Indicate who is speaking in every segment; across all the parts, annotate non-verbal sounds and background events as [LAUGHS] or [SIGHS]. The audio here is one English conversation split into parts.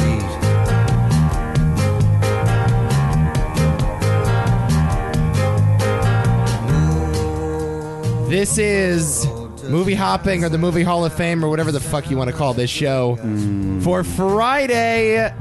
Speaker 1: sweet.
Speaker 2: This is movie hopping or the movie hall of fame or whatever the fuck you want to call this show
Speaker 3: Mm.
Speaker 2: for Friday,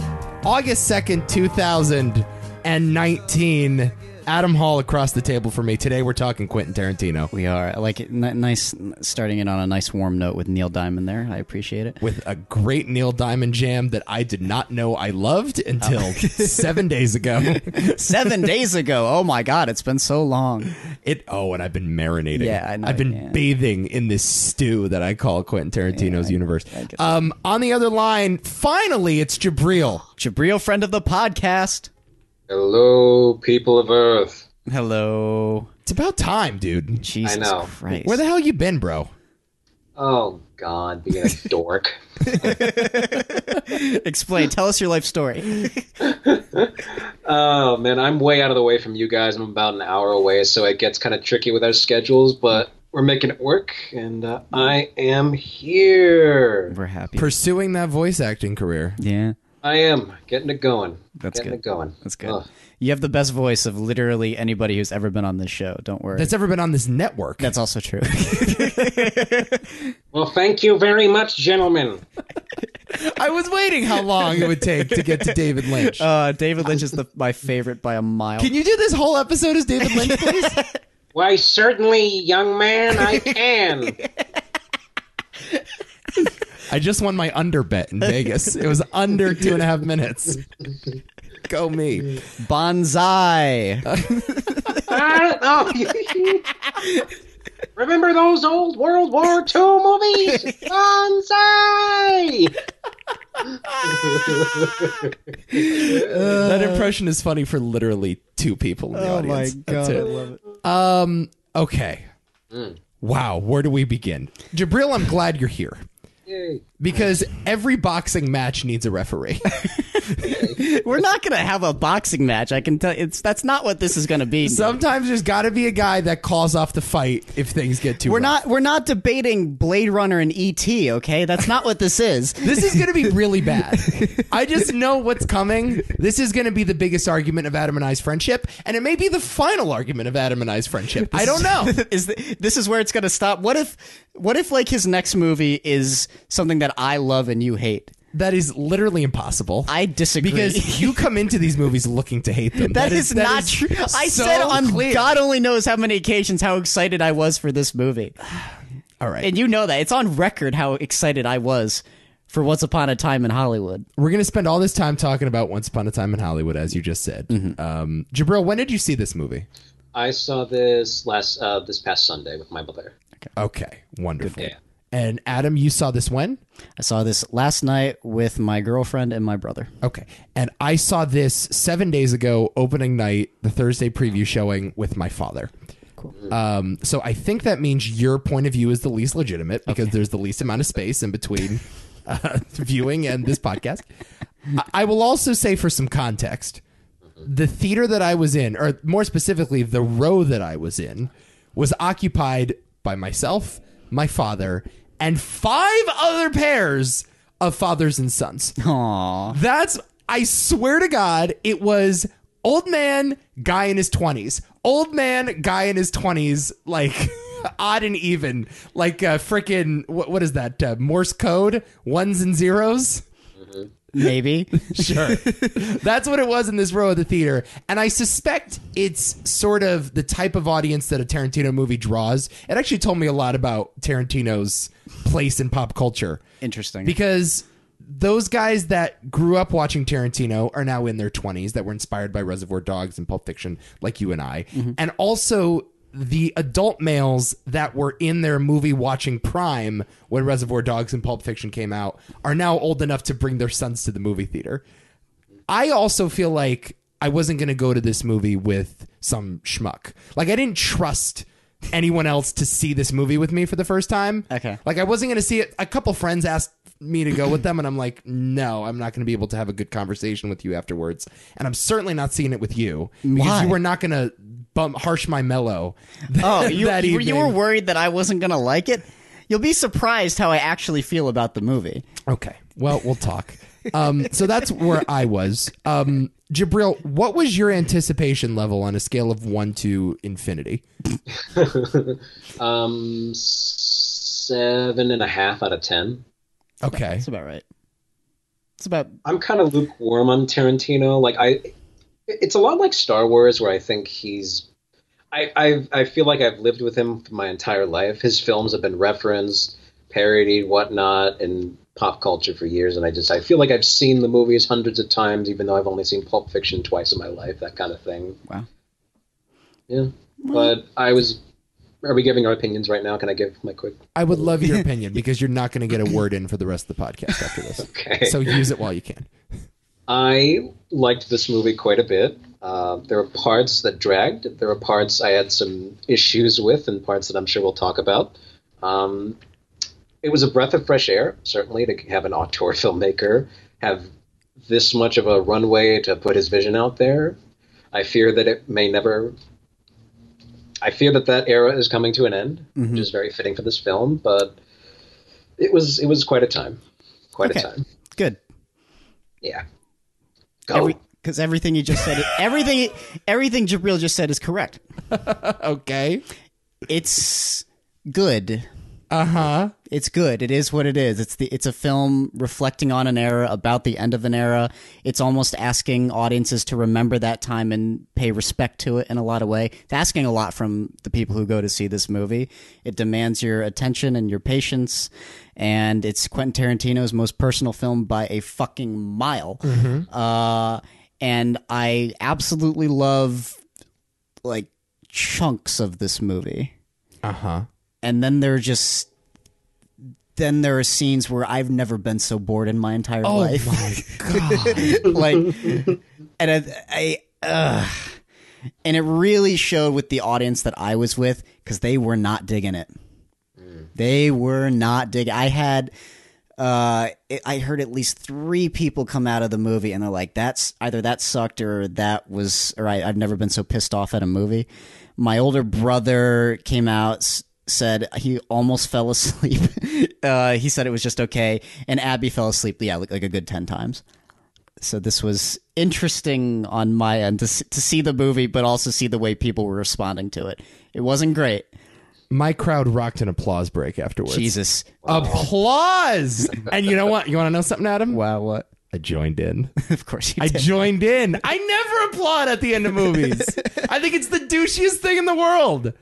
Speaker 2: August 2nd, 2019. Adam Hall across the table for me. Today we're talking Quentin Tarantino
Speaker 3: We are I like it, n- nice starting it on a nice warm note with Neil Diamond there. I appreciate
Speaker 2: [LAUGHS]
Speaker 3: it.
Speaker 2: with a great Neil Diamond jam that I did not know I loved until
Speaker 3: Oh. [LAUGHS]
Speaker 2: seven days ago.
Speaker 3: Seven days ago. Oh my God, it's been so long.
Speaker 2: It oh, and I've been marinating.
Speaker 3: Yeah, I know
Speaker 2: have
Speaker 3: you
Speaker 2: been
Speaker 3: can.
Speaker 2: bathing in this stew that I call Quentin Tarantino's universe.
Speaker 3: get that.
Speaker 2: Um, on the other line, finally, it's Jabril.
Speaker 3: Jabril, friend of the podcast.
Speaker 4: Hello, people of Earth.
Speaker 3: Hello.
Speaker 2: It's about time, dude.
Speaker 3: Jesus
Speaker 4: I know.
Speaker 3: Christ.
Speaker 2: Where the hell you been, bro?
Speaker 4: Oh God, being a [LAUGHS] dork.
Speaker 3: Explain. Tell us your life story.
Speaker 2: [LAUGHS]
Speaker 4: Oh man, I'm way out of the way from you guys. I'm about an hour away, so it gets kind of tricky with our schedules, but we're making it work, and uh, I am here.
Speaker 3: We're happy.
Speaker 2: Pursuing that voice acting career.
Speaker 3: yeah,
Speaker 4: I am getting it going.
Speaker 3: That's
Speaker 4: getting
Speaker 3: good.
Speaker 4: it going.
Speaker 3: that's good.
Speaker 4: Ugh.
Speaker 3: You have the best voice of literally anybody who's ever been on this show. Don't worry.
Speaker 2: That's ever been on this network.
Speaker 3: [LAUGHS] That's also
Speaker 2: [LAUGHS]
Speaker 3: true.
Speaker 4: Well, thank you very much, gentlemen.
Speaker 2: I was waiting how long it would take to get to David Lynch.
Speaker 3: uh, David Lynch is the, my favorite by a mile.
Speaker 2: Can you do this whole episode as David Lynch, please?
Speaker 4: Why, certainly, young man,
Speaker 3: [LAUGHS]
Speaker 4: I can.
Speaker 2: [LAUGHS] I just won my under bet in Vegas. It was under two and a half minutes. Go me.
Speaker 3: Bonsai.
Speaker 4: I don't know. [LAUGHS] Remember those old World War II movies? Bonsai!
Speaker 2: that impression is funny for literally two people in the
Speaker 3: Oh
Speaker 2: audience. That's it.
Speaker 3: love it.
Speaker 2: Um. Okay. Wow. Where do we begin, Jabril? I'm glad you're here
Speaker 4: Yay.
Speaker 2: because every boxing match needs a referee.
Speaker 3: We're not gonna have a boxing match. I can tell. It's that's not what this is gonna be.
Speaker 2: Sometimes there's got to be a guy that calls off the fight if things get too.
Speaker 3: We're
Speaker 2: rough.
Speaker 3: not we're not debating Blade Runner and ET, okay? That's not what this is.
Speaker 2: This is going to be really [LAUGHS] bad. I just know what's coming. This is going to be the biggest argument of Adam and I's friendship, and it may be the final argument of Adam and I's friendship. [LAUGHS] I don't know.
Speaker 3: [LAUGHS] is th- this is where it's going to stop? What if what if like his next movie is something that I love and you hate?
Speaker 2: That is literally impossible.
Speaker 3: I disagree.
Speaker 2: because you come into these movies looking to hate them.
Speaker 3: [LAUGHS] that
Speaker 2: [LAUGHS]
Speaker 3: is,
Speaker 2: that
Speaker 3: not
Speaker 2: is
Speaker 3: true. I
Speaker 2: so
Speaker 3: said on
Speaker 2: clear.
Speaker 3: God only knows how many occasions how excited I was for this movie.
Speaker 2: All right.
Speaker 3: And you know that. It's on record how excited I was for Once Upon a Time in Hollywood.
Speaker 2: We're going to spend all this time talking about Once Upon a Time in Hollywood, as you just said. Um, Jabril, when did you see this movie?
Speaker 4: I saw this last uh, this past Sunday with my brother.
Speaker 2: Okay, wonderful.
Speaker 4: Yeah.
Speaker 2: And Adam, you saw this when?
Speaker 3: I saw this last night with my girlfriend and my brother.
Speaker 2: Okay. And I saw this seven days ago, opening night, the Thursday preview showing with my father.
Speaker 3: Cool.
Speaker 2: Um, so I think that means your point of view is the least legitimate because there's the least amount of space in between uh, [LAUGHS] viewing and this podcast. I, I will also say, for some context, the theater that I was in, or more specifically, the row that I was in, was occupied by myself, my father, and five other pairs of fathers and sons.
Speaker 3: Aww.
Speaker 2: That's I swear to God, it was old man, guy in his twenties, old man, guy in his twenties, like [LAUGHS] odd and even, like uh, freaking what, what is that uh, Morse code ones and zeros?
Speaker 3: Maybe.
Speaker 2: [LAUGHS] Sure, that's what it was in this row of the theater, and I suspect it's sort of the type of audience that a Tarantino movie draws. It actually told me a lot about Tarantino's place in pop culture
Speaker 3: Interesting.
Speaker 2: because those guys that grew up watching Tarantino are now in their 20s that were inspired by Reservoir Dogs and Pulp Fiction, like you and I. And also the adult males that were in their movie watching prime when Reservoir Dogs and Pulp Fiction came out are now old enough to bring their sons to the movie theater. I also feel like I wasn't going to go to this movie with some schmuck. Like I didn't trust anyone else to see this movie with me for the first time.
Speaker 3: Okay.
Speaker 2: Like I wasn't going to see it. A couple friends asked me to go with them and I'm like, "No, I'm not going to be able to have a good conversation with you afterwards." And I'm certainly not seeing it with you because
Speaker 3: Why?
Speaker 2: you were not going to bump harsh my mellow.
Speaker 3: [LAUGHS] Oh, you,
Speaker 2: that [LAUGHS]
Speaker 3: you, were- you were
Speaker 2: evening.
Speaker 3: worried that I wasn't going to like it? You'll be surprised how I actually feel about the movie.
Speaker 2: Okay. Well, we'll talk. Um, so that's where I was. Um, Jabril, what was your anticipation level on a scale of one to infinity?
Speaker 4: Um, seven and a half out of ten.
Speaker 2: Okay.
Speaker 3: That's about right. It's about
Speaker 4: I'm kind of lukewarm on Tarantino. Like I, it's a lot like Star Wars, where I think he's, I I I feel like I've lived with him for my entire life. His films have been referenced, parodied, whatnot, in pop culture for years, and I just I feel like I've seen the movies hundreds of times, even though I've only seen Pulp Fiction twice in my life. That kind of thing.
Speaker 3: wow.
Speaker 4: Yeah, but I was. Are we giving our opinions right now? Can I give my quick? [LAUGHS]
Speaker 2: I would love your opinion because you're not going to get a word in for the rest of the podcast after this.
Speaker 4: Okay.
Speaker 2: So use it while you can.
Speaker 4: I liked this movie quite a bit. Uh, there were parts that dragged. There were parts I had some issues with, and parts that I'm sure we'll talk about. Um, it was a breath of fresh air, certainly, to have an auteur [LAUGHS] filmmaker have this much of a runway to put his vision out there. I fear that it may never. I fear that that era is coming to an end, which is very fitting for this film. But it was it was quite a time, quite
Speaker 3: Okay.
Speaker 4: a time. Oh.
Speaker 3: Good.
Speaker 4: Yeah. Go.
Speaker 3: Because everything you just said, everything, everything Jabril just said is correct.
Speaker 2: [LAUGHS] Okay.
Speaker 3: It's good.
Speaker 2: Uh huh.
Speaker 3: It's good. It is what it is. It's the. It's a film reflecting on an era, about the end of an era. It's almost asking audiences to remember that time and pay respect to it in a lot of way. It's asking a lot from the people who go to see this movie. It demands your attention and your patience. And it's Quentin Tarantino's most personal film by a fucking mile. Uh, and I absolutely love like chunks of this movie
Speaker 2: Uh huh.
Speaker 3: and then there are just then there are scenes where I've never been so bored in my entire
Speaker 2: Oh
Speaker 3: life.
Speaker 2: my god.
Speaker 3: [LAUGHS] like, and I, I uh, and it really showed with the audience that I was with because they were not digging it. They were not digging. I had, uh, it, I heard at least three people come out of the movie and they're like, "That's either that sucked or that was," or I, I've never been so pissed off at a movie. My older brother came out. s- Said he almost [LAUGHS] fell asleep. uh, he said it was just okay, and Abby fell asleep. Yeah, like, like a good ten times. So this was interesting on my end to, s- to see the movie, but also see the way people were responding to it. It wasn't great.
Speaker 2: My crowd rocked an applause break afterwards.
Speaker 3: Jesus. [LAUGHS]
Speaker 2: Applause. and you know what? You want to know something, Adam?
Speaker 3: Wow, what?
Speaker 2: I joined in.
Speaker 3: Of course you [LAUGHS]
Speaker 2: I
Speaker 3: did.
Speaker 2: joined in. I never applaud at the end of
Speaker 3: [LAUGHS]
Speaker 2: movies. I think it's the douchiest thing in the world.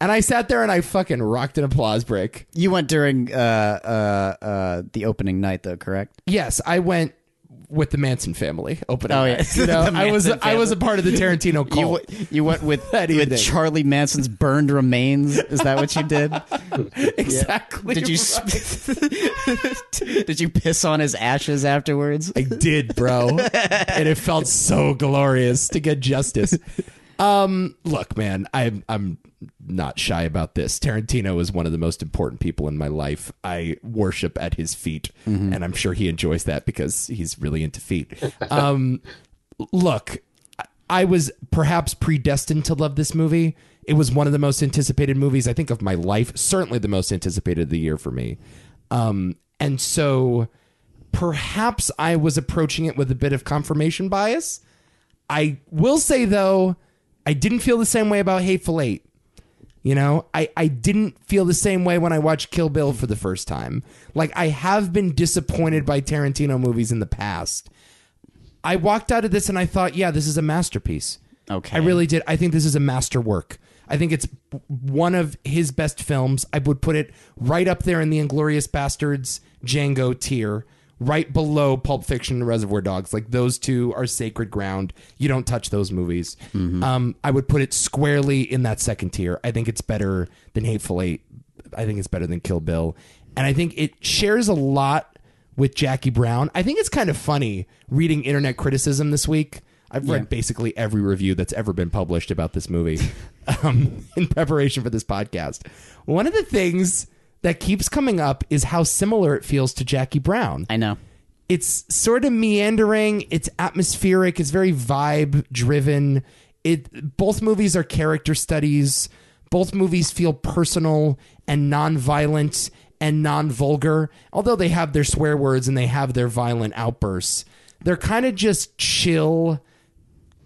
Speaker 2: And I sat there and I fucking rocked an applause break.
Speaker 3: you went during uh, uh, uh, the opening night, though, correct?
Speaker 2: Yes, I went with the Manson family opening.
Speaker 3: Oh,
Speaker 2: night.
Speaker 3: yes.
Speaker 2: You know,
Speaker 3: [LAUGHS] The
Speaker 2: I was
Speaker 3: Manson
Speaker 2: I was a part of the Tarantino
Speaker 3: You,
Speaker 2: cult.
Speaker 3: w- you went with,
Speaker 2: That evening.
Speaker 3: with Charlie Manson's burned remains. Is that what you did?
Speaker 2: exactly. [LAUGHS]
Speaker 3: Did you
Speaker 2: right.
Speaker 3: sp- [LAUGHS] did you piss on his ashes afterwards?
Speaker 2: I did, bro. and it felt so glorious to get justice. Um, look, man, I'm I'm not shy about this. Tarantino is one of the most important people in my life. I worship at his feet, and I'm sure he enjoys that because he's really into feet. Um, look, I- I was perhaps predestined to love this movie. It was one of the most anticipated movies I think of my life, certainly the most anticipated of the year for me. Um, and so perhaps I was approaching it with a bit of confirmation bias. I will say though, I didn't feel the same way about Hateful Eight. You know, I, I didn't feel the same way when I watched Kill Bill for the first time. Like, I have been disappointed by Tarantino movies in the past. I walked out of this and I thought, yeah, this is a masterpiece.
Speaker 3: Okay.
Speaker 2: I really did. I think this is a masterwork. I think it's one of his best films. I would put it right up there in the Inglorious Bastards Django tier, right below Pulp Fiction and Reservoir Dogs. Like those two are sacred ground. You don't touch those movies. Um, I would put it squarely in that second tier. I think it's better than Hateful Eight. I think it's better than Kill Bill. And I think it shares a lot with Jackie Brown. I think it's kind of funny reading internet criticism this week. I've read basically every review that's ever been published about this movie [LAUGHS] um, in preparation for this podcast. One of the things that keeps coming up is how similar it feels to Jackie Brown
Speaker 3: I know.
Speaker 2: it's sort of meandering it's atmospheric it's very vibe driven it both movies are character studies Both movies feel personal and non-violent and non-vulgar, although they have their swear words and they have their violent outbursts. They're kind of just chill,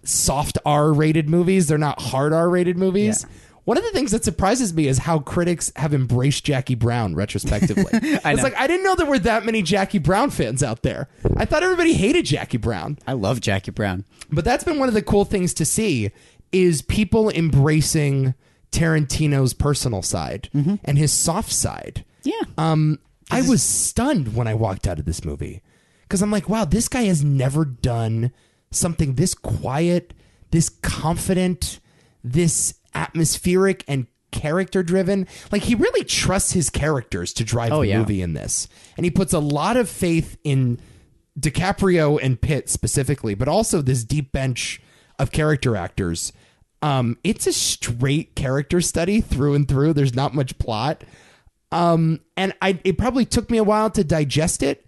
Speaker 2: soft R-rated movies. They're not hard R-rated movies. One of the things that surprises me is how critics have embraced Jackie Brown retrospectively. it's like [LAUGHS] I didn't know there were that many Jackie Brown fans out there. I thought everybody hated Jackie Brown
Speaker 3: I love Jackie Brown.
Speaker 2: but that's been one of the cool things to see is people embracing Tarantino's personal side and his soft side.
Speaker 3: Yeah.
Speaker 2: I was stunned when I walked out of this movie because I'm like, wow, this guy has never done something this quiet, this confident, this atmospheric and character driven. Like, he really trusts his characters to drive the
Speaker 3: yeah.
Speaker 2: movie in this. And he puts a lot of faith in DiCaprio and Pitt specifically, but also this deep bench of character actors. Um, it's a straight character study through and through. There's not much plot and I it probably took me a while to digest it,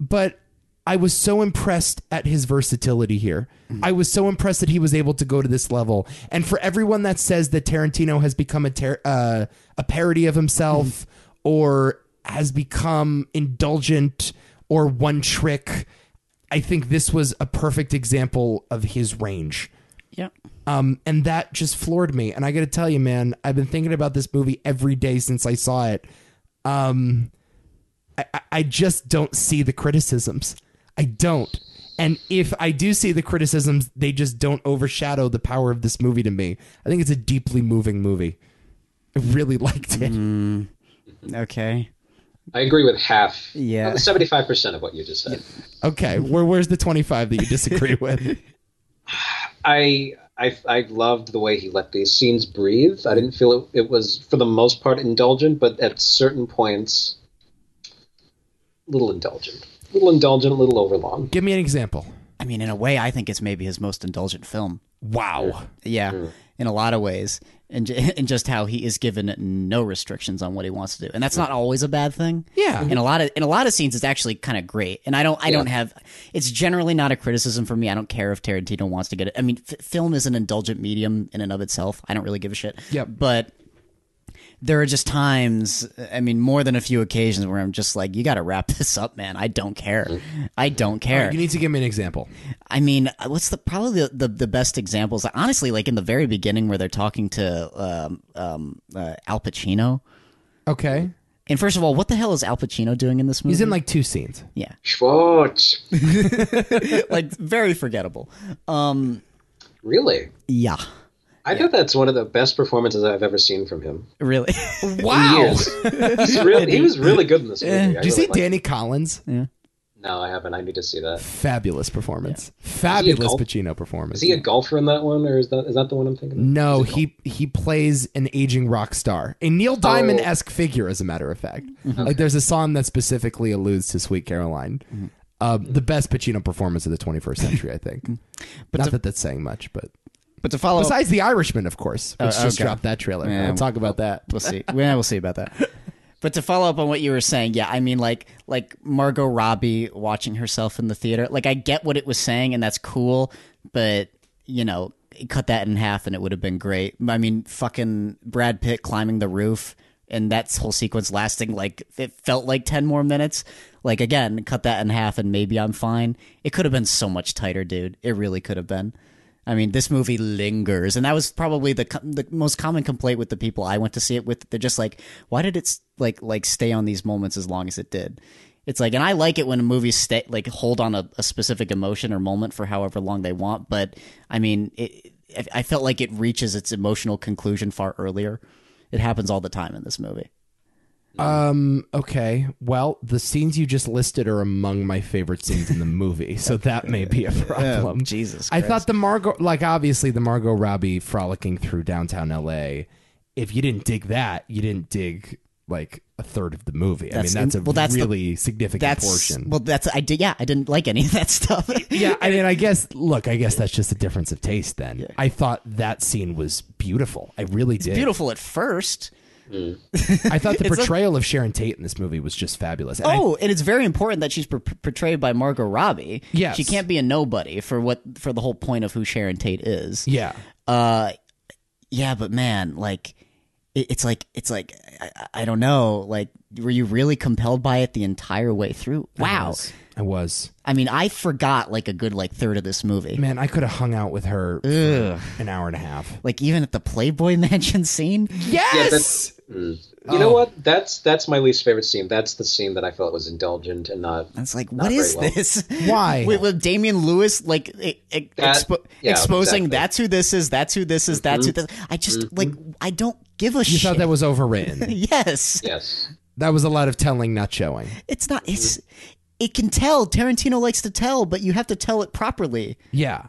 Speaker 2: but I was so impressed at his versatility here. I was so impressed that he was able to go to this level. And for everyone that says that Tarantino has become a ter- uh, a parody of himself or has become indulgent or one trick, I think this was a perfect example of his range.
Speaker 3: yeah.
Speaker 2: Um, and that just floored me. And I got to tell you, man, I've been thinking about this movie every day since I saw it. Um, I, I- I just don't see the criticisms. I don't. And if I do see the criticisms, they just don't overshadow the power of this movie to me. I think it's a deeply moving movie. I really [LAUGHS] liked it.
Speaker 3: Okay.
Speaker 4: I agree with half,
Speaker 3: Yeah.
Speaker 4: seventy-five percent of what you just said.
Speaker 2: Okay, where where's the twenty five that you disagree with?
Speaker 4: I, I I loved the way he let these scenes breathe. I didn't feel it, it was for the most part indulgent, but at certain points, little indulgent, little indulgent, a little overlong.
Speaker 2: Give me an example.
Speaker 3: I mean, in a way, I think it's maybe his most indulgent film.
Speaker 2: Wow.
Speaker 3: Yeah,
Speaker 2: Hmm.
Speaker 3: in a lot of ways, and ju- [LAUGHS] and just how he is given no restrictions on what he wants to do, and that's not always a bad thing.
Speaker 2: Yeah.
Speaker 3: in a lot of in a lot of scenes, it's actually kind of great. And I don't I don't have it's generally not a criticism for me. I don't care if Tarantino wants to get it. I mean, f- film is an indulgent medium in and of itself. I don't really give a shit.
Speaker 2: Yep.
Speaker 3: but. There are just times, I mean, more than a few occasions where I'm just like, you got to wrap [LAUGHS] this up, man. I don't
Speaker 2: Hmm.
Speaker 3: care. I don't care.
Speaker 2: You need to give me an example.
Speaker 3: I mean, uh, what's the probably the, the, the best examples? Honestly, like in the very beginning where they're talking to um, um, uh, Al Pacino.
Speaker 2: Okay.
Speaker 3: And first of all, what the hell is Al Pacino doing in this movie?
Speaker 2: He's in like two scenes.
Speaker 3: yeah,
Speaker 4: Schwartz,
Speaker 3: [LAUGHS] like very forgettable. Um,
Speaker 4: [LAUGHS] really?
Speaker 3: yeah,
Speaker 4: I thought that's one of the best performances I've ever seen from him.
Speaker 3: really. [LAUGHS]
Speaker 2: Wow.
Speaker 4: Years. He's really, he was really good in this movie.
Speaker 2: Did you see Danny Collins?
Speaker 4: No, I haven't. I need to see that.
Speaker 2: Fabulous performance. Fabulous
Speaker 4: golf-
Speaker 2: Pacino performance.
Speaker 4: Is he a golfer in that one, or is that is that the one I'm thinking? of?
Speaker 2: no, he he plays an aging rock star, a Neil Diamond esque figure, as a matter of fact. Like there's a song that specifically alludes to Sweet Caroline. Uh, the best Pacino performance of the 21st century, I think. but not that that's saying much, but
Speaker 3: But to follow, up,
Speaker 2: besides The Irishman, of course, which just
Speaker 3: Oh. okay.
Speaker 2: dropped that trailer.
Speaker 3: Yeah.
Speaker 2: we'll talk about that.
Speaker 3: we'll see. Yeah, we'll see about that. But to follow up on what you were saying, yeah, I mean, like like Margot Robbie watching herself in the theater. Like I get what it was saying, and that's cool. But you know, cut that in half, and it would have been great. I mean, fucking Brad Pitt climbing the roof, and that whole sequence lasting like it felt like ten more minutes. Like again, cut that in half, and maybe I'm fine. It could have been so much tighter, dude. It really could have been. I mean, this movie lingers, and that was probably the co- the most common complaint with the people I went to see it with. They're just like, "Why did it s- like like stay on these moments as long as it did?" It's like, and I like it when movies stay like hold on a, a specific emotion or moment for however long they want. But I mean, it, I- I felt like it reaches its emotional conclusion far earlier. It happens all the time in this movie.
Speaker 2: Um. Okay. Well, the scenes you just listed are among my favorite scenes in the movie, so that may be a problem.
Speaker 3: Jesus
Speaker 2: I thought the Margot, like obviously the Margot Robbie frolicking through downtown L.A. If you didn't dig that, you didn't dig like a third of the movie. I mean,
Speaker 3: That's-
Speaker 2: that's a
Speaker 3: well, that's the-
Speaker 2: really significant
Speaker 3: That's
Speaker 2: portion.
Speaker 3: well, that's I did. Yeah, I didn't like any of that [LAUGHS] stuff.
Speaker 2: [LAUGHS] yeah, I mean, I guess. Look, I guess that's just a difference of taste. Then I thought that scene was beautiful. I really did.
Speaker 3: beautiful at first.
Speaker 2: I
Speaker 3: [LAUGHS]
Speaker 2: thought the portrayal of Sharon Tate in this movie was just fabulous. And I
Speaker 3: Oh, and it's very important that she's per- portrayed by Margot Robbie.
Speaker 2: Yes.
Speaker 3: she can't be a nobody for what for the whole point of who Sharon Tate is.
Speaker 2: yeah.
Speaker 3: Uh, yeah, but man, like it, it's like it's like I, I- I don't know. Like, were you really compelled by it the entire way through? Wow.
Speaker 2: I was.
Speaker 3: I mean, I forgot like a good like third of this movie.
Speaker 2: Man, I could have hung out with her for an hour and a half.
Speaker 3: Like even at the Playboy [LAUGHS] Mansion scene.
Speaker 2: Yes.
Speaker 4: mm. You know what? That's that's my least favorite scene. That's the scene that I felt was indulgent and not.
Speaker 3: I was like, what
Speaker 4: very
Speaker 3: is
Speaker 4: well.
Speaker 3: this? [LAUGHS]
Speaker 2: Why?
Speaker 3: With, with Damian Lewis, like e- e-
Speaker 4: That-
Speaker 3: expo-
Speaker 4: yeah,
Speaker 3: exposing
Speaker 4: exactly. Mm-hmm.
Speaker 3: that's who this is, that's who this is, that's who this. I just like I don't give a
Speaker 2: you
Speaker 3: shit.
Speaker 2: thought that was overwritten.
Speaker 3: [LAUGHS] yes,
Speaker 4: Yes.
Speaker 2: that was a lot of telling, not showing.
Speaker 3: it's not. It's
Speaker 4: Mm-hmm.
Speaker 3: it can tell. Tarantino likes to tell, but you have to tell it properly.
Speaker 2: Yeah.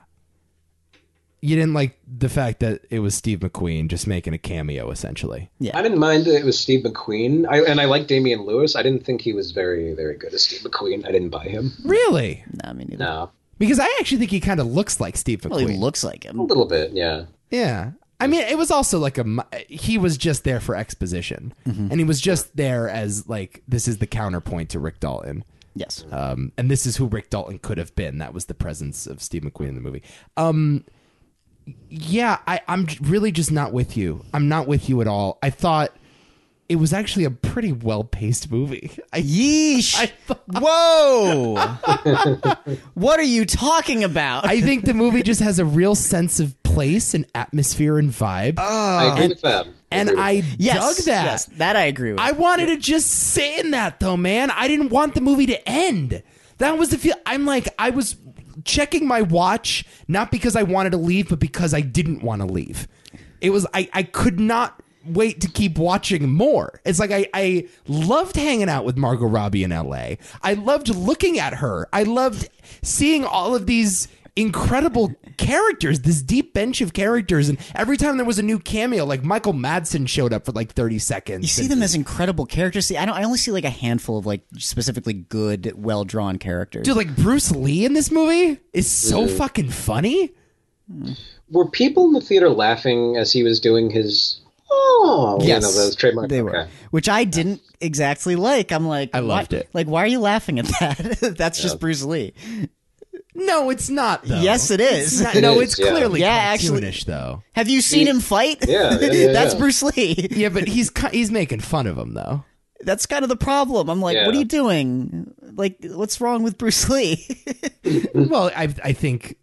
Speaker 2: You didn't like the fact that it was Steve McQueen just making a cameo, essentially.
Speaker 4: I didn't mind that it was Steve McQueen. I, and I like Damian Lewis. I didn't think he was very, very good as Steve McQueen. I didn't buy him.
Speaker 2: Really?
Speaker 3: No, I mean, it-
Speaker 4: No.
Speaker 2: Because I actually think he kind of looks like Steve
Speaker 3: well,
Speaker 2: McQueen.
Speaker 3: he looks like
Speaker 4: A
Speaker 3: him.
Speaker 4: little bit, yeah.
Speaker 2: Yeah. I mean, it was also like a. mi- He was just there for exposition,
Speaker 3: Mm-hmm.
Speaker 2: and he was just there as like this is the counterpoint to Rick Dalton,
Speaker 3: Yes,
Speaker 4: Uh,
Speaker 3: Uh,
Speaker 2: um, and this is who Rick Dalton could have been. That was the presence of Steve McQueen in the movie. Um, yeah, I, I'm j- really just not with you. I'm not with you at all. I thought it was actually a pretty well paced movie. [LAUGHS] I,
Speaker 3: Yeesh!
Speaker 4: [LAUGHS]
Speaker 3: Whoa! what are you talking about?
Speaker 2: I think the movie just has a real sense of place and atmosphere and vibe,
Speaker 4: I agree with that.
Speaker 2: and
Speaker 4: agree with
Speaker 2: I
Speaker 3: Oh, yes,
Speaker 2: dug that.
Speaker 3: yes, that I agree with.
Speaker 2: I wanted to just sit in that though, man. I didn't want the movie to end. That was the feel. I'm like, I was checking my watch, not because I wanted to leave, but because I didn't want to leave. It was, I, I could not wait to keep watching more. It's like I, I loved hanging out with Margot Robbie in LA. I loved looking at her. I loved seeing all of these incredible characters, this deep bench of characters. And every time there was a new cameo, like Michael Madsen showed up for like 30 seconds.
Speaker 3: You see them as incredible characters. See, I don't. I only see like a handful of like specifically good, well drawn characters.
Speaker 2: Dude, like Bruce Lee in this movie is so fucking funny.
Speaker 4: Were people in the theater laughing as he was doing his. Oh,
Speaker 3: Yes.
Speaker 4: you know, those trademark.
Speaker 3: they were,
Speaker 4: okay.
Speaker 3: which I didn't exactly like. I'm like, I
Speaker 2: loved
Speaker 3: why,
Speaker 2: it.
Speaker 3: Like, why are you laughing at that? [LAUGHS] That's just Bruce Lee.
Speaker 2: No, it's not. Though.
Speaker 3: Yes, it is.
Speaker 2: It's not- no,
Speaker 4: It is,
Speaker 2: it's
Speaker 4: yeah.
Speaker 2: clearly
Speaker 3: Yeah,
Speaker 2: cartoonish
Speaker 3: actually-
Speaker 2: though.
Speaker 3: Have you seen him fight?
Speaker 4: Yeah,
Speaker 3: [LAUGHS]
Speaker 4: yeah, yeah,
Speaker 3: that's
Speaker 4: yeah.
Speaker 3: Bruce Lee. [LAUGHS]
Speaker 2: Yeah, but he's ki- he's making fun of him though.
Speaker 3: That's kind of the problem. I'm like,
Speaker 4: Yeah.
Speaker 3: what are you doing? Like, what's wrong with Bruce [LAUGHS] Lee?
Speaker 2: well, I I think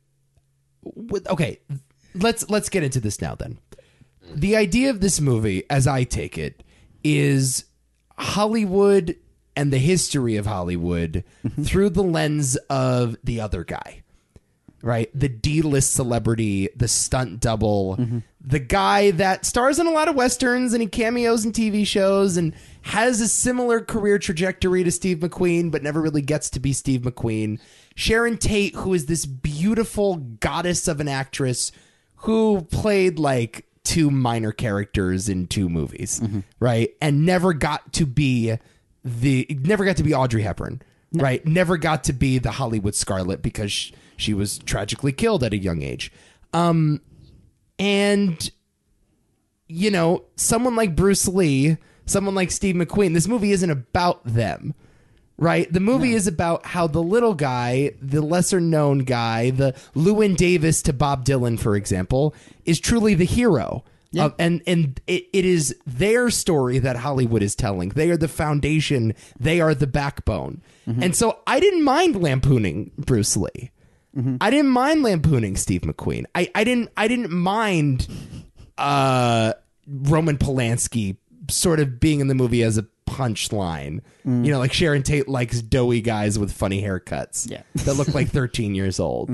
Speaker 2: with, okay, let's let's get into this now then. The idea of this movie as I take it is Hollywood and the history of Hollywood through the lens of the other guy. Right? The D-list celebrity, the stunt double, the guy that stars in a lot of westerns and he cameos in TV shows and has a similar career trajectory to Steve McQueen but never really gets to be Steve McQueen. Sharon Tate who is this beautiful goddess of an actress who played like two minor characters in two movies, right? And never got to be the never got to be Audrey Hepburn, right? Never got to be the Hollywood Scarlet because sh- she was tragically killed at a young age. Um and you know, someone like Bruce Lee, someone like Steve McQueen, this movie isn't about them right? The movie is about how the little guy, the lesser known guy, the Lewin Davis to Bob Dylan, for example, is truly the hero. Of- and and it, it is their story that Hollywood is telling. They are the foundation. They are the backbone. And so I didn't mind lampooning Bruce Lee. I didn't mind lampooning Steve McQueen. I, I didn't I didn't mind uh, Roman Polanski sort of being in the movie as a punchline.
Speaker 3: Mm.
Speaker 2: You know, like Sharon Tate likes doughy guys with funny haircuts
Speaker 3: Yeah. Mm-hmm.
Speaker 2: that look
Speaker 3: [LAUGHS]
Speaker 2: like 13 years old.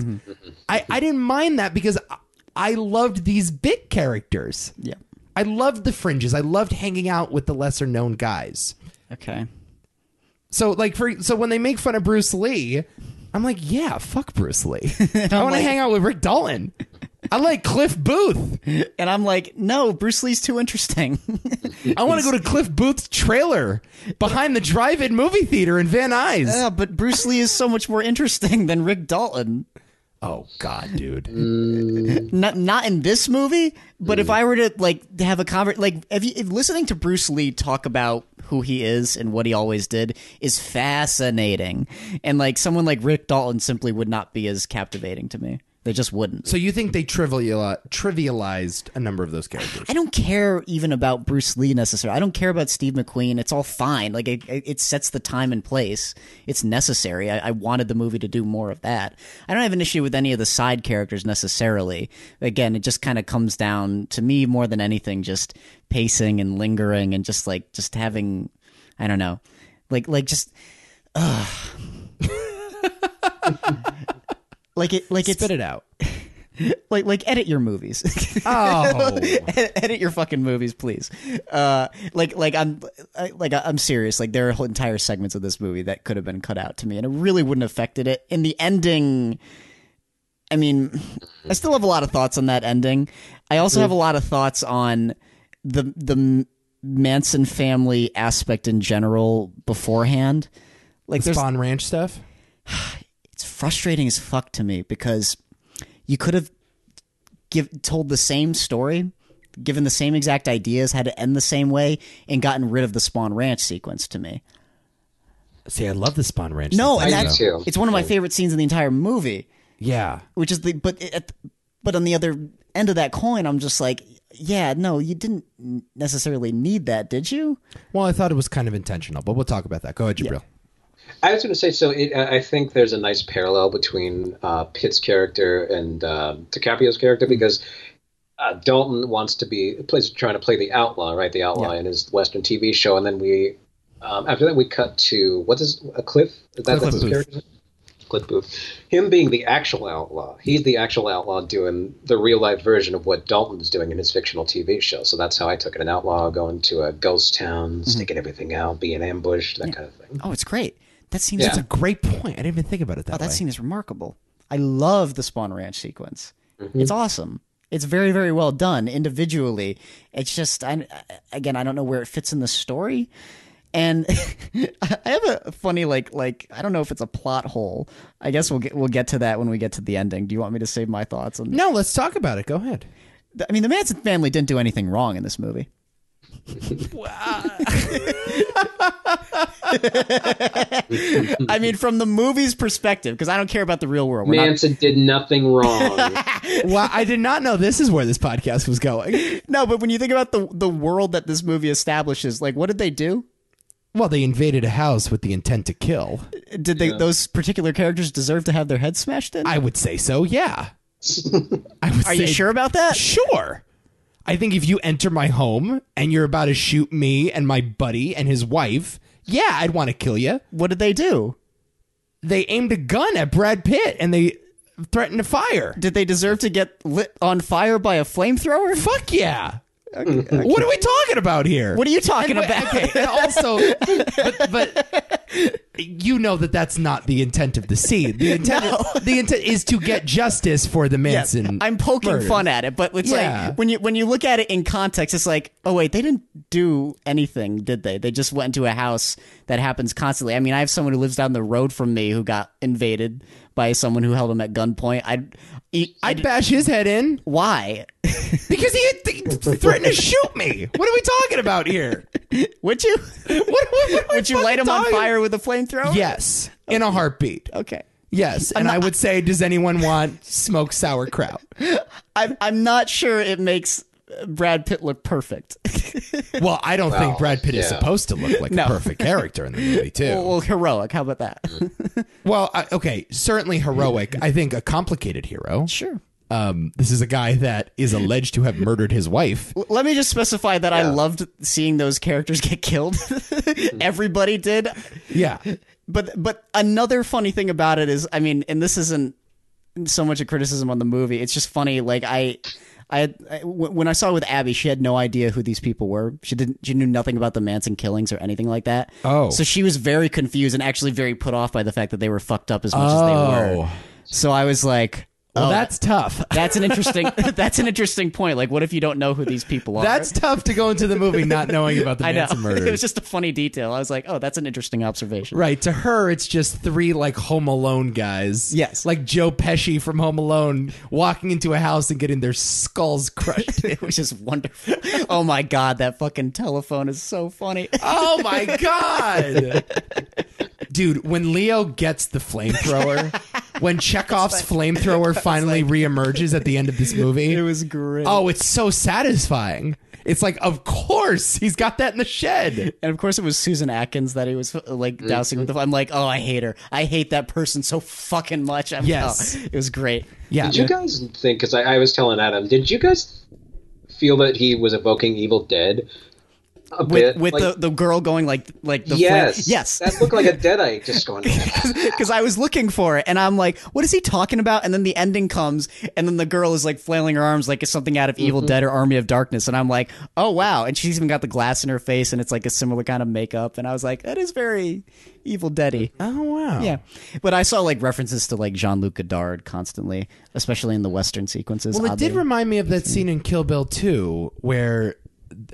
Speaker 2: I, I didn't mind that because I, I loved these bit characters.
Speaker 3: yeah.
Speaker 2: I loved the fringes. I loved hanging out with the lesser known guys.
Speaker 3: Okay.
Speaker 2: So like for so when they make fun of Bruce Lee, I'm like, yeah, fuck Bruce
Speaker 3: [LAUGHS]
Speaker 2: Lee. I want to hang out with Rick Dalton. I like Cliff Booth.
Speaker 3: And I'm like, no, Bruce Lee's too interesting. [LAUGHS]
Speaker 2: I want to go to Cliff Booth's trailer behind the drive-in movie theater in Van Nuys.
Speaker 3: yeah, but Bruce Lee is so much more interesting than Rick Dalton.
Speaker 2: Oh God, dude.
Speaker 3: not not in this movie, but if I were to like have a convert, like if, you, if listening to Bruce Lee talk about who he is and what he always did is fascinating, and like someone like Rick Dalton simply would not be as captivating to me. They just wouldn't.
Speaker 2: So you think they triviali- trivialized a number of those
Speaker 3: [LAUGHS]
Speaker 2: characters?
Speaker 3: I don't care even about Bruce Lee necessarily. I don't care about Steve McQueen. It's all fine. Like it, it it sets the time and place. It's necessary. I, I wanted the movie to do more of that. I don't have an issue with any of the side characters necessarily. Again, it just kind of comes down to me more than anything, just pacing and lingering and just like just having, I don't know, like like just, ugh. [LAUGHS] like it like it's
Speaker 2: Spit it out.
Speaker 3: [LAUGHS] like like edit your movies. [LAUGHS]
Speaker 2: Oh,
Speaker 3: edit your fucking movies, please. Uh, like, like I'm, I, like I'm serious. Like there are whole entire segments of this movie that could have been cut out to me, and it really wouldn't have affected it. In the ending, I mean, I still have a lot of thoughts on that ending. I also have a lot of thoughts on the the Manson family aspect in general beforehand. Like there's
Speaker 2: Spawn Ranch stuff.
Speaker 3: it's frustrating as fuck to me because you could have give told the same story, given the same exact ideas, had it end the same way, and gotten rid of the Spawn Ranch sequence to me.
Speaker 2: See, I love the Spawn Ranch.
Speaker 3: No,
Speaker 2: stuff.
Speaker 3: and
Speaker 4: do
Speaker 3: that's
Speaker 4: too.
Speaker 3: it's one of my favorite scenes in the entire movie,
Speaker 2: yeah.
Speaker 3: which is the but it- at, but on the other end of that coin, I'm just like, yeah, no, you didn't necessarily need that, did you?
Speaker 2: Well, I thought it was kind of intentional, but we'll talk about that. Go ahead, Jabril.
Speaker 4: I was going to say, so it, I I think there's a nice parallel between uh, Pitt's character and uh, DiCaprio's character
Speaker 2: Mm-hmm.
Speaker 4: because uh, Dalton wants to be plays trying to play the outlaw, right? The outlaw in his Western TV show, and then we um, after that we cut to what is a Cliff? Is that
Speaker 2: Cliff
Speaker 4: his
Speaker 2: Booth.
Speaker 4: character? Cliff Booth. Him being the actual outlaw. He's the actual outlaw doing the real life version of what Dalton's doing in his fictional TV show. So that's how I took it. An outlaw going to a ghost town,
Speaker 2: Mm-hmm.
Speaker 4: sticking everything out, being ambushed, that kind of thing.
Speaker 3: Oh, it's great. That scene
Speaker 4: Yeah.
Speaker 3: is
Speaker 2: That's a great point. I didn't even think about it that
Speaker 3: Oh, that
Speaker 2: way.
Speaker 3: scene is remarkable. I love the Spawn Ranch sequence. It's awesome. It's very, very well done individually. It's just, I, again, I don't know where it fits in the story. And [LAUGHS] I have a funny, like, like I don't know if it's a plot hole. I guess we'll get we'll get to that when we get to the ending. Do you want me to save my thoughts on?
Speaker 2: no, let's talk about it. Go ahead.
Speaker 3: I mean, the Manson family didn't do anything wrong in this movie. [LAUGHS] I mean, from the movie's perspective, because I don't care about the real world. We're not
Speaker 4: Manson did nothing
Speaker 3: [LAUGHS]
Speaker 4: wrong.
Speaker 2: Well, I did not know this is where this podcast was going.
Speaker 3: No, but when you think about the the world that this movie establishes, like what did they do?
Speaker 2: Well, they invaded a house with the intent to kill.
Speaker 3: Did they those particular characters deserve to have their heads smashed in?
Speaker 2: I would say so. Yeah. I would
Speaker 3: Are you
Speaker 2: say-
Speaker 3: sure about that?
Speaker 2: Sure. I think if you enter my home and you're about to shoot me and my buddy and his wife, yeah, I'd want to kill you.
Speaker 3: What did they do?
Speaker 2: They aimed a gun at Brad Pitt and they threatened to fire.
Speaker 3: Did they deserve to get lit on fire by a flamethrower?
Speaker 2: Fuck yeah. What are we talking about here?
Speaker 3: What are you talking
Speaker 2: And wait,
Speaker 3: about? [LAUGHS]
Speaker 2: Okay, [LAUGHS] and also, but, but you know that that's not the intent of the scene. The intent, the intent is to get justice for the Manson.
Speaker 3: I'm poking
Speaker 2: murder.
Speaker 3: fun at it, but it's
Speaker 2: Yeah.
Speaker 3: like when you when you look at it in context, it's like, oh wait, they didn't do anything, did they? They just went into a house that happens constantly. I mean, I have someone who lives down the road from me who got invaded by someone who held him at gunpoint. I, I,
Speaker 2: I'd bash his head in
Speaker 3: why?
Speaker 2: because he had th- threatened to shoot me. What are we talking about here?
Speaker 3: Would [LAUGHS] you?
Speaker 2: What, what- what are we
Speaker 3: Would you light
Speaker 2: fucking
Speaker 3: him on
Speaker 2: talking-
Speaker 3: fire with a flamethrower?
Speaker 2: Yes, in a heartbeat.
Speaker 3: Okay.
Speaker 2: Yes, and I would say, does anyone want smoked sauerkraut?
Speaker 3: I'm I'm not sure it makes uh, Brad Pitt look perfect.
Speaker 2: Well, I don't think
Speaker 4: Well,
Speaker 2: Brad Pitt is
Speaker 4: yeah.
Speaker 2: supposed to look like
Speaker 3: No.
Speaker 2: a perfect character in the movie, too.
Speaker 3: [LAUGHS] well, heroic. How about that?
Speaker 2: Well, I, okay, certainly heroic. I think a complicated hero.
Speaker 3: sure.
Speaker 2: Um, this is a guy that is alleged to have murdered his wife.
Speaker 3: [LAUGHS] L- Let me just specify that I loved seeing those characters get killed. [LAUGHS] Everybody did.
Speaker 2: Yeah,
Speaker 3: But but another funny thing about it is, I mean, and this isn't so much a criticism on the movie. It's just funny. Like I, I, I- w- when I saw it with Abby, she had no idea who these people were. She didn't. She knew nothing about the Manson killings or anything like that.
Speaker 2: Oh.
Speaker 3: so she was very confused and actually very put off by the fact that they were fucked up as much as they
Speaker 2: Oh.
Speaker 3: were. So I was like.
Speaker 2: well,
Speaker 3: oh,
Speaker 2: that's tough.
Speaker 3: [LAUGHS] that's an interesting [LAUGHS] that's an interesting point. Like, what if you don't know who these people are?
Speaker 2: That's tough to go into the movie not knowing about the
Speaker 3: I know.
Speaker 2: [LAUGHS] Manson
Speaker 3: [LAUGHS] It was
Speaker 2: murders.
Speaker 3: just a funny detail. I was like, oh, that's an interesting observation.
Speaker 2: Right to her, it's just three like Home Alone guys.
Speaker 3: Yes.
Speaker 2: like Joe Pesci from Home Alone walking into a house and getting their skulls [LAUGHS] crushed.
Speaker 3: [LAUGHS] It was just wonderful. oh my god, that fucking telephone is so funny.
Speaker 2: oh my [LAUGHS] god, dude! When Leo gets the flamethrower, when Chekhov's flamethrower finally reemerges at the end of this movie.
Speaker 3: [LAUGHS] [LAUGHS] It was great.
Speaker 2: oh, it's so satisfying. It's like, of course, he's got that in the shed.
Speaker 3: And of course, it was Susan Atkins that he was uh, like
Speaker 4: Mm-hmm.
Speaker 3: dousing with the. I'm like, oh, I hate her. I hate that person so fucking much. I'm,
Speaker 2: Yes.
Speaker 3: oh, it was great.
Speaker 2: Yeah.
Speaker 4: Did you guys think? Because I, I was telling Adam, did you guys feel that he was evoking Evil Dead a
Speaker 3: With
Speaker 4: bit?
Speaker 3: with
Speaker 4: Like,
Speaker 3: the, the girl going like like the flam-
Speaker 4: yes,
Speaker 3: yes.
Speaker 4: that looked like a Deadite
Speaker 3: [LAUGHS]
Speaker 4: just going.
Speaker 3: because I was looking for it, and I'm like, what is he talking about? And then the ending comes, and then the girl is like flailing her arms like it's something out of Evil
Speaker 2: Mm-hmm.
Speaker 3: Dead or Army of Darkness, and I'm like, oh wow! And she's even got the glass in her face, and it's like a similar kind of makeup, and I was like, that is very Evil Deady.
Speaker 2: Oh wow.
Speaker 3: Yeah, but I saw like references to like Jean Luc Godard constantly, especially in the Western sequences.
Speaker 2: Well, it
Speaker 3: oddly.
Speaker 2: did remind me of that scene in Kill Bill 2 where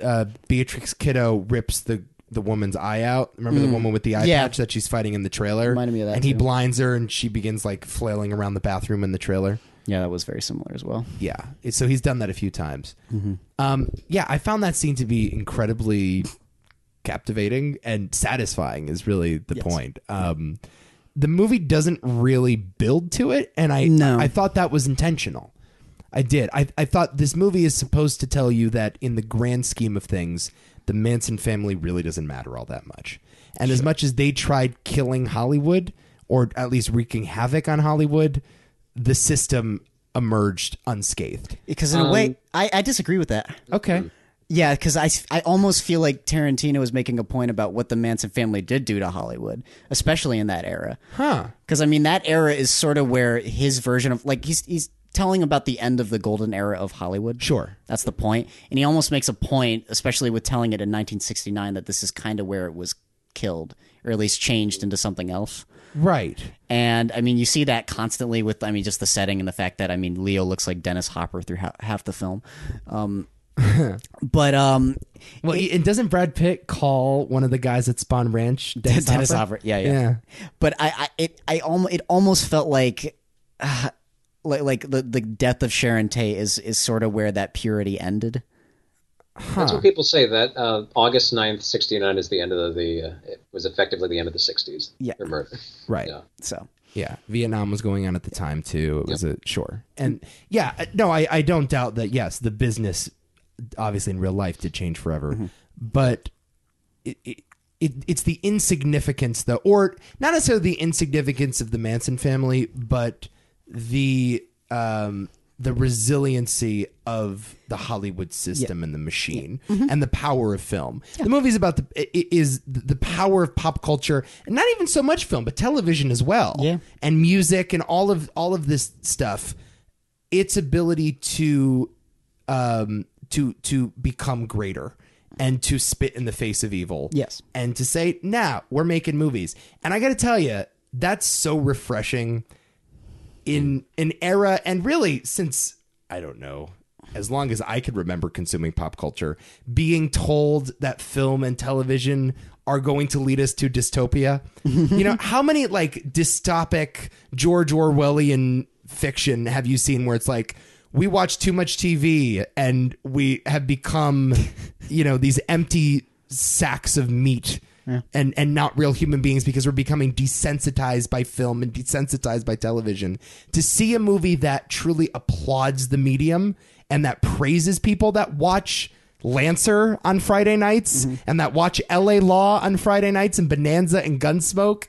Speaker 2: uh, Beatrix Kiddo rips the the woman's eye out. Remember the woman with the eye
Speaker 3: Mm. Yeah.
Speaker 2: patch that she's fighting in the trailer?
Speaker 3: Reminded me of that,
Speaker 2: And he
Speaker 3: too.
Speaker 2: blinds her and she begins like flailing around the bathroom in the trailer.
Speaker 3: yeah, that was very similar as well.
Speaker 2: Yeah. So he's done that a few times. Um, yeah, I found that scene to be incredibly captivating and satisfying is really the point. Um, the movie doesn't really build to it, and I
Speaker 3: No.
Speaker 2: I thought that was intentional. I did. I, I thought this movie is supposed to tell you that in the grand scheme of things, the Manson family really doesn't matter all that much. And as much as they tried killing Hollywood, or at least wreaking havoc on Hollywood, the system emerged unscathed.
Speaker 3: Because in a way, I, I disagree with that.
Speaker 2: Um, Okay.
Speaker 3: Yeah, because I, I almost feel like Tarantino was making a point about what the Manson family did do to Hollywood, especially in that era.
Speaker 2: Huh.
Speaker 3: Because I mean, that era is sort of where his version of like he's he's telling about the end of the golden era of Hollywood.
Speaker 2: Sure.
Speaker 3: That's the point. And he almost makes a point, especially with telling it in 1969, that this is kind of where it was killed, or at least changed into something else.
Speaker 2: Right.
Speaker 3: And I mean, you see that constantly with, I mean, just the setting and the fact that, I mean, Leo looks like Dennis Hopper through ha- half the film.
Speaker 2: [LAUGHS]
Speaker 3: Um, but um,
Speaker 2: Well, and doesn't Brad Pitt call one of the guys at Spawn Ranch Dennis,
Speaker 3: Dennis
Speaker 2: Hopper?
Speaker 3: Hopper, yeah, yeah.
Speaker 2: Yeah.
Speaker 3: But I, I it, I almost, it almost felt like, [SIGHS] uh, like, like the the death of Sharon Tate is is sort of where that purity ended.
Speaker 4: That's what people say. That uh, August 9th, sixty nine, is the end of the. Uh, it was effectively the end of the sixties.
Speaker 3: Yeah.
Speaker 4: their murder.
Speaker 2: Right.
Speaker 4: Yeah.
Speaker 3: So
Speaker 2: Yeah, Vietnam was going on at the time too. It was a sure, and yeah, I- no, I, I don't doubt that. Yes, the business, obviously in real life, did change forever, but it, it, it it's the insignificance, the or not necessarily the insignificance of the Manson family, but the um the resiliency of the Hollywood system and the machine and the power of film. The movie's about the i- i- is the power of pop culture and not even so much film, but television as well
Speaker 3: Yeah.
Speaker 2: and music and all of all of this stuff its ability to um to to become greater and to spit in the face of evil
Speaker 3: Yes.
Speaker 2: and to say nah we're making movies and i gotta tell you that's so refreshing in an era and really since I don't know as long as I could remember consuming pop culture being told that film and television are going to lead us to dystopia you know how many like dystopic George Orwellian fiction have you seen where it's like we watch too much TV and we have become you know these empty sacks of meat and and not real human beings because we're becoming desensitized by film and desensitized by television to see a movie that truly applauds the medium and that praises people that watch Lancer on Friday nights and that watch LA Law on Friday nights and Bonanza and Gunsmoke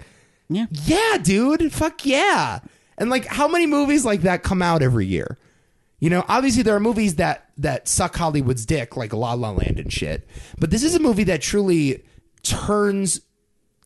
Speaker 3: yeah,
Speaker 2: yeah, dude. Fuck yeah. And like how many movies like that come out every year? You know, obviously there are movies that that suck Hollywood's dick like La La Land and shit. But this is a movie that truly turns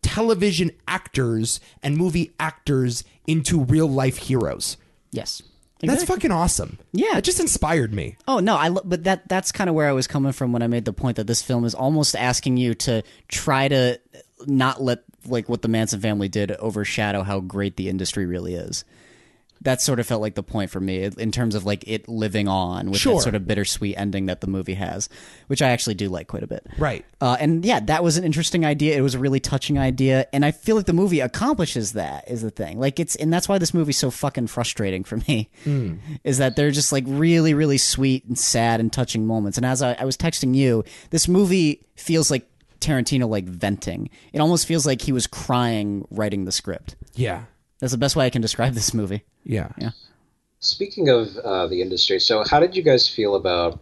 Speaker 2: television actors and movie actors into real life heroes.
Speaker 3: yes.
Speaker 2: That's fucking awesome.
Speaker 3: Yeah.
Speaker 2: It just inspired me.
Speaker 3: Oh no, I lo- but that that's kind of where I was coming from when I made the point that this film is almost asking you to try to not let like what the Manson family did overshadow how great the industry really is. That sort of felt like the point for me in terms of like it living on with
Speaker 2: Sure.
Speaker 3: that sort of bittersweet ending that the movie has, which I actually do like quite a bit.
Speaker 2: Right.
Speaker 3: Uh, and yeah, that was an interesting idea. It was a really touching idea, and I feel like the movie accomplishes that. Is the thing like it's, and that's why this movie's so fucking frustrating for me. Is that they're just like really, really sweet and sad and touching moments. And as I, I was texting you, this movie feels like Tarantino like venting. It almost feels like he was crying writing the script.
Speaker 2: Yeah.
Speaker 3: That's the best way I can describe this movie.
Speaker 2: Yeah.
Speaker 3: Yeah.
Speaker 4: Speaking of uh, the industry, so how did you guys feel about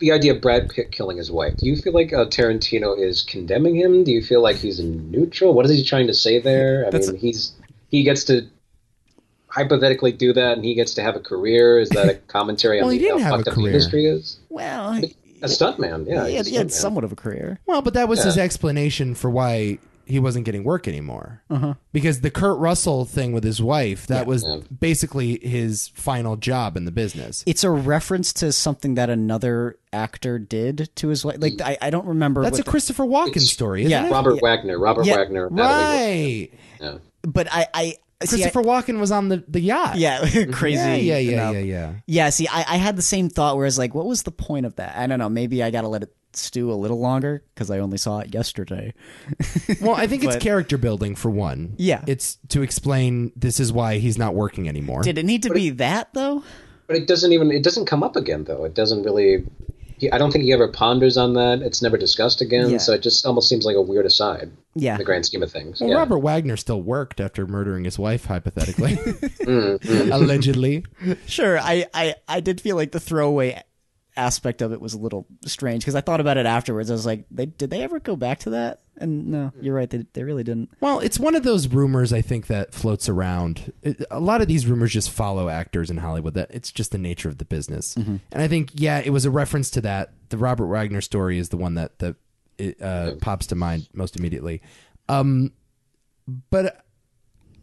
Speaker 4: the idea of Brad Pitt killing his wife? Do you feel like uh, Tarantino is condemning him? Do you feel like he's in neutral? What is he trying to say there? I
Speaker 3: That's-
Speaker 4: mean, he's he gets to hypothetically do that, and he gets to have a career. Is that a commentary
Speaker 2: Well,
Speaker 4: on
Speaker 2: he
Speaker 4: the-
Speaker 2: didn't
Speaker 4: how
Speaker 2: have a
Speaker 4: fucked up the
Speaker 2: career.
Speaker 4: industry is?
Speaker 3: Well,
Speaker 4: A stuntman, yeah,
Speaker 3: he
Speaker 4: he's
Speaker 3: had,
Speaker 4: a
Speaker 3: he had
Speaker 4: stuntman.
Speaker 3: somewhat of a career.
Speaker 2: Well, but that was his
Speaker 4: Yeah.
Speaker 2: explanation for why he wasn't getting work anymore.
Speaker 3: Uh-huh.
Speaker 2: Because the Kurt Russell thing with his wife, that was
Speaker 4: Yeah.
Speaker 2: basically his final job in the business.
Speaker 3: It's a reference to something that another actor did to his wife. Like I, I don't remember.
Speaker 2: That's
Speaker 3: what
Speaker 2: a
Speaker 3: the-
Speaker 2: Christopher Walken
Speaker 4: It's-
Speaker 2: story, isn't
Speaker 3: yeah.
Speaker 2: it?
Speaker 4: Robert Wagner, Robert
Speaker 3: Yeah,
Speaker 4: Wagner, Natalie
Speaker 2: Right.
Speaker 4: Wood, yeah.
Speaker 3: but I, I see, I-
Speaker 2: Christopher Walken was on the, the yacht.
Speaker 3: [LAUGHS] yeah, crazy.
Speaker 2: [LAUGHS] Yeah, yeah, yeah,
Speaker 3: enough.
Speaker 2: yeah,
Speaker 3: [LAUGHS]
Speaker 2: yeah.
Speaker 3: Yeah, see, I, I had the same thought where I was like, what was the point of that? I don't know. Maybe I got to let it stew a little longer because I only saw it yesterday.
Speaker 2: Well, I think it's
Speaker 3: But-
Speaker 2: character building for one.
Speaker 3: Yeah.
Speaker 2: It's to explain this is why he's not working anymore.
Speaker 3: Did it need to be that, though?
Speaker 4: But it doesn't even it doesn't come up again though. It doesn't really. He, I don't think he ever ponders on that. It's never discussed again.
Speaker 3: Yeah.
Speaker 4: So it just almost seems like a weird aside
Speaker 3: Yeah.
Speaker 4: in the grand scheme of things.
Speaker 2: well,
Speaker 4: yeah.
Speaker 2: Robert Wagner still worked after murdering his wife,
Speaker 4: [LAUGHS]
Speaker 2: hypothetically.
Speaker 4: Mm,
Speaker 2: [LAUGHS] Allegedly.
Speaker 3: Sure. I, I, I did feel like the throwaway aspect of it was a little strange because I thought about it afterwards. I was like, they, did they ever go back to that? And no, you're right. They, they really didn't.
Speaker 2: Well, it's one of those rumors I think that floats around. It- A lot of these rumors just follow actors in Hollywood. That it's just the nature of the business. And I think yeah, it was a reference to that. The Robert Wagner story is the one that that it, uh, pops to mind most immediately. Um, but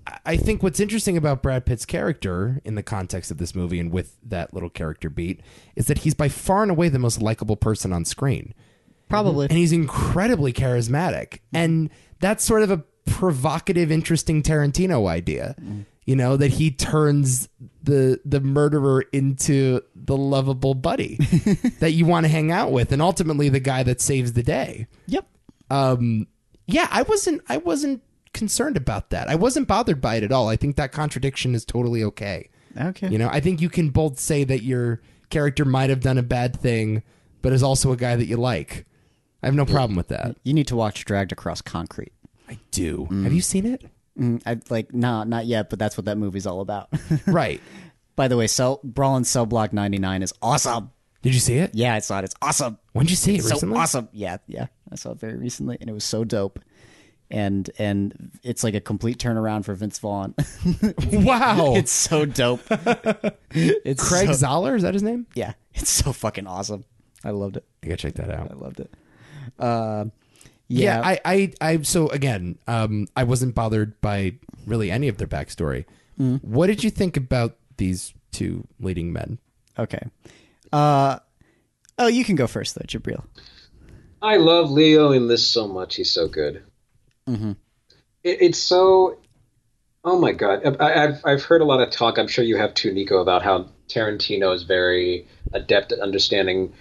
Speaker 2: I- I think what's interesting about Brad Pitt's character in the context of this movie and with that little character beat is that he's by far and away the most likable person on screen
Speaker 3: Probably.
Speaker 2: and he's incredibly charismatic and that's sort of a provocative interesting tarantino idea you know that he turns the the murderer into the lovable buddy that you want to hang out with and ultimately the guy that saves the day
Speaker 3: Mm-hmm. Yep.
Speaker 2: um yeah i wasn't i wasn't concerned about that i wasn't bothered by it at all i think that contradiction is totally okay
Speaker 3: Okay.
Speaker 2: you know, I think you can both say that your character might have done a bad thing, but is also a guy that you like. I have no problem with that.
Speaker 3: You need to watch Dragged Across Concrete.
Speaker 2: I do. Have you seen
Speaker 3: [LAUGHS]
Speaker 2: it?
Speaker 3: Mm, I like nah, not yet, but that's what that movie's all about. [LAUGHS]
Speaker 2: right.
Speaker 3: By the way, Cell Brawl and Cell Block 99 is awesome.
Speaker 2: Did you see it?
Speaker 3: Yeah, I saw it. It's awesome.
Speaker 2: When did you see it
Speaker 3: so
Speaker 2: recently?
Speaker 3: awesome. Yeah, yeah. I saw it very recently, and it was so dope. And and it's like a complete turnaround for Vince Vaughn. [LAUGHS]
Speaker 2: Wow.
Speaker 3: it's so dope. it's
Speaker 2: Craig
Speaker 3: so-
Speaker 2: Zoller, is that his name?
Speaker 3: yeah, it's so fucking awesome. I loved it.
Speaker 2: I gotta check that out.
Speaker 3: I loved it. Uh,
Speaker 2: Yeah,
Speaker 3: yeah,
Speaker 2: I, I, I, so again, um, I wasn't bothered by really any of their backstory.
Speaker 3: Mm.
Speaker 2: What did you think about these two leading men?
Speaker 3: okay. Uh, oh, you can go first though, Jabril.
Speaker 4: I love Leo in this so much. He's so good. It, it's so. Oh my god! I, I've I've heard a lot of talk. I'm sure you have too, Nico, about how Tarantino is very adept at understanding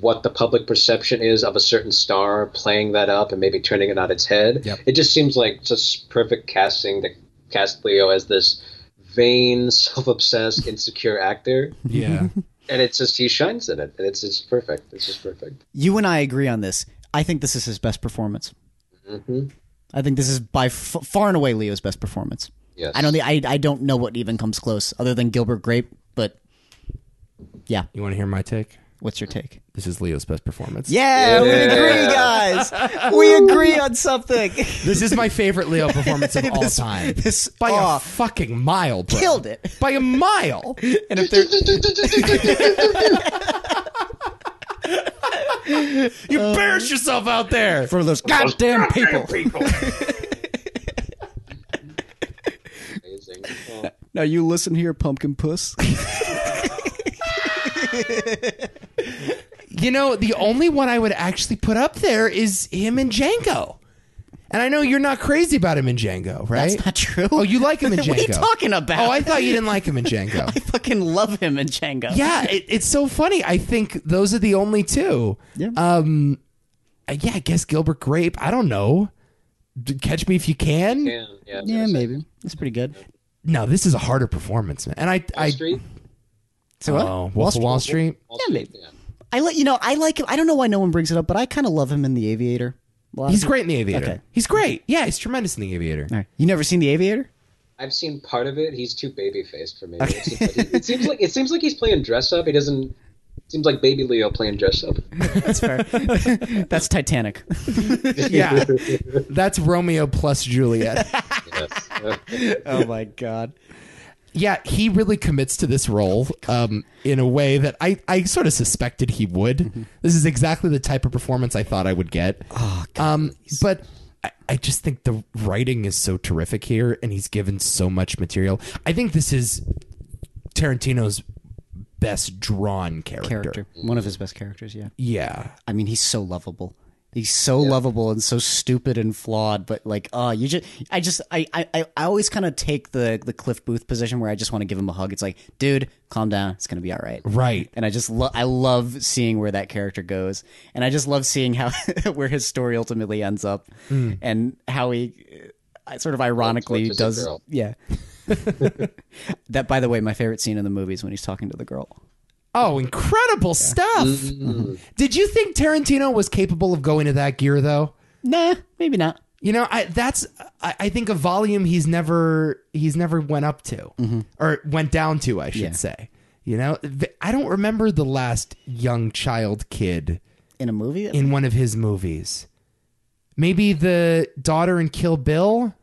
Speaker 4: what the public perception is of a certain star, playing that up, and maybe turning it on its head.
Speaker 2: Yep.
Speaker 4: It just seems like just perfect casting to cast Leo as this vain, [LAUGHS] self-obsessed, insecure actor,
Speaker 2: Yeah.
Speaker 4: and it's just he shines in it, and it's just perfect. It's just perfect.
Speaker 3: You and I agree on this. I think this is his best performance. Mm-hmm. I think this is by f- far and away Leo's best performance.
Speaker 4: Yes.
Speaker 3: I don't think I I don't know what even comes close other than Gilbert Grape, but yeah,
Speaker 2: [LAUGHS] you want to hear my take?
Speaker 3: what's your take?
Speaker 2: This is Leo's best performance.
Speaker 3: Yeah, we agree, guys. we agree on something. [LAUGHS]
Speaker 2: This is my favorite Leo performance of all time.
Speaker 3: this-
Speaker 2: by
Speaker 3: aw.
Speaker 2: a fucking mile, bro.
Speaker 3: Killed it.
Speaker 2: by a mile.
Speaker 3: And if there
Speaker 2: You embarrass yourself out there.
Speaker 3: Uh, for those goddamn people. [LAUGHS]
Speaker 4: [LAUGHS] Amazing. Oh.
Speaker 3: Now you listen here, pumpkin puss.
Speaker 2: You know, the only one I would actually put up there is him and Django. And I know you're not crazy about him in Django, right?
Speaker 3: That's not true.
Speaker 2: Oh,
Speaker 3: [LAUGHS]
Speaker 2: you like him in Django?
Speaker 3: What are you talking about?
Speaker 2: Oh, I thought you didn't like him in Django.
Speaker 3: [LAUGHS] I [LAUGHS] fucking love him in Django.
Speaker 2: yeah, it, it's so funny. I think those are the only two.
Speaker 3: Yeah.
Speaker 2: Um, uh, yeah, I guess Gilbert Grape. I don't know. D- Catch me if you can.
Speaker 4: Yeah, yeah, I was
Speaker 3: yeah,
Speaker 4: gonna say.
Speaker 3: maybe it's pretty good.
Speaker 2: No, this is a harder performance, man. And I,
Speaker 4: Wall
Speaker 2: I,
Speaker 4: Street?
Speaker 3: So uh, what?
Speaker 2: Oh, Wall, Wall Street.
Speaker 4: Wall
Speaker 3: Yeah,
Speaker 4: Street,
Speaker 3: maybe. I like you know I like him. I don't know why no one brings it up, but I kind of love him in The Aviator. A lot of
Speaker 2: He's
Speaker 3: people-
Speaker 2: great in The Aviator.
Speaker 3: Okay.
Speaker 2: He's great. Yeah, he's tremendous in The Aviator.
Speaker 3: All right. You never seen The Aviator?
Speaker 4: I've seen part of it. He's too baby faced for me. It, seems like he- it seems like it seems like he's playing dress up. He doesn't. It seems like baby Leo playing dress up.
Speaker 3: That's fair. [LAUGHS] That's Titanic.
Speaker 2: Yeah. [LAUGHS] That's Romeo plus Juliet.
Speaker 3: [LAUGHS]
Speaker 4: Yes.
Speaker 3: [LAUGHS] oh my god.
Speaker 2: yeah, he really commits to this role um, in a way that I, I sort of suspected he would.
Speaker 3: Mm-hmm.
Speaker 2: This is exactly the type of performance I thought I would get.
Speaker 3: Oh,
Speaker 2: um, but I, I just think the writing is so terrific here, and he's given so much material. I think this is Tarantino's best drawn character.
Speaker 3: Character. One of his best characters, yeah.
Speaker 2: Yeah.
Speaker 3: I mean, he's so lovable. He's so lovable and so stupid and flawed, but like, oh, you just, I just, I, I, I I always kind of take the the Cliff Booth position where I just want to give him a hug. It's like, dude, calm down. It's gonna be all right.
Speaker 2: Right.
Speaker 3: And I just, lo- I love seeing where that character goes, and I just love seeing how [LAUGHS] where his story ultimately ends up, and how he, uh, sort of ironically
Speaker 4: Tortures a
Speaker 3: does,
Speaker 4: girl.
Speaker 3: yeah. that, by the way, my favorite scene in the movie is when he's talking to the girl.
Speaker 2: Oh, incredible stuff. Did you think Tarantino was capable of going to that gear, though?
Speaker 3: Nah, maybe not.
Speaker 2: You know, I that's I, I think a volume he's never he's never went up to or went down to, I should
Speaker 3: Yeah.
Speaker 2: say. You know, Th- I don't remember the last young child kid
Speaker 3: In a movie,
Speaker 2: in one of his movies. Maybe the daughter in Kill Bill.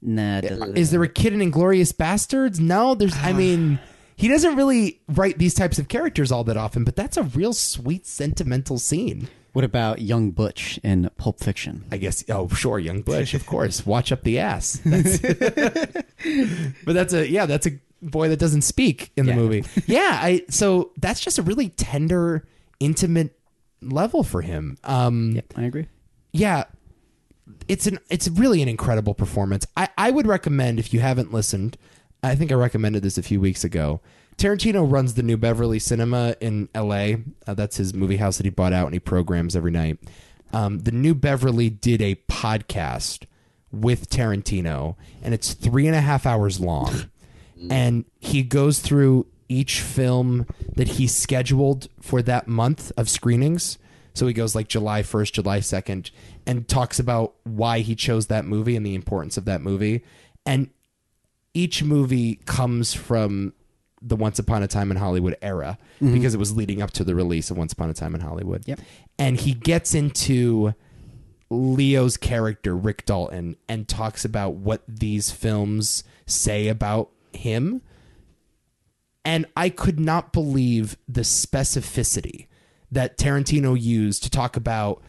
Speaker 3: nah, it doesn't-
Speaker 2: Is there a kid in Inglorious Bastards? No, there's. I mean, he doesn't really write these types of characters all that often, but that's a real sweet, sentimental scene.
Speaker 3: What about Young Butch in Pulp Fiction?
Speaker 2: I guess. Oh, sure, Young Bush, of course. Watch up the ass. That's- but that's a yeah, that's a boy that doesn't speak in the
Speaker 3: Yeah.
Speaker 2: movie. Yeah, I. So that's just a really tender, intimate level for him. Um,
Speaker 3: I agree.
Speaker 2: yeah it's an it's really an incredible performance i i would recommend if you haven't listened i think i recommended this a few weeks ago tarantino runs the new beverly cinema in la Uh, that's his movie house that he bought out and he programs every night um, the new beverly did a podcast with tarantino and it's three and a half hours long and he goes through each film that he scheduled for that month of screenings. So he goes like July 1st, July 2nd, and talks about why he chose that movie and the importance of that movie. And each movie comes from the Once Upon a Time in Hollywood era because it was leading up to the release of Once Upon a Time in Hollywood.
Speaker 3: Yep.
Speaker 2: And he gets into Leo's character, Rick Dalton, and talks about what these films say about him. And I could not believe the specificity that Tarantino used to talk about.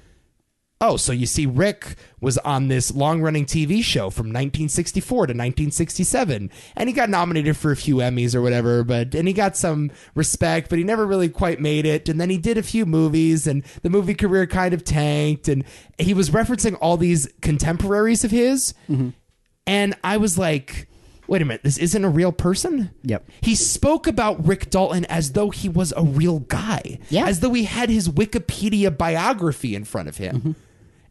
Speaker 2: Oh, so you see, Rick was on this long running TV show from 1964 to 1967, and he got nominated for a few Emmys or whatever, but and he got some respect, but he never really quite made it. And then he did a few movies, and the movie career kind of tanked. And he was referencing all these contemporaries of his. And I was like, wait a minute, this isn't a real person?
Speaker 3: Yep.
Speaker 2: He spoke about Rick Dalton as though he was a real guy.
Speaker 3: Yeah.
Speaker 2: As though he had his Wikipedia biography in front of him.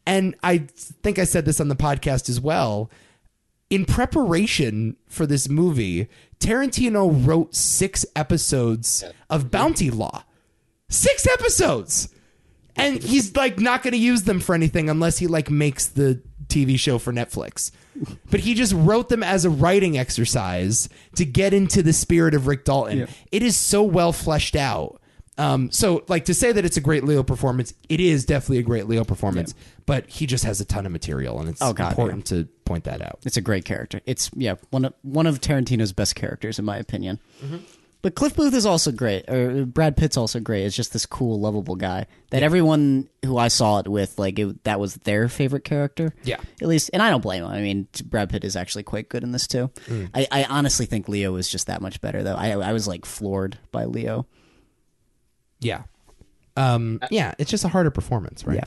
Speaker 2: And I think I said this on the podcast as well. In preparation for this movie, Tarantino wrote six episodes of Bounty Law. Six episodes! and he's like not going to use them for anything unless he like makes the TV show for Netflix. But he just wrote them as a writing exercise to get into the spirit of Rick Dalton. It is so well fleshed out. Um, so like to say that it's a great Leo performance, it is definitely a great Leo performance. But he just has a ton of material, and it's
Speaker 3: God,
Speaker 2: important to point that out.
Speaker 3: It's a great character. It's yeah, one of one of Tarantino's best characters in my opinion. But Cliff Booth is also great. Or Brad Pitt's also great. It's just this cool, lovable guy that everyone who I saw it with, like it, that was their favorite character.
Speaker 2: Yeah.
Speaker 3: at least, and I don't blame him. I mean, Brad Pitt is actually quite good in this too. I, I honestly think Leo is just that much better though. I I was like floored by Leo.
Speaker 2: Yeah, um, yeah. It's just a harder performance, right?
Speaker 3: Yeah.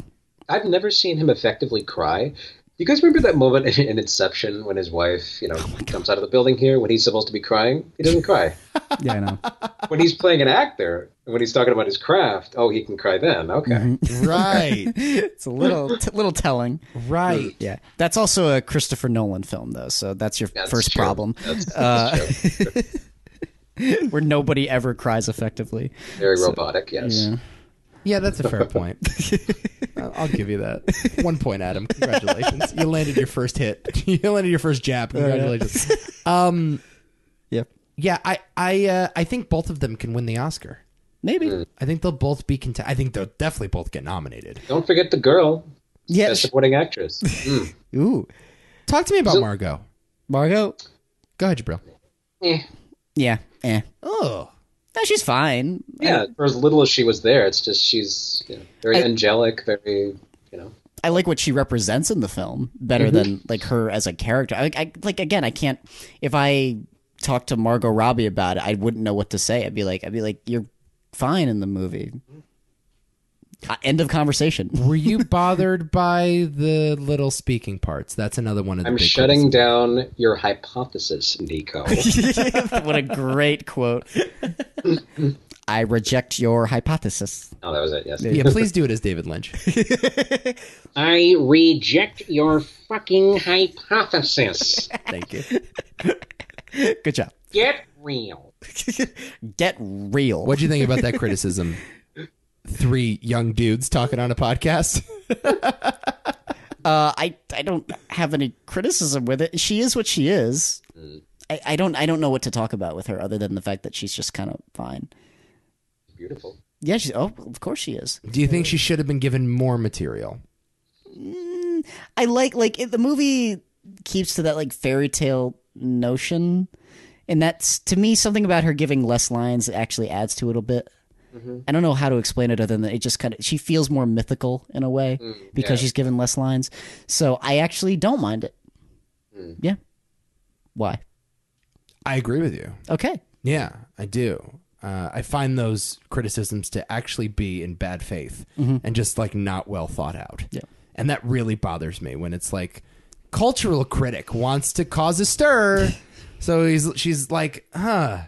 Speaker 4: I've never seen him effectively cry. You guys remember that moment in Inception when his wife, you know,
Speaker 3: Oh
Speaker 4: comes out of the building here when he's supposed to be crying? He doesn't cry.
Speaker 3: [LAUGHS] Yeah, I know.
Speaker 4: when he's playing an actor and when he's talking about his craft, oh, he can cry then. Okay.
Speaker 3: Mm-hmm.
Speaker 2: Right,
Speaker 3: [LAUGHS] it's a little t- little telling.
Speaker 2: [LAUGHS] right.
Speaker 3: Yeah, that's also a Christopher Nolan film, though. So that's your
Speaker 4: That's
Speaker 3: first
Speaker 4: true.
Speaker 3: problem, Uh,
Speaker 4: That's, that's true.
Speaker 3: where nobody ever cries effectively. [LAUGHS]
Speaker 4: Very robotic, yes.
Speaker 3: Yeah.
Speaker 2: Yeah, that's a fair point. I'll I'll give you that. One point, Adam. Congratulations. you landed your first hit. [LAUGHS] You landed your first jab. Congratulations.
Speaker 3: Yep.
Speaker 2: yeah, I I uh, I think both of them can win the Oscar.
Speaker 3: Maybe.
Speaker 2: I think they'll both be cont- I think they'll definitely both get nominated.
Speaker 4: Don't forget the girl,
Speaker 3: Yeah.
Speaker 4: best supporting actress. Mm.
Speaker 3: Ooh.
Speaker 2: Talk to me about Margot.
Speaker 3: Margot.
Speaker 2: Go ahead, Jabril.
Speaker 4: Eh.
Speaker 3: [LAUGHS] Yeah. Eh.
Speaker 2: Oh.
Speaker 3: No, she's fine.
Speaker 4: Yeah, for as little as she was there, it's just she's you know, very
Speaker 3: I-
Speaker 4: angelic, very you know.
Speaker 3: I like what she represents in the film better than like her as a character. I, I like again. I can't. If I talked to Margot Robbie about it, I wouldn't know what to say. I'd be like, I'd be like, you're fine in the movie. Uh, end of conversation. [LAUGHS]
Speaker 2: Were you bothered [LAUGHS] by the little speaking parts? That's another one of the
Speaker 4: I'm
Speaker 2: big
Speaker 4: [LAUGHS] shutting down your hypothesis,
Speaker 3: [LAUGHS]
Speaker 4: Nico.
Speaker 3: what a great quote. I reject your hypothesis.
Speaker 4: oh, that was it. Yes.
Speaker 2: criticisms. Yeah, please do it as David Lynch.
Speaker 4: I reject your
Speaker 3: [LAUGHS]
Speaker 4: fucking hypothesis.
Speaker 2: Thank you.
Speaker 3: Good job.
Speaker 4: Get real.
Speaker 3: Get real.
Speaker 2: What'd you think about that criticism? Three young dudes talking on a podcast.
Speaker 3: Uh, I I don't have any criticism with it. She is what she is. I, I don't I don't know what to talk about with her other than the fact that she's just kind of fine.
Speaker 4: Beautiful.
Speaker 3: Yeah, she's oh of course she is.
Speaker 2: Do you think she should have been given more material?
Speaker 3: I like like it, the movie keeps to that like fairy tale notion, and that's to me something about her giving less lines actually adds to it a bit.
Speaker 4: Mm-hmm.
Speaker 3: I don't know how to explain it other than it just kind of she feels more mythical in a way
Speaker 4: Mm,
Speaker 3: because she's given less lines. So I actually don't mind it.
Speaker 4: Mm.
Speaker 3: Yeah. Why?
Speaker 2: I agree with you.
Speaker 3: Okay.
Speaker 2: Yeah, I do. Uh, I find those criticisms to actually be in bad faith and just like not well thought out.
Speaker 3: Yeah.
Speaker 2: And that really bothers me when it's like cultural critic wants to cause a [LAUGHS] stir. so he's she's like, huh.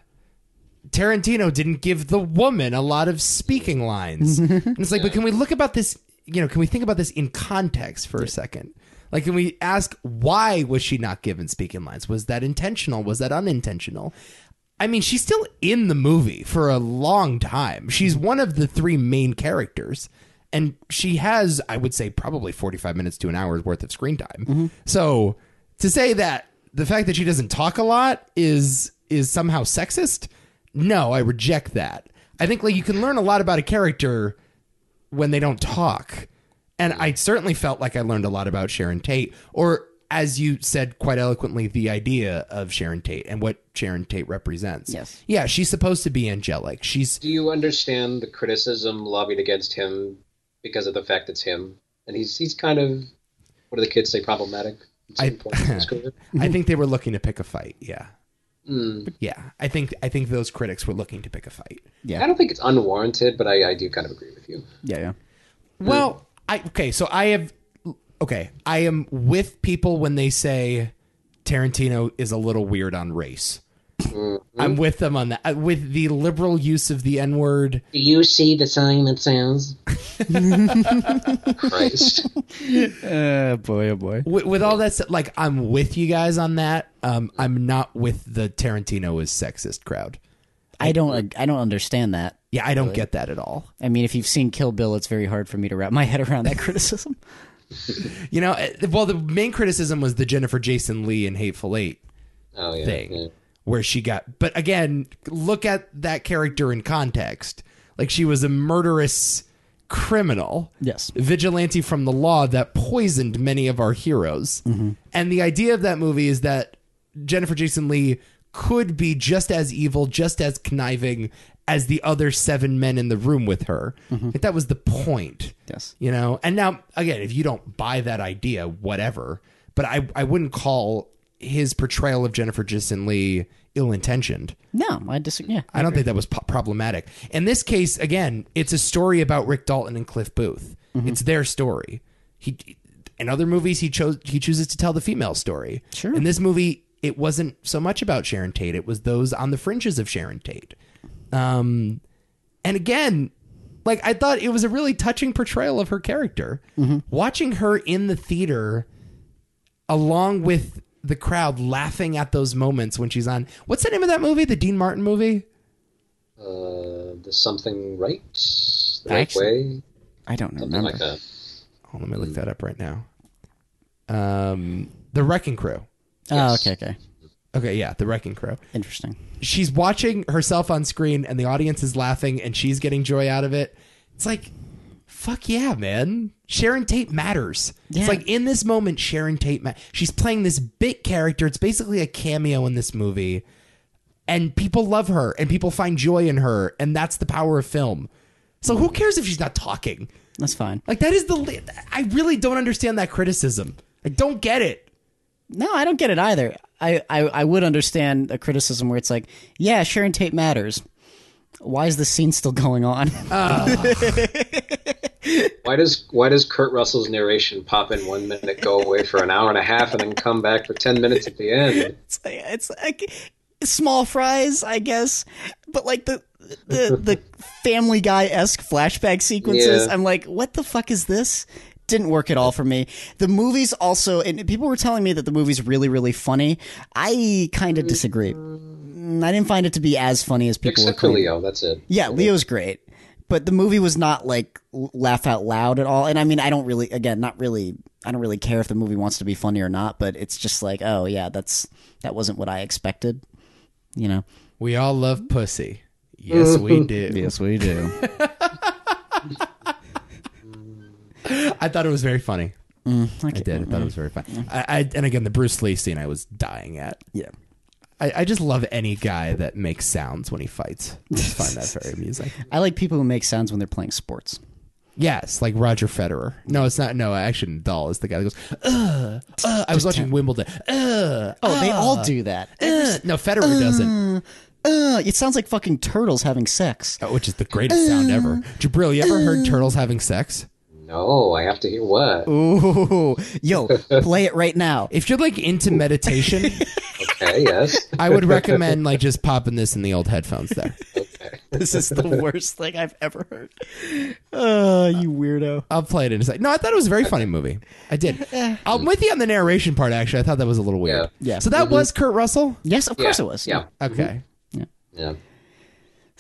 Speaker 2: Tarantino didn't give the woman a lot of speaking lines. and it's like, but can we look about this, you know, can we think about this in context for a second? Like, can we ask why was she not given speaking lines? Was that intentional? Was that unintentional? I mean, she's still in the movie for a long time. She's one of the three main characters. And she has, I would say, probably 45 minutes to an hour's worth of screen time. So to say that the fact that she doesn't talk a lot is is somehow sexist, no, I reject that. I think like you can learn a lot about a character when they don't talk. And I certainly felt like I learned a lot about Sharon Tate, or as you said quite eloquently, the idea of Sharon Tate and what Sharon Tate represents.
Speaker 3: Yes.
Speaker 2: Yeah, she's supposed to be angelic. She's
Speaker 4: Do you understand the criticism lobbied against him because of the fact it's him, and he's he's kind of what do the kids say? Problematic. at some
Speaker 2: I-
Speaker 4: point in his
Speaker 3: [LAUGHS]
Speaker 4: career?
Speaker 2: I think they were looking to pick a fight. Yeah.
Speaker 4: Mm.
Speaker 2: Yeah. I think I think those critics were looking to pick a fight.
Speaker 4: I don't think it's unwarranted, but I, I do kind of agree with you.
Speaker 3: Yeah, yeah.
Speaker 2: Well, I okay, so I have okay, I am with people when they say Tarantino is a little weird on race. I'm with them on that. Uh, With the liberal use of the N word,
Speaker 4: Do you see the sign
Speaker 3: [LAUGHS]
Speaker 4: that sounds? Christ.
Speaker 3: Uh, boy, oh boy.
Speaker 2: with, with all that stuff, like I'm with you guys on that. Um, I'm not with the Tarantino is sexist crowd.
Speaker 3: I don't. I don't understand that.
Speaker 2: Yeah, I don't get that at all.
Speaker 3: I mean, if you've seen Kill Bill, it's very hard for me to wrap my [LAUGHS] head around that criticism.
Speaker 2: You know, eh, well, the main criticism was the Jennifer Jason Lee and Hateful Eight
Speaker 4: Oh yeah.
Speaker 2: thing
Speaker 4: yeah.
Speaker 2: where she got but again look at that character in context like she was a murderous criminal
Speaker 3: Yes.
Speaker 2: vigilante from the law that poisoned many of our heroes and the idea of that movie is that jennifer jason lee could be just as evil just as conniving as the other seven men in the room with her Like, that was the point
Speaker 3: Yes.
Speaker 2: you know and now again if you don't buy that idea whatever but i i wouldn't call his portrayal of jennifer jason lee ill-intentioned
Speaker 3: No, I disagree. Yeah.
Speaker 2: i don't think that was po- problematic in this case again it's a story about rick dalton and cliff booth it's their story he in other movies he chose he chooses to tell the female story
Speaker 3: Sure.
Speaker 2: in this movie it wasn't so much about sharon tate it was those on the fringes of sharon tate um, and again, like I thought it was a really touching portrayal of her character. Watching her in the theater along with the crowd laughing at those moments when she's on what's the name of that movie? The Dean Martin movie?
Speaker 4: Uh, the something right. Is the right
Speaker 3: Actually-
Speaker 4: way?
Speaker 3: I don't
Speaker 4: Something
Speaker 3: remember.
Speaker 4: like that.
Speaker 2: Hold on, let me look that up right now. Um, the Wrecking Crew.
Speaker 3: Oh,
Speaker 4: Yes.
Speaker 3: okay, okay.
Speaker 2: Okay, yeah, the Wrecking Crew.
Speaker 3: Interesting.
Speaker 2: She's watching herself on screen, and the audience is laughing, and she's getting joy out of it. It's like, fuck yeah, man. Sharon Tate matters.
Speaker 3: Yeah.
Speaker 2: It's like in this moment, Sharon Tate. Ma- she's playing this bit character. It's basically a cameo in this movie, and people love her, and people find joy in her, and that's the power of film. So who cares if she's not talking?
Speaker 3: That's fine.
Speaker 2: Like that is the li- I really don't understand that criticism. I don't get it.
Speaker 3: No, I don't get it either. I, I, I would understand a criticism where it's like, yeah, Sharon Tate matters. Why is this scene still [LAUGHS] going on?
Speaker 4: Why does why does Kurt Russell's narration pop in one minute, go away for an hour and a half, and then come back for ten minutes at the end?
Speaker 3: it's like, it's like small fries, I guess, but like the [LAUGHS] the the Family Guy esque flashback sequences.
Speaker 4: Yeah.
Speaker 3: I'm like, what the fuck is this? Didn't work at all for me. The movies also, and people were telling me that the movie's really, really funny. I kind of disagree. Mm, I didn't find it to be as funny as people were
Speaker 4: Except for
Speaker 3: claiming.
Speaker 4: Leo, that's it.
Speaker 3: Yeah, Leo's great, but the movie was not like l- laugh out loud at all. And I mean, I don't really, again, not really, I don't really care if the movie wants to be funny or not. But it's just like, oh yeah, that's that wasn't what I expected. You know.
Speaker 2: We all love pussy. Mm-hmm. Yes, we do.
Speaker 3: we
Speaker 2: [LAUGHS]
Speaker 3: do.
Speaker 2: I thought it was very funny. I did. I thought it was very funny. I, I, and again, the Bruce Lee scene I was dying at.
Speaker 3: yeah.
Speaker 2: I, I just love any guy that makes sounds when he fights. I just find that [LAUGHS] very amusing.
Speaker 3: I like people who make sounds when they're playing sports.
Speaker 2: Yes, like Roger Federer. No, it's not. No, Action Doll is the guy that goes, ugh, uh, I was watching Wimbledon. Ugh,
Speaker 3: Oh, they
Speaker 2: ah,
Speaker 3: all do that.
Speaker 2: uh." No, Federer doesn't,
Speaker 3: Eh, Uh, it sounds like fucking turtles having sex.
Speaker 2: Oh, which is the greatest sound ever. Jabril, you ever heard turtles having sex?
Speaker 4: No, I have to hear what.
Speaker 3: Ooh, [LAUGHS] yo, play it right now.
Speaker 2: If you're like into meditation,
Speaker 4: Okay, yes.
Speaker 2: I would recommend like just popping this in the old headphones there.
Speaker 3: This is the worst thing I've ever heard. Uh, you weirdo.
Speaker 2: I'll play it in a second. No, I thought it was a very funny movie. I did. I'm with you on the narration part. Actually, I thought that was a little weird.
Speaker 3: Yeah. Yeah.
Speaker 2: So that was Kurt Russell.
Speaker 3: Yes, of course
Speaker 4: yeah.
Speaker 3: it was.
Speaker 4: Yeah.
Speaker 2: Okay.
Speaker 4: Yeah.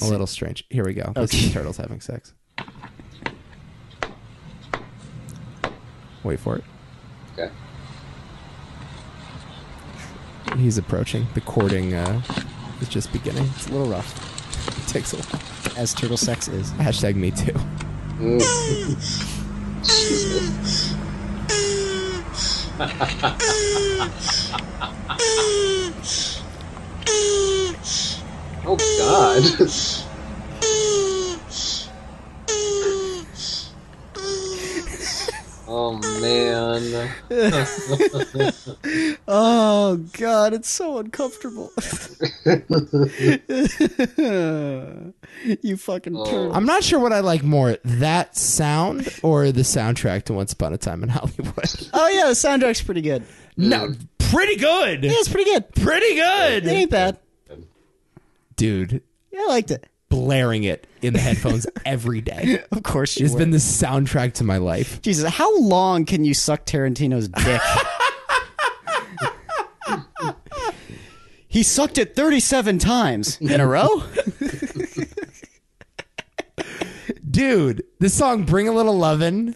Speaker 2: A little strange. Here we go. This is turtles having sex. Wait for it.
Speaker 4: Okay.
Speaker 2: He's approaching. The courting uh, is just beginning. [LAUGHS] It's a little rough. It takes a while.
Speaker 3: as turtle sex is.
Speaker 2: Hashtag me too.
Speaker 4: Oh God. [LAUGHS] oh man.
Speaker 3: Oh god, it's so uncomfortable. [LAUGHS] you fucking turtle.
Speaker 2: I'm not sure what I like more, that sound or the soundtrack to Once Upon a Time in Hollywood.
Speaker 3: Oh yeah, the soundtrack's pretty good.
Speaker 2: [LAUGHS] no, pretty good.
Speaker 3: Yeah, it's pretty good.
Speaker 2: Pretty good.
Speaker 3: It ain't bad.
Speaker 2: Dude,
Speaker 3: Yeah, I liked it.
Speaker 2: blaring it in the headphones every day.
Speaker 3: Of course you
Speaker 2: It's
Speaker 3: were.
Speaker 2: been the soundtrack to my life.
Speaker 3: Jesus, how long can you suck Tarantino's [LAUGHS] dick? he sucked it 37 times in a row?
Speaker 2: [LAUGHS] Dude, this song Bring a Little Lovin'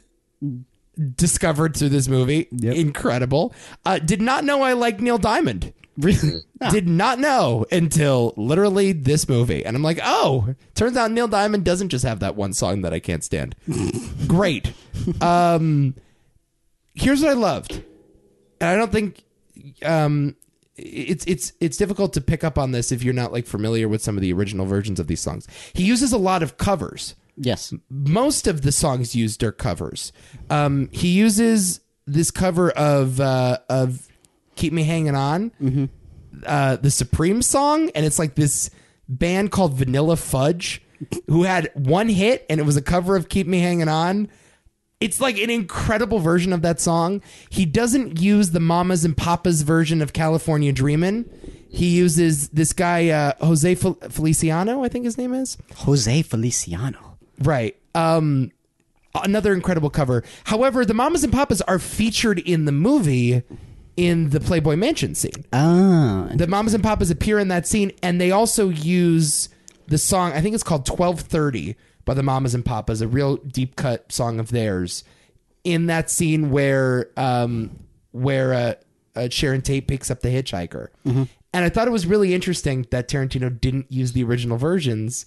Speaker 2: discovered through this movie. Incredible. Uh, did not know I liked Neil Diamond.
Speaker 3: really? Ah, No.
Speaker 2: Did not know until literally this movie. And I'm like, oh, turns out Neil Diamond doesn't just have that one song that I can't stand. Great. Um, here's what I loved. And I don't think um, it's it's it's difficult to pick up on this if you're not like familiar with some of the original versions of these songs. He uses a lot of covers
Speaker 3: Yes.
Speaker 2: most of the songs used are covers. Um, he uses this cover of uh, of "Keep Me Hanging On," uh, the Supreme song, and it's like this band called Vanilla Fudge, who had one hit, and it was a cover of "Keep Me Hanging On." It's like an incredible version of that song. He doesn't use the Mamas and Papas version of California Dreamin'. He uses this guy uh, Jose Fel- Feliciano, I think his name is.
Speaker 3: Jose Feliciano.
Speaker 2: Right. Um another incredible cover. However, the Mamas and Papas are featured in the movie in the Playboy Mansion scene.
Speaker 3: Oh,
Speaker 2: The Mamas and Papas appear in that scene and they also use the song, I think it's called 1230 by the Mamas and Papas, a real deep cut song of theirs. In that scene where um, where uh, uh, Sharon Tate picks up the hitchhiker, and I thought it was really interesting that Tarantino didn't use the original versions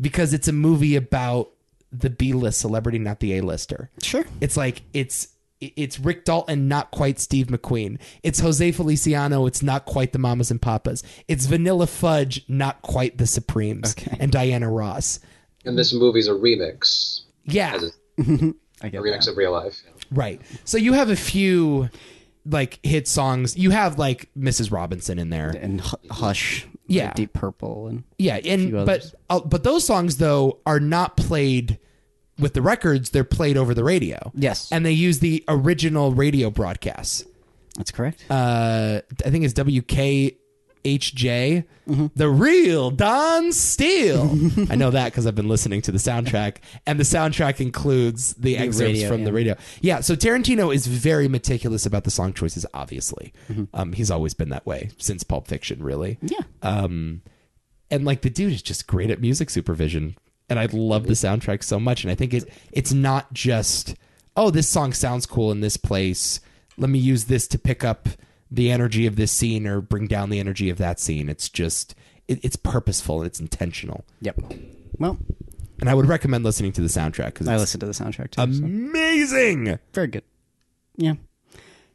Speaker 2: because it's a movie about the B list celebrity, not the A lister.
Speaker 3: Sure.
Speaker 2: It's like it's it's Rick Dalton, not quite Steve McQueen. It's Jose Feliciano, it's not quite the Mamas and Papas. It's Vanilla Fudge, not quite the Supremes. And Diana Ross.
Speaker 4: And this movie's a remix,
Speaker 2: Yeah,
Speaker 3: I
Speaker 4: a
Speaker 3: get
Speaker 4: remix
Speaker 3: that.
Speaker 4: of real life.
Speaker 2: right. So you have a few like hit songs. You have like Mrs. Robinson in there.
Speaker 3: And Hu- Hush. like
Speaker 2: Yeah.
Speaker 3: Deep Purple. And
Speaker 2: Yeah, and but
Speaker 3: others.
Speaker 2: uh, but those songs though are not played with the records; they're played over the radio.
Speaker 3: Yes.
Speaker 2: and they use the original radio broadcasts.
Speaker 3: That's correct.
Speaker 2: Uh, I think it's WKHJ,
Speaker 3: Mm-hmm.
Speaker 2: the real Don
Speaker 3: [LAUGHS]
Speaker 2: Steele. I know that because I've been listening to the soundtrack, and the soundtrack includes the, excerpts
Speaker 3: radio,
Speaker 2: from the
Speaker 3: yeah.
Speaker 2: radio. Yeah, so Tarantino is very meticulous about the song choices. Obviously, um, he's always been that way since Pulp Fiction, really
Speaker 3: Mm-hmm. yeah.
Speaker 2: and like the dude is just great at music supervision and i love the soundtrack so much and i think it it's not just oh this song sounds cool in this place let me use this to pick up the energy of this scene or bring down the energy of that scene it's just it, it's purposeful and it's intentional
Speaker 3: yep. Well,
Speaker 2: and i would recommend listening to the soundtrack because
Speaker 3: I
Speaker 2: it's
Speaker 3: listened to the soundtrack too. so.
Speaker 2: amazing
Speaker 3: Very good. Yeah.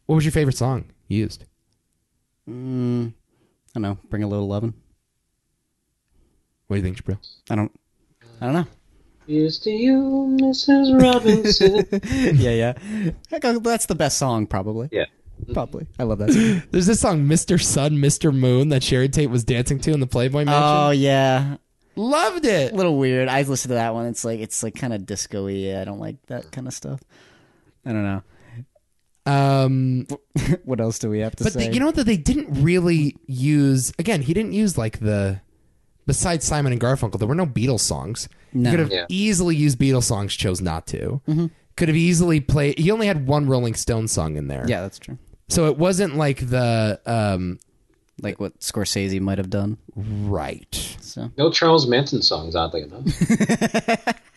Speaker 2: what was your favorite song used
Speaker 3: Mm, I don't know. Bring a little lovin'.
Speaker 2: what do you think jabril
Speaker 3: I don't. I don't know.
Speaker 4: Here's to you, Mrs. Robinson.
Speaker 3: [LAUGHS] yeah, yeah. I go- uh, That's the best song, probably.
Speaker 4: [LAUGHS] yeah.
Speaker 3: Probably. I love that. Song.
Speaker 2: there's this song mr sun mr moon that sharon tate was dancing to in the playboy mansion
Speaker 3: [LAUGHS] oh yeah,
Speaker 2: loved it
Speaker 3: a little weird. I listened to that one. It's like it's like kind of disco-y. I don't like that kind of stuff. I don't know. [LAUGHS]
Speaker 2: um
Speaker 3: what else do we have to
Speaker 2: But
Speaker 3: say?
Speaker 2: they, you know that they didn't really use. Again, he didn't use like the. Besides Simon and Garfunkel, there were no Beatles songs. He
Speaker 3: No. Mm-hmm.
Speaker 2: could have
Speaker 4: Yeah.
Speaker 2: easily used Beatles songs, chose not to. Could have easily played. He only had one Rolling Stone song in there.
Speaker 3: yeah, that's true.
Speaker 2: So it wasn't like the um
Speaker 3: Like what Scorsese might have done.
Speaker 2: right.
Speaker 3: So
Speaker 4: No Charles Manson songs, oddly enough.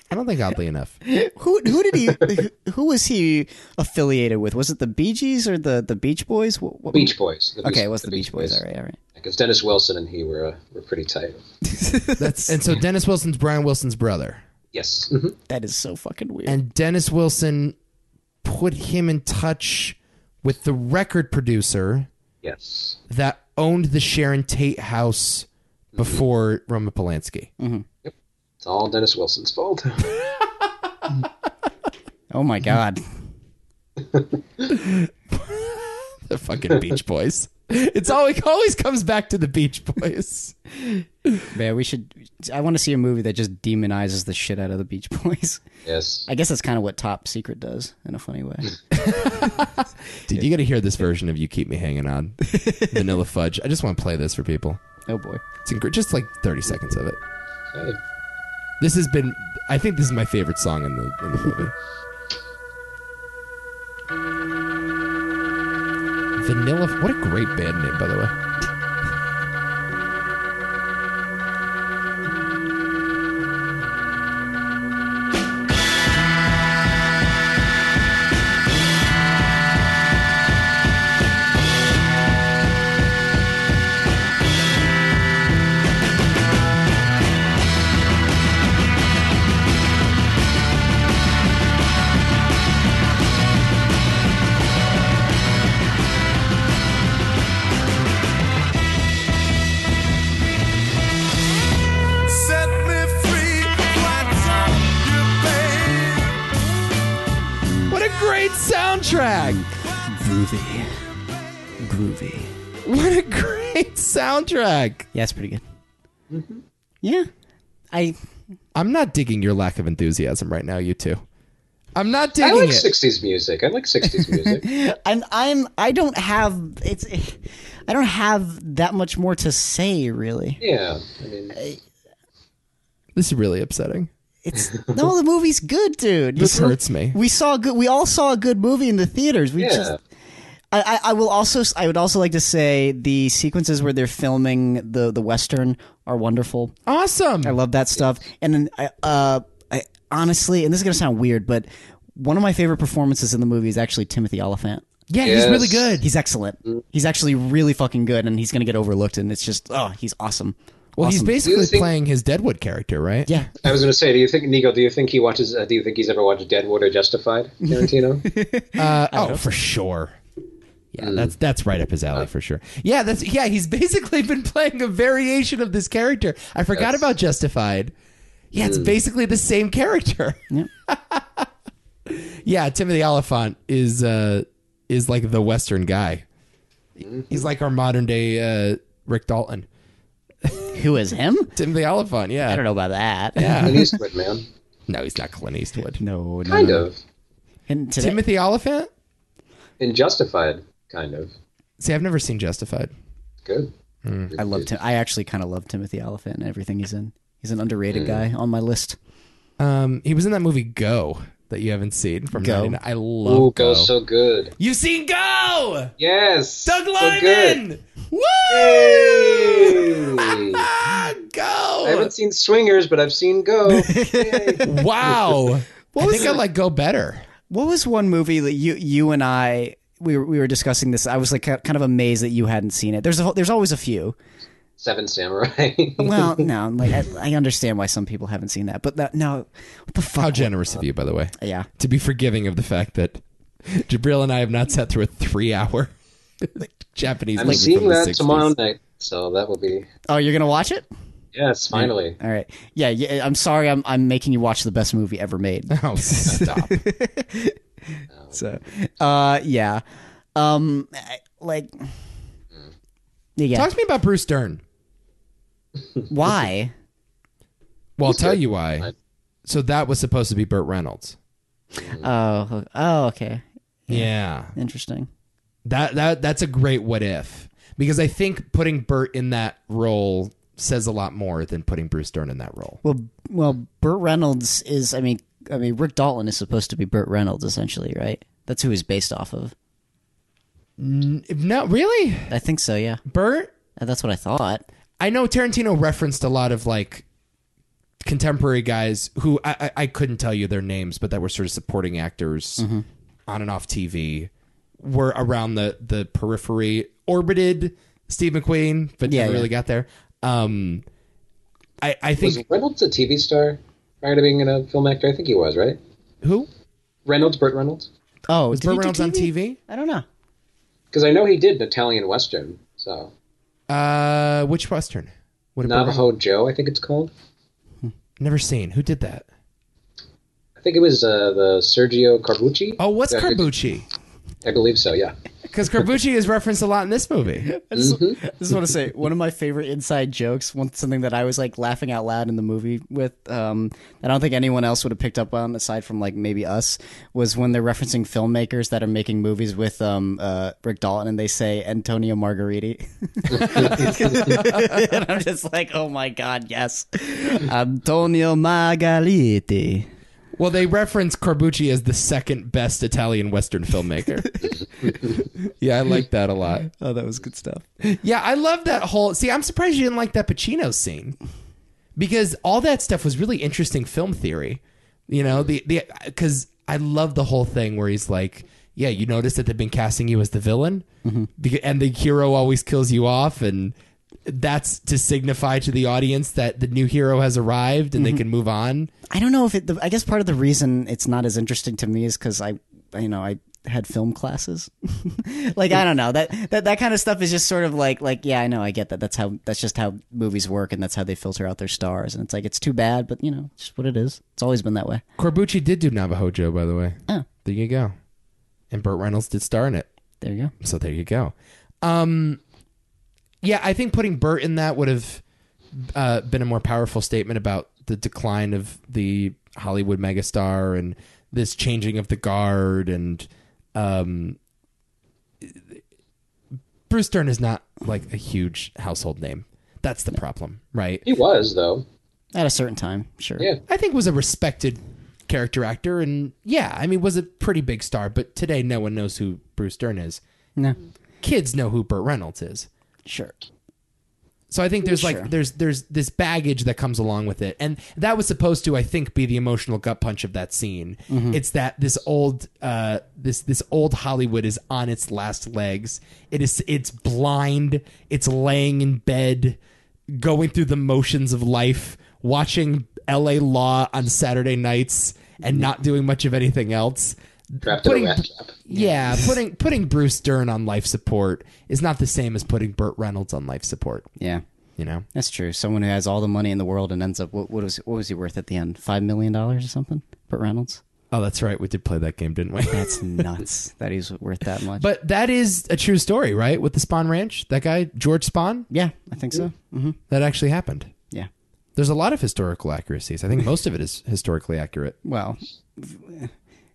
Speaker 2: I don't think oddly
Speaker 3: [LAUGHS]
Speaker 2: enough.
Speaker 3: who who did he who, who was he affiliated with? Was it the Bee Gees or the the Beach Boys? What, what-
Speaker 4: Beach Boys. The
Speaker 3: Okay,
Speaker 4: Beach-
Speaker 3: it was the, Beach Boys. All right, all right.
Speaker 4: Because Dennis Wilson and he were uh, were pretty tight.
Speaker 2: That's and so Dennis Wilson's Brian Wilson's brother,
Speaker 4: Yes. Mhm.
Speaker 3: That is so fucking weird.
Speaker 2: and Dennis Wilson put him in touch with the record producer
Speaker 4: yes.
Speaker 2: that owned the Sharon Tate house before Roman Polanski. [LAUGHS]
Speaker 4: It's all Dennis Wilson's
Speaker 3: [LAUGHS]
Speaker 4: fault.
Speaker 3: oh my god.
Speaker 2: The fucking Beach Boys. It's always always comes back to the Beach Boys.
Speaker 3: [LAUGHS] Man, we should. I want to see a movie that just demonizes the shit out of the Beach Boys. [LAUGHS]
Speaker 4: yes.
Speaker 3: I guess that's kind of what Top Secret does in a funny [LAUGHS] way.
Speaker 2: [LAUGHS] Dude, you got to hear this version of "You Keep Me Hanging [LAUGHS] On," Vanilla Fudge. I just want to play this for people.
Speaker 3: oh boy.
Speaker 2: It's incre- just like thirty seconds of it.
Speaker 4: Okay.
Speaker 2: This has been. I think this is my favorite song in the in the movie. Vanilla. What a great band name, by the way.
Speaker 1: Set me free, what's up, you babe?
Speaker 2: What a great soundtrack!
Speaker 3: Groovy. Groovy.
Speaker 2: [LAUGHS] What a great soundtrack!
Speaker 3: Yeah, it's pretty good. Mm-hmm. Yeah. I.
Speaker 2: I'm not digging your lack of enthusiasm right now, you two. I'm not
Speaker 4: I
Speaker 2: digging
Speaker 4: like
Speaker 2: it.
Speaker 4: 60s music. I like 60s
Speaker 3: [LAUGHS]
Speaker 4: music.
Speaker 3: I'm. I'm. I don't have. It's. I don't have that much more to say, really.
Speaker 4: yeah. I mean,
Speaker 2: This is really upsetting.
Speaker 3: It's no. The movie's good, dude.
Speaker 2: This
Speaker 3: You-
Speaker 2: hurts me.
Speaker 3: We saw a good. We all saw a good movie in the theaters. We
Speaker 4: yeah.
Speaker 3: just. I, I I will also I would also like to say the sequences where they're filming the the western are wonderful.
Speaker 2: Awesome.
Speaker 3: I love that stuff. And then I, uh, I honestly, and this is going to sound weird, but one of my favorite performances in the movie is actually Timothy Oliphant.
Speaker 2: Yeah, he's really
Speaker 4: Yes.
Speaker 2: good.
Speaker 3: He's excellent. He's actually really fucking good, and he's going to get overlooked, and it's just, oh, he's awesome.
Speaker 2: Well, he's
Speaker 3: Awesome.
Speaker 2: basically
Speaker 4: think-
Speaker 2: playing his Deadwood character, right?
Speaker 3: Yeah.
Speaker 4: I was going to say, do you think Nico? Do you think he watches? Uh, do you think he's ever watched Deadwood or Justified? Tarantino.
Speaker 2: [LAUGHS] Uh, oh, for sure. Yeah,
Speaker 4: Mm.
Speaker 2: that's that's right up his
Speaker 4: Uh,
Speaker 2: alley for sure. Yeah, that's yeah. He's [LAUGHS] basically been playing a variation of this character. I forgot
Speaker 4: Yes. Mm.
Speaker 2: about Justified. Yeah, it's basically the same character. [LAUGHS]
Speaker 3: Yep.
Speaker 2: yeah, Timothy Oliphant is uh, is like the Western guy. He's like our modern day uh, Rick Dalton.
Speaker 3: Who is him?
Speaker 2: Timothy Oliphant. Yeah,
Speaker 3: I don't know about that.
Speaker 2: Yeah.
Speaker 4: Clint Eastwood, man.
Speaker 2: No, he's not Clint Eastwood.
Speaker 3: No, no.
Speaker 4: Kind
Speaker 3: no.
Speaker 4: of.
Speaker 3: And today,
Speaker 2: Timothy Oliphant.
Speaker 4: In Justified, kind of.
Speaker 2: See, I've never seen Justified.
Speaker 4: Good.
Speaker 3: I love Tim. I actually kind of love Timothy Oliphant and everything he's in. He's an underrated guy on my list.
Speaker 2: Um, he was in that movie Go that you haven't seen from
Speaker 3: Go.
Speaker 2: 99. I love
Speaker 4: Ooh,
Speaker 2: Go.
Speaker 4: goes so good.
Speaker 2: You've seen Go.
Speaker 4: Yes.
Speaker 2: Doug
Speaker 4: So good.
Speaker 2: Liman. Woo!
Speaker 4: Hey!
Speaker 2: Ah,
Speaker 4: I
Speaker 2: [LAUGHS] Go.
Speaker 4: haven't seen Swingers, but I've
Speaker 2: [LAUGHS]
Speaker 4: seen Go. Yay.
Speaker 2: Wow. I think I like Go better.
Speaker 3: What was one movie that you you and I we were, we were discussing this? I was like ki- kind of amazed that you hadn't seen it. There's a, whole- there's always a few.
Speaker 2: [LAUGHS]
Speaker 4: Seven Samurai.
Speaker 3: Well, no, like I, I understand why some people haven't seen that, but that no, what the fuck?
Speaker 2: How generous of you, by the way,
Speaker 3: yeah,
Speaker 2: to be forgiving of the fact that Jabril and I have not sat through a three-hour [LAUGHS] Japanese.
Speaker 4: I'm
Speaker 2: movie
Speaker 4: seeing
Speaker 2: from the
Speaker 4: that
Speaker 2: 60s.
Speaker 4: tomorrow night, so that will be
Speaker 3: Oh, you're gonna watch it?
Speaker 4: yes. Finally,
Speaker 3: All right. Yeah. yeah I'm sorry. I'm I'm making you watch the best movie ever made.
Speaker 2: Oh, stop.
Speaker 3: So, uh, yeah. Um, I- like, yeah.
Speaker 2: Talk to me about Bruce Dern.
Speaker 3: why?
Speaker 2: Well, I'll tell
Speaker 4: Dern.
Speaker 2: you why. So that was supposed to be Burt Reynolds.
Speaker 3: Oh, oh, okay.
Speaker 2: Yeah.
Speaker 3: Interesting.
Speaker 2: That that that's a great what if because I think putting Bert in that role says a lot more than putting Bruce Dern in that role.
Speaker 3: Well, well, Burt Reynolds is. I mean, I mean, Rick Dalton is supposed to be Burt Reynolds, essentially, right? That's who he's based off of.
Speaker 2: No, really,
Speaker 3: I think so. Yeah,
Speaker 2: Bert.
Speaker 3: that's what I thought.
Speaker 2: I know Tarantino referenced a lot of like contemporary guys who I I, I couldn't tell you their names, but that were sort of supporting actors
Speaker 3: Mm-hmm.
Speaker 2: on and off TV were around the the periphery, orbited Steve McQueen, but
Speaker 3: Yeah,
Speaker 2: never
Speaker 3: yeah.
Speaker 2: really got there. Um, I I
Speaker 4: was
Speaker 2: think
Speaker 4: Reynolds a TV star prior to being a film actor? I think he was right.
Speaker 2: who
Speaker 4: Reynolds, Burt Reynolds,
Speaker 3: Oh,
Speaker 2: was
Speaker 3: did he
Speaker 2: Burt
Speaker 3: do
Speaker 2: Reynolds on TV?
Speaker 3: I don't know.
Speaker 4: because I know he did an Italian western. So
Speaker 2: Uh, which western? What a Burt
Speaker 4: Navajo Joe, I think it's called.
Speaker 2: Never seen. Who did that?
Speaker 4: I think it was uh, the Sergio Carbucci.
Speaker 2: Oh, what's
Speaker 4: Yeah, I-
Speaker 2: Carbucci?
Speaker 4: I believe so. Yeah.
Speaker 2: Because Carbucci is referenced a lot in this
Speaker 3: [LAUGHS]
Speaker 2: movie.
Speaker 3: I just, want to say one of my favorite inside jokes. One something that I was like laughing out loud in the movie with. Um, that I don't think anyone else would have picked up on aside from like maybe us. Was when they're referencing filmmakers that are making movies with um, uh, Rick Dalton, and they say Antonio Margheriti. [LAUGHS] and I'm just like, oh my god, yes, Antonio Margheriti.
Speaker 2: Well, they reference Carbucci as the second best Italian Western filmmaker. yeah, I like that a lot.
Speaker 3: Oh, that was good stuff.
Speaker 2: Yeah, I love that whole. See, I'm surprised you didn't like that Pacino scene because all that stuff was really interesting film theory. You know, the the because I love the whole thing where he's like, "Yeah, you notice that they've been casting you as the villain, Beca- and the hero always kills you off, and that's to signify to the audience that the new hero has arrived and they can move on."
Speaker 3: I don't know if it. The, I guess part of the reason it's not as interesting to me is because I, I, you know, I had film classes. [LAUGHS] like I don't know that, that that kind of stuff is just sort of like like yeah I know I get that that's how that's just how movies work and that's how they filter out their stars and it's like it's too bad but you know it's just what it is. It's always been that way.
Speaker 2: Corbucci did do Navajo Joe, by the way.
Speaker 3: Oh.
Speaker 2: There you go. And Burt Reynolds did star in it.
Speaker 3: There you go.
Speaker 2: So there you go. Um, yeah, I think putting Bert in that would have uh, been a more powerful statement about the decline of the Hollywood megastar and this changing of the guard. And um, Bruce Dern is not like a huge household name. That's the problem, right?
Speaker 4: He was though.
Speaker 3: At a certain time, sure.
Speaker 4: Yeah.
Speaker 2: I think was a respected character actor, and yeah, I mean was a pretty big star. But today, no one knows who Bruce Dern is.
Speaker 3: No.
Speaker 2: Kids know who Burt Reynolds is.
Speaker 3: Sure.
Speaker 2: So I think there's
Speaker 3: Sure.
Speaker 2: like there's there's this baggage that comes along with it, and that was supposed to I think be the emotional gut punch of that scene. It's that this old uh, this this old Hollywood is on its last legs. It is it's blind. It's laying in bed, going through the motions of life, watching L.A. Law on Saturday nights, and not doing much of anything else.
Speaker 4: Trapped
Speaker 2: Putting-
Speaker 4: in a rat trap.
Speaker 2: Yeah, putting putting Bruce Dern on life support is not the same as putting Burt Reynolds on life support.
Speaker 3: Yeah,
Speaker 2: You know,
Speaker 3: that's true. Someone who has all the money in the world and ends up what, what was what was he worth at the end? Five million dollars or something? But Reynolds,
Speaker 2: Oh, that's right. We did play that game, [LAUGHS] didn't we?
Speaker 3: that's [LAUGHS] nuts that he's worth that much.
Speaker 2: but that is a true story, right? With the Spawn Ranch, that guy George Spawn,
Speaker 3: yeah, I think so. hmm
Speaker 2: that actually happened.
Speaker 3: Yeah.
Speaker 2: There's a lot of historical accuracies. I think most of it is historically accurate,
Speaker 3: Well,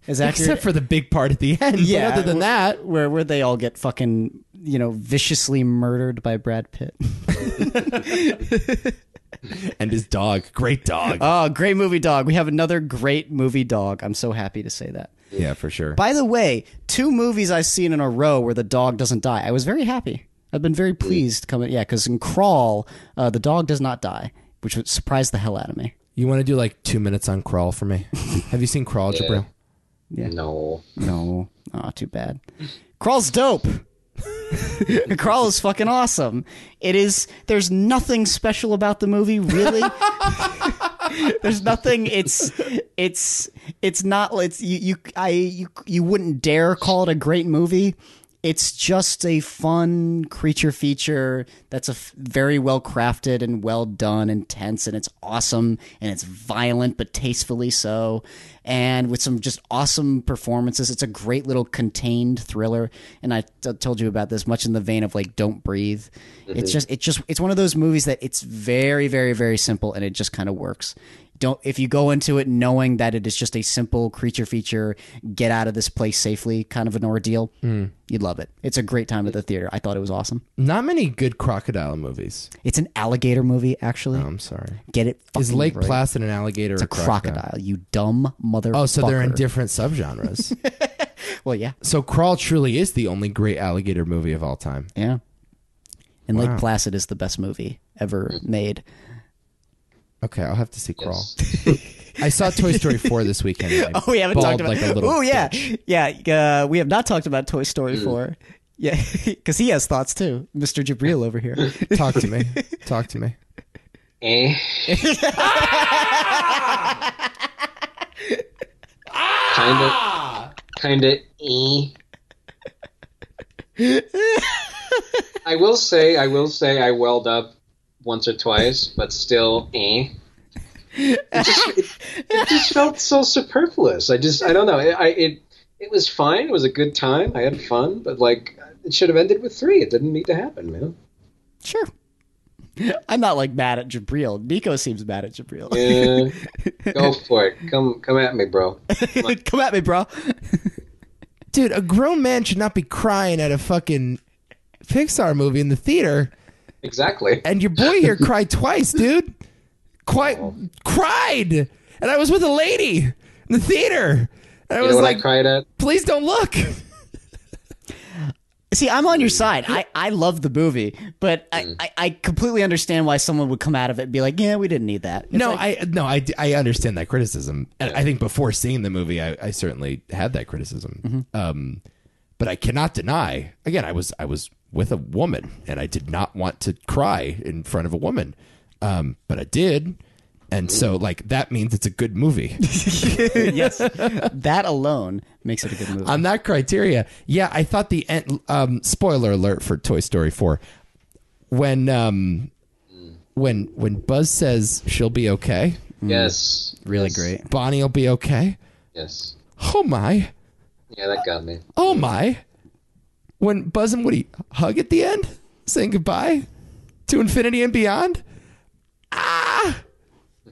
Speaker 3: as
Speaker 2: except
Speaker 3: accurate.
Speaker 2: for the big part at the end.
Speaker 3: yeah.
Speaker 2: But other than
Speaker 3: wh-
Speaker 2: that,
Speaker 3: where where they all get fucking you know viciously murdered by Brad Pitt. [LAUGHS]
Speaker 2: and his dog, great dog.
Speaker 3: oh, great movie dog. We have another great movie dog. I'm so happy to say that.
Speaker 2: yeah, for sure.
Speaker 3: By the way, two movies I've seen in a row where the dog doesn't die. I was very happy. I've been very pleased coming. Yeah, because in Crawl, uh, the dog does not die, which would surprise the hell out of me.
Speaker 2: you want to do like two minutes on Crawl for [LAUGHS] me? Have you seen Crawl, Jabril?
Speaker 4: No.
Speaker 3: No, oh, too bad. Crawl's dope. [LAUGHS] Crawl is fucking awesome. It is. There's nothing special about the movie, really. there's nothing. It's it's it's not. It's you you I you you wouldn't dare call it a great movie. It's just a fun creature feature that's a f- very well crafted and well done and tense and it's awesome and it's violent but tastefully so and with some just awesome performances. It's a great little contained thriller and I t- told you about this much in the vein of like Don't Breathe. It's just it's just it's one of those movies that it's very very very simple and it just kind of works don't if you go into it knowing that it is just a simple creature feature get out of this place safely kind of an ordeal
Speaker 2: Hmm.
Speaker 3: you'd love it it's a great time at the theater i thought it was awesome
Speaker 2: Not many good crocodile movies.
Speaker 3: it's an alligator movie actually
Speaker 2: I'm sorry.
Speaker 3: get it fucking
Speaker 2: Um, Is Lake
Speaker 3: right.
Speaker 2: Placid an alligator or
Speaker 3: a crocodile you dumb mother
Speaker 2: Oh, so they're in different [LAUGHS] subgenres.
Speaker 3: well yeah
Speaker 2: so Crawl truly is the only great alligator movie of all time.
Speaker 3: yeah and lake placid is the best movie ever made
Speaker 2: Okay, I'll have to see Crawl. [LAUGHS] I saw Toy Story 4 this weekend. and I
Speaker 3: [LAUGHS] Oh, [LAUGHS] we haven't
Speaker 2: bawled
Speaker 3: talked about.
Speaker 2: like a little
Speaker 3: oh yeah,
Speaker 2: bitch. Hmm.
Speaker 3: yeah. Uh, we have not talked about Toy Story four. Yeah, [LAUGHS] because he has thoughts too, Mr. Jabril over here.
Speaker 2: [LAUGHS] [LAUGHS] Talk to me. Talk to me.
Speaker 4: Eh. kinda. Kinda. Eh. I will say, I will say, I welled up once or twice, but still, eh. It just, it, it just felt so superfluous. I just, I don't know. It, I it it was fine. It was a good time. I had fun, but like, it should have ended with three. It didn't need to happen, man.
Speaker 3: sure. [LAUGHS] I'm not like mad at Jabril. Nico seems mad at Jabril.
Speaker 4: Yeah. Uh, Go for it. Come come at me, bro.
Speaker 3: [LAUGHS] Come at me, bro.
Speaker 2: Dude, a grown man should not be crying at a fucking Pixar movie in the theater.
Speaker 4: Exactly.
Speaker 2: And your boy
Speaker 3: [LAUGHS]
Speaker 2: here cried twice, dude. Quite cried. And I was with a lady in the theater. And I
Speaker 4: You
Speaker 2: was
Speaker 4: know what
Speaker 2: like,
Speaker 4: I cried at?
Speaker 2: please don't look.
Speaker 3: See, I'm on your side. I, I love the movie, but I, I, I completely understand why someone would come out of it and be like, yeah, we didn't need that. It's
Speaker 2: No,
Speaker 3: like,
Speaker 2: I no, I, I understand that criticism, and I think before seeing the movie, I, I certainly had that criticism.
Speaker 3: Mm-hmm.
Speaker 2: Um, but I cannot deny. Again, I was I was with a woman, and I did not want to cry in front of a woman, um, but I did, and so like that means it's a good
Speaker 3: [LAUGHS]
Speaker 2: movie
Speaker 3: yes. [LAUGHS] That alone makes it a good [LAUGHS] movie.
Speaker 2: on that criteria. Yeah, I thought the end. Um, spoiler alert for Toy Story Four, when um, when when Buzz says she'll be okay,
Speaker 4: Yes.
Speaker 3: really
Speaker 4: Yes.
Speaker 3: great.
Speaker 2: Bonnie'll be okay.
Speaker 4: Yes.
Speaker 2: Oh my.
Speaker 4: Yeah, that got me.
Speaker 2: Oh my. When Buzz and Woody hug at the end, saying goodbye to infinity and beyond. Ah!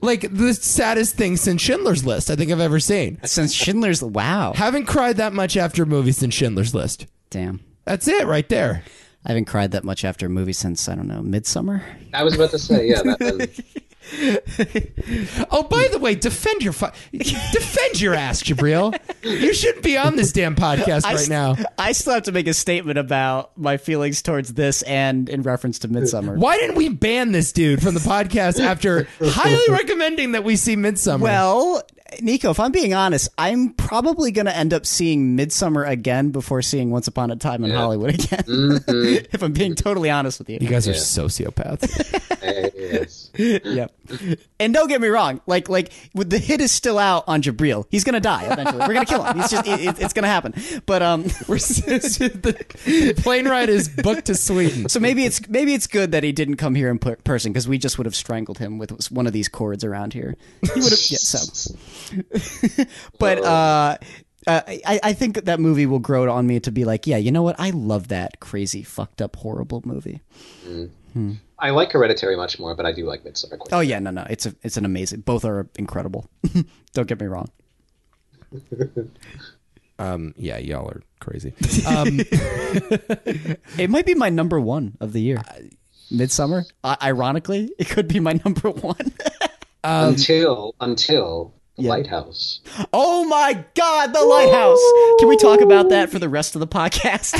Speaker 2: Like the saddest thing since Schindler's List I think I've ever seen.
Speaker 3: Since Schindler's, wow.
Speaker 2: Haven't cried that much after a movie since Schindler's List.
Speaker 3: Damn.
Speaker 2: That's it right there.
Speaker 3: I haven't cried that much after a movie since I don't know Midsummer.
Speaker 4: I was about to say, yeah, that and
Speaker 2: Oh, by the way, defend your fu- [LAUGHS] defend your ass, Jabril. You shouldn't be on this damn podcast right
Speaker 3: st-
Speaker 2: now.
Speaker 3: I still have to make a statement about my feelings towards this and in reference to Midsummer.
Speaker 2: Why didn't we ban this dude from the podcast after highly recommending that we see Midsummer?
Speaker 3: Well, Nico, if I'm being honest, I'm probably going to end up seeing Midsummer again before seeing Once Upon a Time in Hollywood again. [LAUGHS] if I'm being totally honest with
Speaker 2: you
Speaker 3: you.
Speaker 2: guys are sociopaths.
Speaker 4: Eh, yes.
Speaker 3: yep. And don't get me wrong, like like with the hit is still out on Jabril. He's going to die eventually. We're going to kill him. He's just it, it- it's going to happen. But um [LAUGHS] we're
Speaker 2: the plane ride is booked to Sweden.
Speaker 3: So maybe it's maybe it's good that he didn't come here in per- person because we just would have strangled him with one of these cords around here. He would have yeah. So, [LAUGHS] but uh, uh, I I think that movie will grow on me to be like, yeah, you know what? I love that crazy, fucked up, horrible movie.
Speaker 4: I like Hereditary much more, but I do like Midsummer quite.
Speaker 3: Oh yeah, no, no, it's a it's an amazing. Both are incredible. [LAUGHS] Don't get me wrong. [LAUGHS]
Speaker 2: Um, yeah, y'all are
Speaker 3: [LAUGHS]
Speaker 2: crazy.
Speaker 3: Um, It might be my number one of the year. Midsummer, I ironically, it could be my number one. [LAUGHS]
Speaker 4: until until the Lighthouse.
Speaker 3: Oh my God, the lighthouse! Can we talk about that for the rest of the podcast?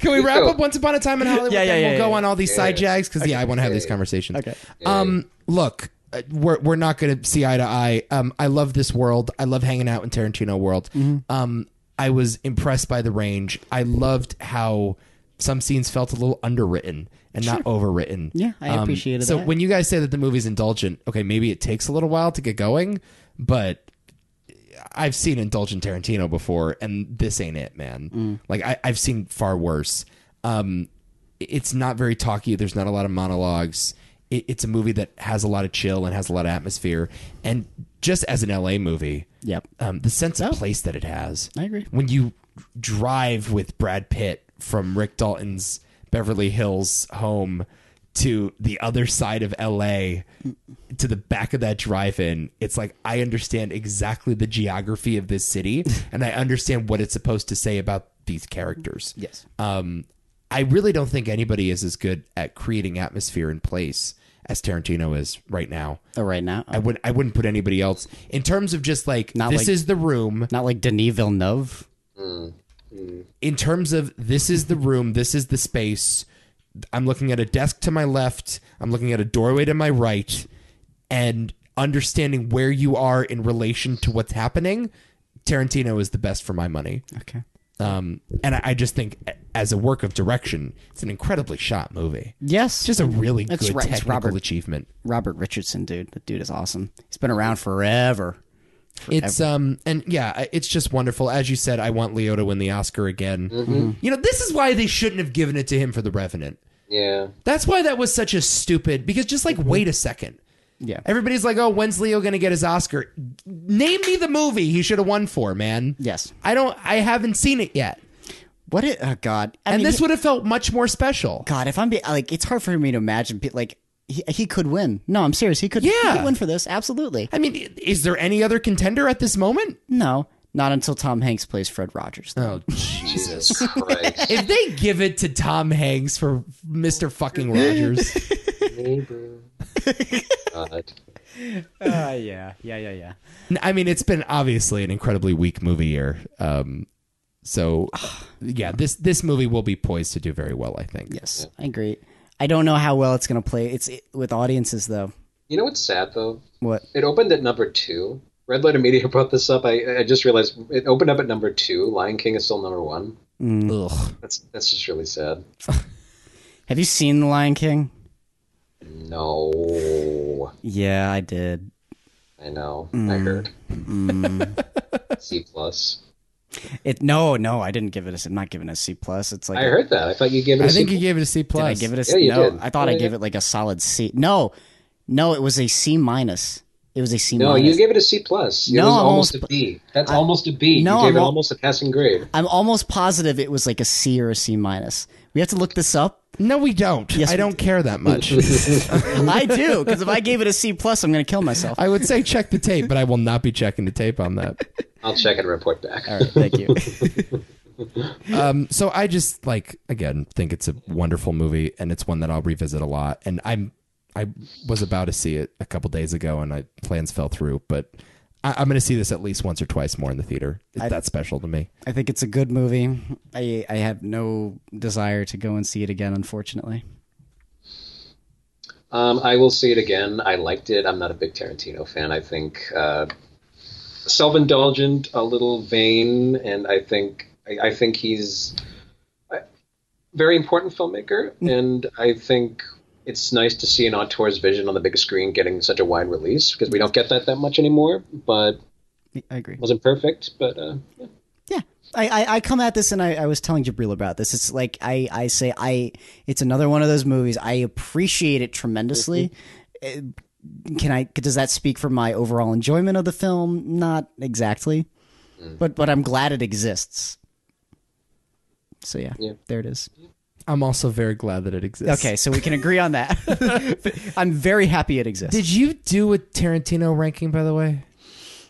Speaker 2: Can we wrap up Once Upon a Time in Hollywood?
Speaker 3: Yeah, yeah,
Speaker 2: then
Speaker 3: yeah,
Speaker 2: we'll
Speaker 3: yeah,
Speaker 2: go
Speaker 3: yeah.
Speaker 2: on all these side jags because yeah, I want to have these conversations.
Speaker 3: Okay.
Speaker 2: Um, look, uh, we're we're not going to see eye to eye. Um, I love this world. I love hanging out in Tarantino world.
Speaker 3: Mm-hmm.
Speaker 2: Um, I was impressed by the range. I loved how some scenes felt a little underwritten and not overwritten.
Speaker 3: [LAUGHS] Yeah, I
Speaker 2: Um,
Speaker 3: appreciated
Speaker 2: So
Speaker 3: that.
Speaker 2: when you guys say that the movie's indulgent, okay, maybe it takes a little while to get going, but I've seen indulgent Tarantino before, and this ain't it, man.
Speaker 3: Mm.
Speaker 2: Like I, I've seen far worse. Um, it's not very talky. There's not a lot of monologues. It, it's a movie that has a lot of chill and has a lot of atmosphere. And just as an LA movie,
Speaker 3: Yep.
Speaker 2: um, the sense of place that it has.
Speaker 3: I agree.
Speaker 2: When you drive with Brad Pitt from Rick Dalton's Beverly Hills home to the other side of LA to the back of that drive-in, it's like I understand exactly the geography of this
Speaker 3: [LAUGHS]
Speaker 2: city and I understand what it's supposed to say about these characters.
Speaker 3: Yes.
Speaker 2: Um, I really don't think anybody is as good at creating atmosphere and place as Tarantino is right now.
Speaker 3: Oh, right now,
Speaker 2: I wouldn't. I wouldn't put anybody else in terms of just like
Speaker 3: Not
Speaker 2: this
Speaker 3: like-
Speaker 2: is the room.
Speaker 3: not like Denis Villeneuve.
Speaker 2: In terms of this is the room. This is the space. I'm looking at a desk to my left. I'm looking at a doorway to my right, and understanding where you are in relation to what's happening. Tarantino is the best for my money.
Speaker 3: Okay.
Speaker 2: Um, and I, I just think a- as a work of direction, it's an incredibly shot movie.
Speaker 3: Yes,
Speaker 2: It's just a really
Speaker 3: That's
Speaker 2: good
Speaker 3: right, it's
Speaker 2: technical
Speaker 3: Robert-
Speaker 2: achievement.
Speaker 3: Robert Richardson, dude. That dude is awesome. He's been around forever.
Speaker 2: It's um and yeah, I- it's just wonderful. As you said, I want Leo to win the Oscar again.
Speaker 3: Mm-hmm.
Speaker 2: You know, this is why they shouldn't have given it to him for The Revenant.
Speaker 4: Yeah.
Speaker 2: That's why that was such a stupid because just like wait a second.
Speaker 3: Mm-hmm. Yeah.
Speaker 2: Everybody's like, "Oh, when's Leo going to get his Oscar?" Name me the movie he should have won for, man.
Speaker 3: Yes.
Speaker 2: I don't I haven't seen it yet.
Speaker 3: What? It, oh God. I
Speaker 2: And
Speaker 3: mean,
Speaker 2: this would have felt much more special.
Speaker 3: God, if I'm be, like, it's hard for me to imagine. pe- Like, he, he could win. No, I'm serious. He could. he
Speaker 2: Yeah.
Speaker 3: could win for this. Absolutely.
Speaker 2: I mean, i- is there any other contender at this moment?
Speaker 3: No, not until Tom Hanks plays Fred Rogers.
Speaker 2: Oh, Jesus.
Speaker 4: Jesus Christ.
Speaker 2: if they give it to Tom Hanks for Mr. fucking Rogers.
Speaker 4: Neighbor. God.
Speaker 3: Uh, yeah, yeah, yeah, yeah.
Speaker 2: N- I mean, it's been obviously an incredibly weak movie year. Um,
Speaker 3: [SIGHS]
Speaker 2: so yeah, this this movie will be poised to do very well, I think.
Speaker 3: Yes, I agree. I don't know how well it's gonna play. It's it, with audiences though.
Speaker 4: You know what's sad though?
Speaker 3: What?
Speaker 4: It opened at number two. Red Letter Media [LAUGHS] brought this up. I, I just realized it opened up at number two. Lion King is still number one.
Speaker 2: Ugh.
Speaker 4: That's that's just really sad.
Speaker 3: Have you seen The Lion King?
Speaker 4: No,
Speaker 3: Yeah, I did.
Speaker 4: I know.
Speaker 3: Mm.
Speaker 4: I heard. C plus.
Speaker 3: It no, no, I didn't give it a. C- I'm not giving it a C plus. It's like
Speaker 4: I heard that. I thought you gave it. a
Speaker 2: I think
Speaker 4: C
Speaker 2: he gave it a C
Speaker 3: did
Speaker 2: plus.
Speaker 3: I give it a C?
Speaker 4: Yeah, you
Speaker 3: no,
Speaker 4: did.
Speaker 3: I thought I
Speaker 4: Yeah,
Speaker 3: gave
Speaker 4: yeah.
Speaker 3: it like a solid C. No, no, it was a C minus. It was a C
Speaker 4: No,
Speaker 3: minus.
Speaker 4: you gave it a C plus. It
Speaker 3: No,
Speaker 4: was
Speaker 3: I'm
Speaker 4: almost
Speaker 3: almost-
Speaker 4: a B. That's almost a B.
Speaker 3: No,
Speaker 4: you gave
Speaker 3: I'm
Speaker 4: it
Speaker 3: al-
Speaker 4: almost a passing grade.
Speaker 3: I'm almost positive it was like a C or a C minus. We have to look this up.
Speaker 2: No, we don't.
Speaker 3: Yes,
Speaker 2: I
Speaker 3: we
Speaker 2: don't care that
Speaker 3: [LAUGHS]
Speaker 2: much.
Speaker 3: I do because if I gave it a C plus, I'm gonna kill myself.
Speaker 2: I would say check the tape, but I will not be checking the tape on that.
Speaker 4: I'll check and report back.
Speaker 3: All right, thank you.
Speaker 2: Um, so I just like again think it's a wonderful movie, and it's one that I'll revisit a lot. And I'm I was about to see it a couple days ago, and I, plans fell through. But I, I'm going to see this at least once or twice more in the theater. It's that special to me.
Speaker 3: I think it's a good movie. I I have no desire to go and see it again, unfortunately.
Speaker 4: Um, I will see it again. I liked it. I'm not a big Tarantino fan. I think uh, self-indulgent, a little vain, and I think I, I think he's a very important filmmaker. And I think it's nice to see an auteur's vision on the big screen getting such a wide release because we don't get that that much anymore. But
Speaker 3: I agree.
Speaker 4: wasn't perfect. But uh, yeah.
Speaker 3: Yeah. I, I, I come at this and I, I was telling Jabril about this. It's like I, I say I it's another one of those movies. I appreciate it tremendously. Eh, Can I does that speak for my overall enjoyment of the film? Not exactly. But but I'm glad it exists. So yeah,
Speaker 4: Yeah.
Speaker 3: there it is.
Speaker 2: I'm also very glad that it exists.
Speaker 3: Okay, so we can agree on that. [LAUGHS] I'm very happy it exists.
Speaker 2: Did you do a Tarantino ranking, by the way?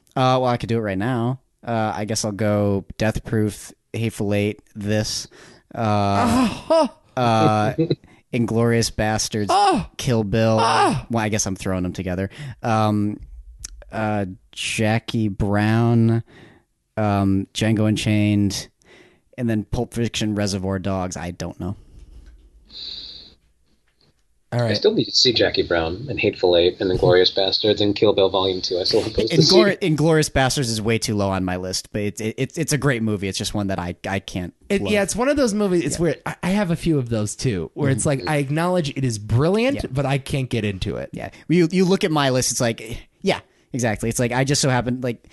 Speaker 3: Uh, well, I could do it right now. Uh, I guess I'll go Death Proof, Hateful Eight, this, uh, uh, Inglorious Bastards, Kill Bill. Well, I guess I'm throwing them together. Um, uh, Jackie Brown, um, Django Unchained, and then Pulp Fiction, Reservoir Dogs. I don't know.
Speaker 2: All
Speaker 4: I
Speaker 2: right.
Speaker 4: still need to see Jackie Brown and Hateful Eight and Inglorious Bastards and Kill Bill Volume Two. I still have those to see.
Speaker 3: Inglor- Inglorious Bastards is way too low on my list, but it's it's it's a great movie. It's just one that I I can't.
Speaker 2: It,
Speaker 3: love.
Speaker 2: yeah, Mm-hmm. it's one of those movies. It's weird. I, I have a few of those too, where it's like I acknowledge it is brilliant, but I can't get into it.
Speaker 3: Yeah. You you look at my list, it's like eh, yeah, exactly. It's like I just so happened like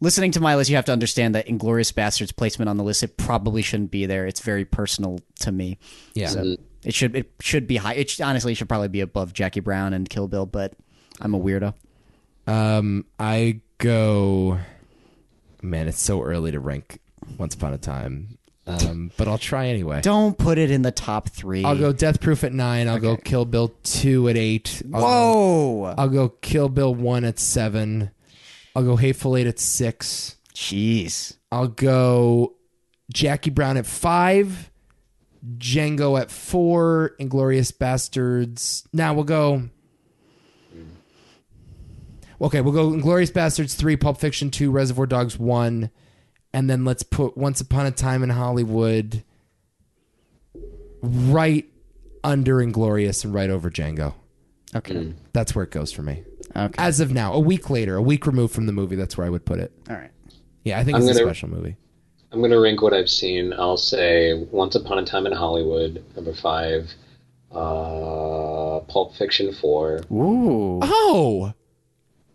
Speaker 3: listening to my list, you have to understand that Inglorious Bastards placement on the list, it probably shouldn't be there. It's very personal to me.
Speaker 2: Yeah.
Speaker 3: So it should it should be high. It should, honestly it should probably be above Jackie Brown and Kill Bill, but I'm a weirdo.
Speaker 2: Um, I go. Man, it's so early to rank Once Upon a Time, um, but I'll try anyway.
Speaker 3: Don't put it in the top three.
Speaker 2: I'll go Death Proof at nine. I'll go Kill Bill two at eight. I'll,
Speaker 3: Whoa.
Speaker 2: I'll go Kill Bill one at seven. I'll go Hateful Eight at six.
Speaker 3: Jeez.
Speaker 2: I'll go Jackie Brown at five, Django at four, Inglorious Bastards. Now we'll go. Okay, we'll go Inglorious Bastards three, Pulp Fiction two, Reservoir Dogs one, and then let's put Once Upon a Time in Hollywood right under Inglorious and right over Django.
Speaker 3: Okay.
Speaker 4: Mm.
Speaker 2: That's where it goes for me.
Speaker 3: Okay.
Speaker 2: As of now, a week later, a week removed from the movie, that's where I would put it.
Speaker 3: All right.
Speaker 2: Yeah, I think
Speaker 4: I'm
Speaker 2: it's a
Speaker 4: gonna-
Speaker 2: special movie.
Speaker 4: I'm gonna rank what I've seen. I'll say Once Upon a Time in Hollywood, number five. Uh, Pulp Fiction four.
Speaker 3: Ooh.
Speaker 2: Oh,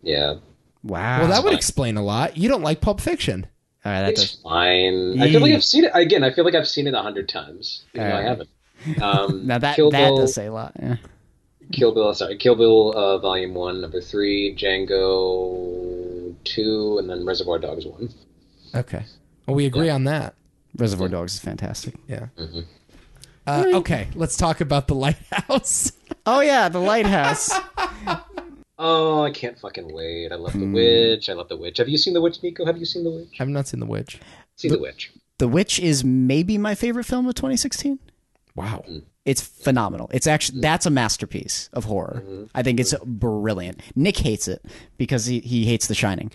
Speaker 4: Yeah,
Speaker 3: Wow.
Speaker 2: Well, that would
Speaker 4: fine.
Speaker 2: explain a lot. You don't like Pulp Fiction.
Speaker 3: All right. That
Speaker 4: it's
Speaker 3: does,
Speaker 4: fine. I feel like
Speaker 3: Yee.
Speaker 4: I've seen it again. I feel like I've seen it a hundred times. even though I
Speaker 3: Alright.
Speaker 4: haven't.
Speaker 3: [LAUGHS]
Speaker 4: Um,
Speaker 3: now that
Speaker 4: Kill
Speaker 3: that
Speaker 4: Bill,
Speaker 3: does say a lot. Yeah.
Speaker 4: Kill Bill. Sorry, Kill Bill, uh, Volume One, Number Three, Django Two, and then Reservoir Dogs One.
Speaker 2: Okay. Well, we agree on that.
Speaker 3: Reservoir Dogs is fantastic.
Speaker 2: Yeah. Uh, okay, let's talk about the lighthouse.
Speaker 3: Oh yeah, the lighthouse.
Speaker 4: Oh, I can't fucking wait. I love
Speaker 3: Hmm.
Speaker 4: The Witch. I love The Witch. Have you seen The Witch, Nico? Have you seen The Witch?
Speaker 2: [LAUGHS] I've not seen The Witch.
Speaker 4: See The Witch.
Speaker 3: the Witch is maybe my favorite film of 2016.
Speaker 2: Wow.
Speaker 3: It's phenomenal. It's actually that's a masterpiece of horror. I think it's brilliant. Nick hates it because he, he hates The Shining,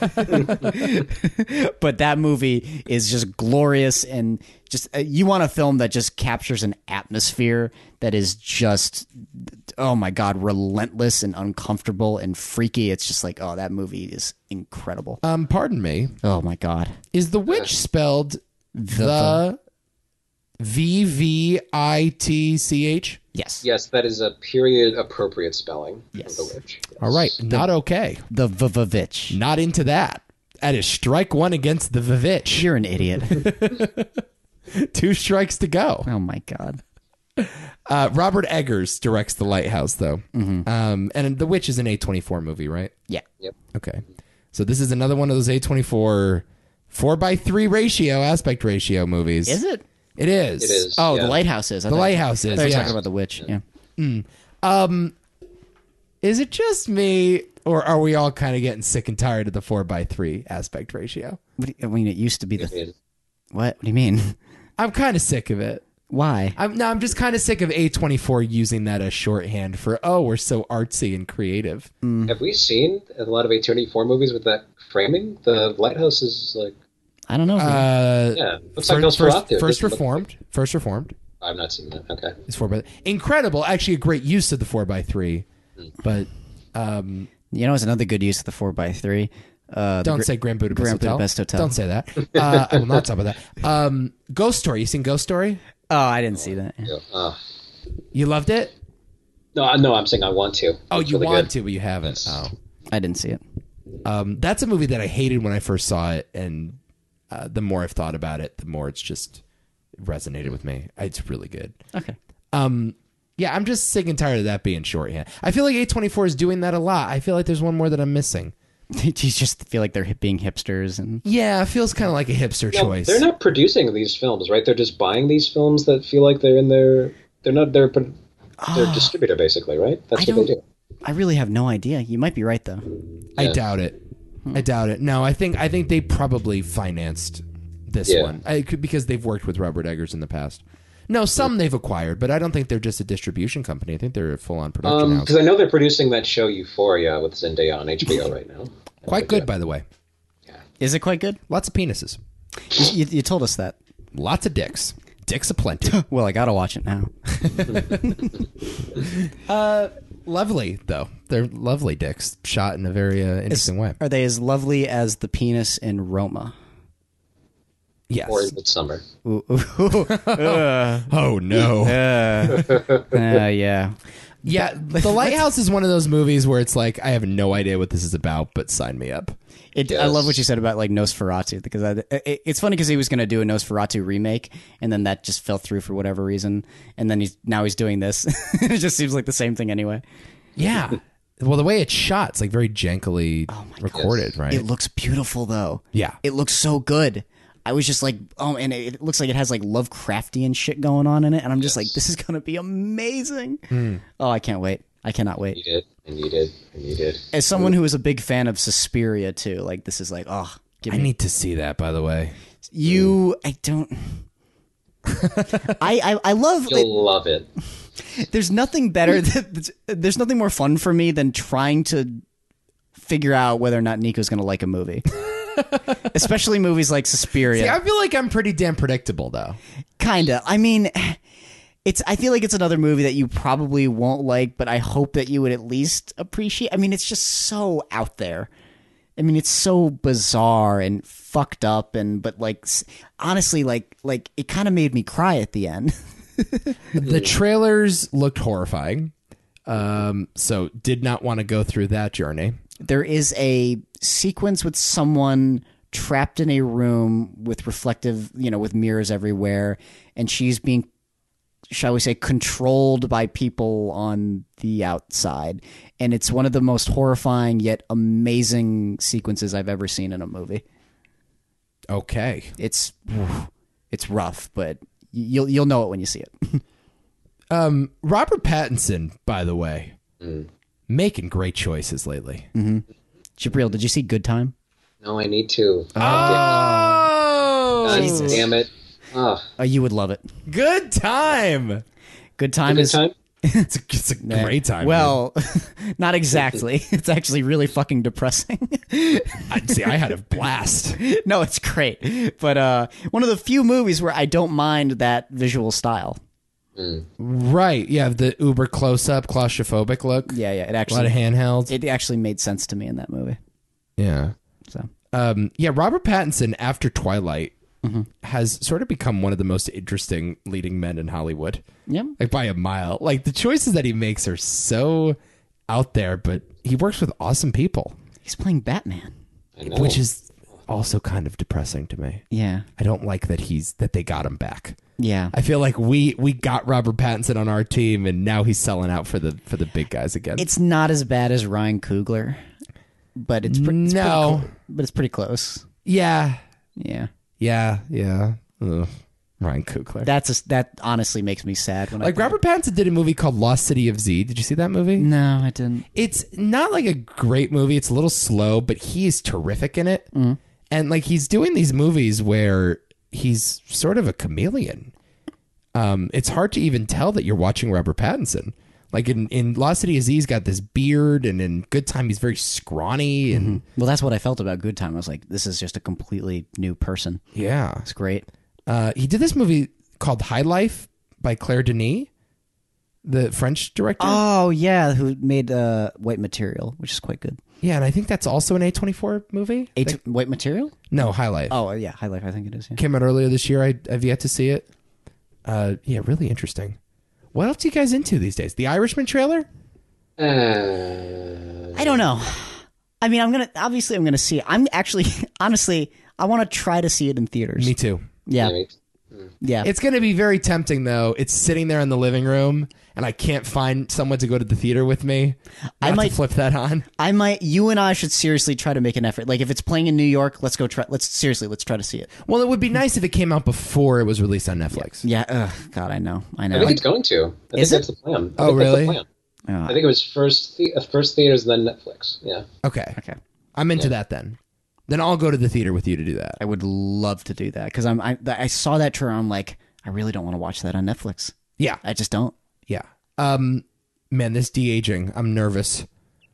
Speaker 3: Uh, [LAUGHS] but that movie is just glorious and just uh, you want a film that just captures an atmosphere that is just oh my god relentless and uncomfortable and freaky. It's just like oh that movie is incredible.
Speaker 2: Um, pardon me.
Speaker 3: Oh my god.
Speaker 2: Is the witch spelled the V V I T C H?
Speaker 3: Yes.
Speaker 4: Yes, that is a period appropriate spelling
Speaker 3: Yes.
Speaker 4: of The Witch.
Speaker 2: All right. Not okay.
Speaker 3: The Vavavitch.
Speaker 2: Not into that. That is strike one against the Vivitch.
Speaker 3: You're an idiot.
Speaker 2: [LAUGHS]
Speaker 3: [LAUGHS]
Speaker 2: Two strikes to go.
Speaker 3: oh my god.
Speaker 2: Uh, Robert Eggers directs The Lighthouse, though. Um, and The Witch is an A24 movie, right?
Speaker 3: Yeah.
Speaker 2: Okay. So this is another one of those A24 4 by 3 ratio, aspect ratio movies.
Speaker 3: Is it?
Speaker 2: It is.
Speaker 4: It is.
Speaker 3: Oh,
Speaker 4: yeah.
Speaker 3: the lighthouse is. I
Speaker 2: The
Speaker 3: thought-
Speaker 2: Lighthouse
Speaker 3: I
Speaker 2: is.
Speaker 3: thought you were
Speaker 2: yeah.
Speaker 3: talking about the witch. Yeah.
Speaker 2: Is it just me, or are we all kind of getting sick and tired of the 4 by 3 aspect ratio?
Speaker 3: What do you, I mean, it used to be the
Speaker 4: It-
Speaker 3: what? What do you mean? [LAUGHS]
Speaker 2: I'm kind of sick of it.
Speaker 3: Why?
Speaker 2: I'm, no, I'm just kind of sick of A24 using that as shorthand for, oh, we're so artsy and creative.
Speaker 4: Have we seen a lot of A24 movies with that framing? The lighthouse is like,
Speaker 3: I don't know.
Speaker 2: Uh,
Speaker 4: yeah, looks like
Speaker 2: first,
Speaker 4: Nosferatu.
Speaker 2: first, first
Speaker 4: Doesn't look-
Speaker 2: Reformed. First Reformed.
Speaker 4: I've not seen that. Okay.
Speaker 2: It's four by incredible. Actually, a great use of the four by three,
Speaker 4: Hmm.
Speaker 2: but um,
Speaker 3: you know, it's another good use of the four x three. Uh, the
Speaker 2: don't
Speaker 3: gr-
Speaker 2: say Grand Budapest,
Speaker 3: Grand
Speaker 2: Hotel.
Speaker 3: Budapest Hotel.
Speaker 2: Don't say that. Uh, I will not talk about that. Um, Ghost Story. You seen Ghost Story?
Speaker 3: Oh, I didn't see that.
Speaker 4: Yeah, Uh,
Speaker 2: You loved it?
Speaker 4: no, I- no, I'm saying I want to.
Speaker 2: Oh,
Speaker 4: It's
Speaker 2: you
Speaker 4: really
Speaker 2: want
Speaker 4: good.
Speaker 2: to, but you haven't. Oh,
Speaker 3: I didn't see it.
Speaker 2: um, that's a movie that I hated when I first saw it, and uh, the more I've thought about it, the more it's just resonated with me. It's really good.
Speaker 3: Okay. [LAUGHS]
Speaker 2: Yeah, I'm just sick and tired of that being shorthand. I feel like A24 is doing that a lot. I feel like there's one more that I'm missing.
Speaker 3: Do you just feel like they're hip- being hipsters and
Speaker 2: Yeah, it feels kind of like a hipster
Speaker 4: No,
Speaker 2: choice.
Speaker 4: They're not producing these films, right? They're just buying these films that feel like they're in their. They're not. They're. pro-
Speaker 2: Ah.
Speaker 4: They're distributor, basically, right? That's
Speaker 3: I
Speaker 4: what they
Speaker 3: don't-
Speaker 4: do.
Speaker 3: I really have no idea. You might be right though.
Speaker 2: I
Speaker 4: Yeah.
Speaker 2: doubt it. I doubt it. No, I think I think they probably financed this
Speaker 4: Yeah.
Speaker 2: one. I could because they've worked with Robert Eggers in the past. No, some they've acquired, but I don't think they're just a distribution company. I think they're a full on production house.
Speaker 4: Because Um, I know they're producing that show Euphoria with Zendaya
Speaker 2: [LAUGHS]
Speaker 4: on HBO right now.
Speaker 2: Quite good, by the way.
Speaker 3: Is it quite good?
Speaker 2: Lots of penises,
Speaker 3: You, you told us that.
Speaker 2: lots of dicks, dicks
Speaker 4: [LAUGHS]
Speaker 2: aplenty.
Speaker 3: Well, I gotta watch it now.
Speaker 2: lovely though, they're lovely dicks, shot in a very uh, interesting way.
Speaker 3: Are they as lovely as the penis in Roma?
Speaker 2: Yes.
Speaker 4: Or in Midsummer.
Speaker 3: Ooh, ooh,
Speaker 2: [LAUGHS]
Speaker 3: ooh.
Speaker 2: oh
Speaker 4: [LAUGHS]
Speaker 2: no.
Speaker 3: Uh, yeah.
Speaker 2: Yeah,
Speaker 4: [LAUGHS]
Speaker 2: The Lighthouse is one of those movies where it's like, I have no idea what this is about, but sign me up.
Speaker 3: It, I love what
Speaker 4: Yes.
Speaker 3: you said about like Nosferatu because I, it, it's funny because he was going to do a Nosferatu remake and then that just fell through for whatever reason and then he's now he's doing this. [LAUGHS] it just seems like the same thing anyway. [LAUGHS]
Speaker 2: Yeah. well, the way it's shot, it's like very jankily recorded, right?
Speaker 3: Oh It looks beautiful though.
Speaker 2: Yeah.
Speaker 3: it looks so good. I was just like, oh, and it, it looks like it has like Lovecraftian shit going on in it, and I'm just like, this is gonna be amazing.
Speaker 2: Mm.
Speaker 3: Oh, I can't wait. I cannot wait.
Speaker 4: You did. And you did. And you did.
Speaker 3: As someone who is a big fan of Suspiria too, like this is like, oh, give
Speaker 2: I
Speaker 3: me
Speaker 2: need to see that, by the way.
Speaker 3: you. I don't. I, I I love.
Speaker 4: You'll love it.
Speaker 3: there's nothing better. That, there's nothing more fun for me than trying to figure out whether or not Nico's gonna like a movie, especially movies like Suspiria.
Speaker 2: Yeah, I feel like I'm pretty damn predictable, though.
Speaker 3: [LAUGHS] kinda i mean it's i feel like it's another movie that you probably won't like but i hope that you would at least appreciate i mean it's just so out there i mean it's so bizarre and fucked up and but like s- honestly like like it kind of made me cry at the end
Speaker 2: The trailers looked horrifying. Um, so did not want to go through that journey.
Speaker 3: there is a sequence with someone trapped in a room with reflective, you know, with mirrors everywhere, and she's being, shall we say, controlled by people on the outside. And it's one of the most horrifying yet amazing sequences I've ever seen in a movie.
Speaker 2: Okay.
Speaker 3: It's it's rough, but you'll you'll know it when you see it. [LAUGHS]
Speaker 2: Robert Pattinson, by the way,
Speaker 3: Mm.
Speaker 2: making great choices lately.
Speaker 3: Jabril, did you see Good Time?
Speaker 4: No, I need to.
Speaker 2: Oh,
Speaker 4: God damn it. Ah,
Speaker 3: Oh, you would love it.
Speaker 2: good time.
Speaker 3: Good Time
Speaker 4: good
Speaker 3: is
Speaker 4: time.
Speaker 2: It's a, it's a great time.
Speaker 3: Well, [LAUGHS] not exactly. It's actually really fucking depressing. [LAUGHS]
Speaker 2: I, see, I had a blast.
Speaker 3: no, it's great. But uh, one of the few movies where I don't mind that visual style.
Speaker 2: Right. Yeah. The uber close up, claustrophobic look.
Speaker 3: Yeah, yeah. It
Speaker 2: A lot
Speaker 3: actually
Speaker 2: of handhelds.
Speaker 3: it actually made sense to me in that movie.
Speaker 2: yeah.
Speaker 3: So
Speaker 2: Um, yeah. Robert Pattinson, after Twilight, has sort of become one of the most interesting leading men in Hollywood,
Speaker 3: yeah,
Speaker 2: like by a mile. Like the choices that he makes are so out there, but he works with awesome people,
Speaker 3: he's playing Batman.
Speaker 4: I know.
Speaker 2: which is also kind of depressing to me.
Speaker 3: Yeah,
Speaker 2: I don't like that he's that they got him back.
Speaker 3: yeah.
Speaker 2: I feel like we we got Robert Pattinson on our team, and now he's selling out for the for the big guys again.
Speaker 3: It's not as bad as Ryan Coogler, but it's, pre- it's
Speaker 2: No.
Speaker 3: pretty clo- but it's pretty close.
Speaker 2: yeah,
Speaker 3: Yeah,
Speaker 2: yeah, yeah. Ugh. Ryan Coogler.
Speaker 3: that's a s that honestly makes me sad when I
Speaker 2: like
Speaker 3: think-
Speaker 2: Robert Pattinson did a movie called Lost City of Z. Did you see that movie?
Speaker 3: No, I didn't.
Speaker 2: It's not like a great movie. It's a little slow, but he is terrific in it. And like he's doing these movies where he's sort of a chameleon. um, it's hard to even tell that you're watching Robert Pattinson. Like in in Lost City of Z, he's got this beard, and in Good Time, he's very scrawny and
Speaker 3: Well, that's what I felt about Good Time. I was like, this is just a completely new person.
Speaker 2: yeah.
Speaker 3: It's great.
Speaker 2: Uh, he did this movie called High Life by Claire Denis, the French director.
Speaker 3: Oh yeah, who made uh, White Material, which is quite good.
Speaker 2: yeah, and I think that's also an A24 movie.
Speaker 3: A-
Speaker 2: Like-
Speaker 3: White Material?
Speaker 2: no, High Life.
Speaker 3: Oh yeah, High Life. I think it is. Yeah.
Speaker 2: came out earlier this year. I, I've yet to see it. Uh, yeah, really interesting. What else are you guys into these days? The Irishman trailer?
Speaker 4: Uh,
Speaker 3: I don't know. I mean, I'm gonna obviously I'm gonna see. It. I'm actually [LAUGHS] honestly I want to try to see it in theaters.
Speaker 2: Me too.
Speaker 3: yeah,
Speaker 4: right.
Speaker 3: yeah.
Speaker 2: It's going to be very tempting, though. It's sitting there in the living room, and I can't find someone to go to the theater with me.
Speaker 3: I
Speaker 2: I might
Speaker 3: might-
Speaker 2: flip that on.
Speaker 3: I might. You and I should seriously try to make an effort. Like if it's playing in New York, let's go try. Let's seriously let's try to see it.
Speaker 2: Well, it would be nice if it came out before it was released on Netflix.
Speaker 3: Yeah. Ugh, God, I know. I
Speaker 4: I
Speaker 3: know.
Speaker 4: think it's going to. I
Speaker 3: Is
Speaker 4: think that's the plan. I
Speaker 2: Oh,
Speaker 4: think
Speaker 2: really?
Speaker 4: That's the plan.
Speaker 3: Oh.
Speaker 4: I think it was first the- uh, first theaters, then Netflix. Yeah.
Speaker 2: Okay.
Speaker 3: okay.
Speaker 2: I'm into that then. Then I'll go to the theater with you to do that.
Speaker 3: I would love to do that because I'm. I, I saw that trailer. I'm like, I really don't want to watch that on Netflix.
Speaker 2: Yeah.
Speaker 3: I just don't.
Speaker 2: Yeah. Um, man, this de aging. I'm nervous.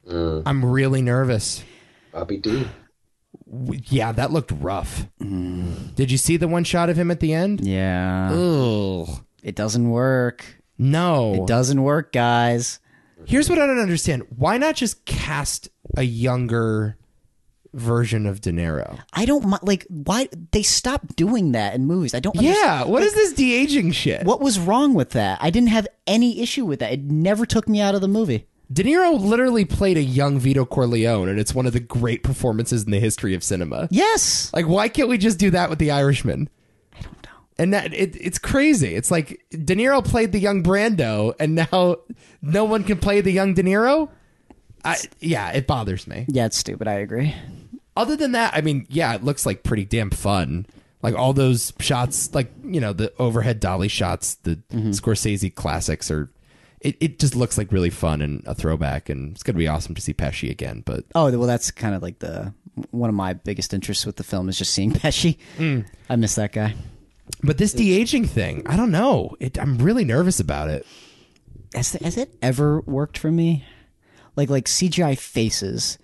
Speaker 3: Mm.
Speaker 2: I'm really nervous.
Speaker 4: Bobby D.
Speaker 2: W- Yeah, that looked rough.
Speaker 3: Mm.
Speaker 2: Did you see the one shot of him at the end?
Speaker 3: Yeah.
Speaker 2: Ugh.
Speaker 3: It doesn't work.
Speaker 2: No.
Speaker 3: It doesn't work, guys.
Speaker 2: Here's what I don't understand. Why not just cast a younger version of De Niro?
Speaker 3: I don't mi- like why they stopped doing that in movies. I don't. understand-
Speaker 2: Yeah. What is this de aging shit?
Speaker 3: What was wrong with that? I didn't have any issue with that. It never took me out of the movie.
Speaker 2: De Niro literally played a young Vito Corleone, and it's one of the great performances in the history of cinema.
Speaker 3: Yes.
Speaker 2: Like, why can't we just do that with The Irishman? I don't know. And that it, it's crazy. It's like De Niro played the young Brando, and now no one can play the young De Niro. I, yeah, it bothers me.
Speaker 3: Yeah, it's stupid. I agree.
Speaker 2: Other than that, I mean, yeah, it looks like pretty damn fun. Like all those shots, like you know, the overhead dolly shots, the Scorsese classics, are it, it just looks like really fun and a throwback, and it's gonna be awesome to see Pesci again. But
Speaker 3: Oh well, that's kind of like the one of my biggest interests with the film is just seeing [LAUGHS] Pesci.
Speaker 2: Mm.
Speaker 3: I miss that guy.
Speaker 2: but this de aging thing, I don't know. It, I'm really nervous about it.
Speaker 3: has has it ever worked for me? Like like CGI faces.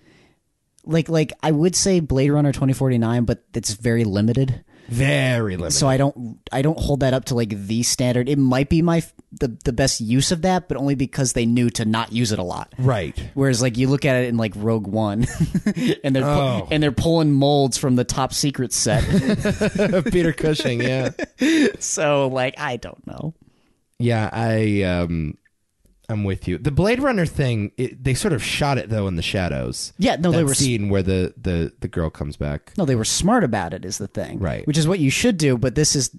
Speaker 3: Like like I would say Blade Runner 2049, but it's very limited.
Speaker 2: Very limited.
Speaker 3: So I don't I don't hold that up to like the standard. It might be my f- the the best use of that, but only because they knew to not use it a lot.
Speaker 2: [LAUGHS] Right.
Speaker 3: Whereas like you look at it in like Rogue One, [LAUGHS] and they're pu-
Speaker 2: Oh.
Speaker 3: and they're pulling molds from the top secret set. [LAUGHS]
Speaker 2: Peter Cushing, yeah.
Speaker 3: so like I don't know.
Speaker 2: Yeah, I um I'm with you. The Blade Runner thing, it, they sort of shot it though in the shadows.
Speaker 3: Yeah, no,
Speaker 2: that
Speaker 3: they were s-
Speaker 2: scene where the the the girl comes back.
Speaker 3: No, they were smart about it. Is the thing,
Speaker 2: Right.
Speaker 3: Which is what you should do. But this is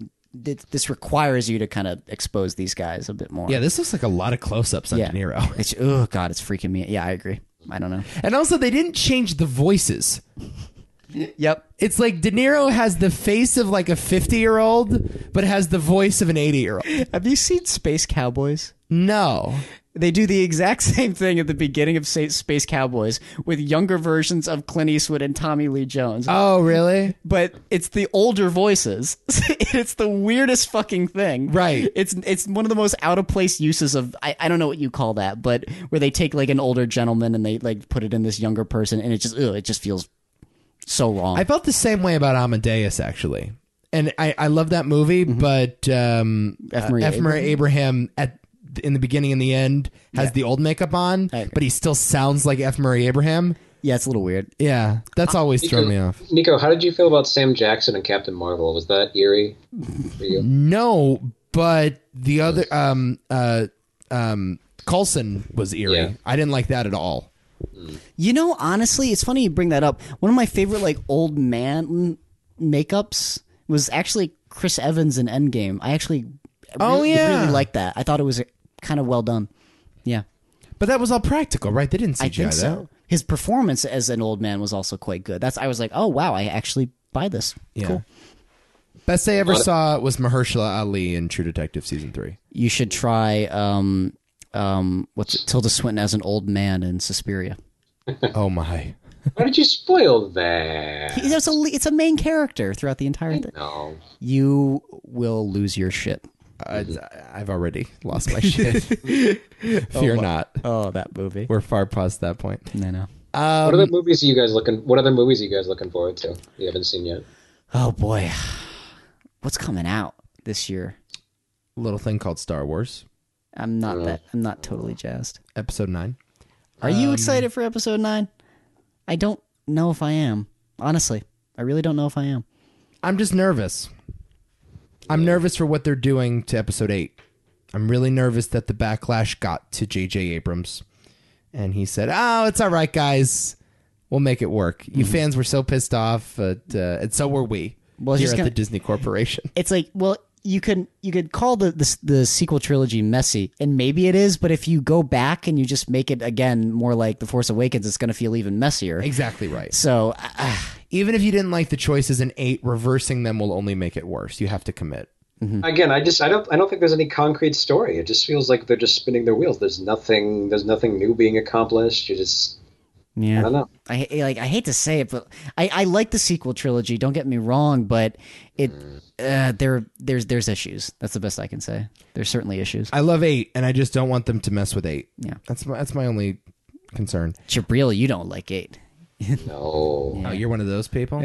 Speaker 3: th- this requires you to kind of expose these guys a bit more.
Speaker 2: Yeah, this looks like a lot of close-ups on
Speaker 3: Yeah.
Speaker 2: De Niro. [LAUGHS]
Speaker 3: [LAUGHS] It's oh god, it's freaking me. Yeah, I agree. I don't know.
Speaker 2: And also they didn't change the voices.
Speaker 3: Yep.
Speaker 2: It's like De Niro has the face of like a 50-year-old but has the voice of an 80-year-old.
Speaker 3: Have you seen Space Cowboys?
Speaker 2: No.
Speaker 3: They do the exact [LAUGHS] same thing at the beginning of Sa- Space Cowboys with younger versions of Clint Eastwood and Tommy Lee Jones,
Speaker 2: Oh, really?
Speaker 3: but it's the older voices. [LAUGHS] it's the weirdest fucking thing.
Speaker 2: Right.
Speaker 3: It's it's one of the most out of place uses of I, I don't know what you call that, but where they take like an older gentleman and they like put it in this younger person and it just ugh, it just feels so wrong.
Speaker 2: I felt the same way about Amadeus actually, and I, I love that movie, but um,
Speaker 3: Mm-hmm. F. Murray
Speaker 2: uh, Abraham at in the beginning and the end has the old makeup on,
Speaker 3: agree.
Speaker 2: but he still sounds like F. Murray Abraham.
Speaker 3: yeah, it's a little weird.
Speaker 2: Yeah, that's always thrown me off.
Speaker 4: Nico, how did you feel about Sam Jackson and Captain Marvel? Was that eerie
Speaker 2: [LAUGHS]
Speaker 4: for you?
Speaker 2: No, but the other um uh um Coulson was eerie.
Speaker 4: Yeah.
Speaker 2: I didn't like that at all.
Speaker 3: You know, honestly, it's funny you bring that up. One of my favorite like old man makeups was actually Chris Evans in Endgame. I actually
Speaker 2: Oh,
Speaker 3: really,
Speaker 2: yeah.
Speaker 3: really liked that. I thought it was kind of well done. Yeah.
Speaker 2: But that was all practical, right? They didn't CGI
Speaker 3: I think
Speaker 2: that.
Speaker 3: so. His performance as an old man was also quite good. That's I was like, oh wow, I actually buy this.
Speaker 2: Yeah.
Speaker 3: Cool.
Speaker 2: Best I ever saw was Mahershala Ali in True Detective season three.
Speaker 3: You should try um um what's it, Tilda Swinton as an old man in Suspiria.
Speaker 2: Oh my.
Speaker 4: How did you spoil that?
Speaker 3: He- There's a le- it's a main character throughout the entire thing.
Speaker 4: No.
Speaker 3: You will lose your shit.
Speaker 2: Uh, I've already lost my [LAUGHS] shit. Fear not.
Speaker 3: Oh, that movie.
Speaker 2: We're far past that point.
Speaker 3: I know.
Speaker 2: Um,
Speaker 4: What other movies are you guys looking? What other movies are you guys looking forward to? You haven't seen yet.
Speaker 3: Oh boy, what's coming out this year?
Speaker 2: Little thing called Star Wars,
Speaker 3: I'm not that. I'm not totally jazzed.
Speaker 2: Episode 9.
Speaker 3: Are you excited for episode nine? I don't know if I am. Honestly, I really don't know if I am.
Speaker 2: I'm just nervous. I'm nervous for what they're doing to episode 8. I'm really nervous that the backlash got to JJ Abrams and he said, "Oh, it's all right guys. We'll make it work. You fans were so pissed off, but, uh, and so were we."
Speaker 3: Well,
Speaker 2: Well,
Speaker 3: it's
Speaker 2: here
Speaker 3: just
Speaker 2: at
Speaker 3: gonna-
Speaker 2: the Disney Corporation.
Speaker 3: It's like, well, you could you could call the, the the sequel trilogy messy, and maybe it is. But if you go back and you just make it again more like the Force Awakens, it's going to feel even messier.
Speaker 2: exactly right.
Speaker 3: So ah,
Speaker 2: Even if you didn't like the choices in 8, reversing them will only make it worse. You have to commit.
Speaker 3: Hmm.
Speaker 4: Again, I just I don't I don't think there's any concrete story. It just feels like they're just spinning their wheels. There's nothing there's nothing new being accomplished. You just I
Speaker 3: yeah,
Speaker 4: don't know.
Speaker 3: [LAUGHS] I I- like I hate to say it, but I, I like the sequel trilogy. Don't get me wrong, but it uh, there there's there's issues. That's the best I can say. There's certainly issues.
Speaker 2: I love 8 and I just don't want them to mess with 8.
Speaker 3: Yeah.
Speaker 2: That's my, that's my only concern.
Speaker 3: Jabril, you don't like eight.
Speaker 4: No.
Speaker 2: Oh, you're one of those [LAUGHS] people?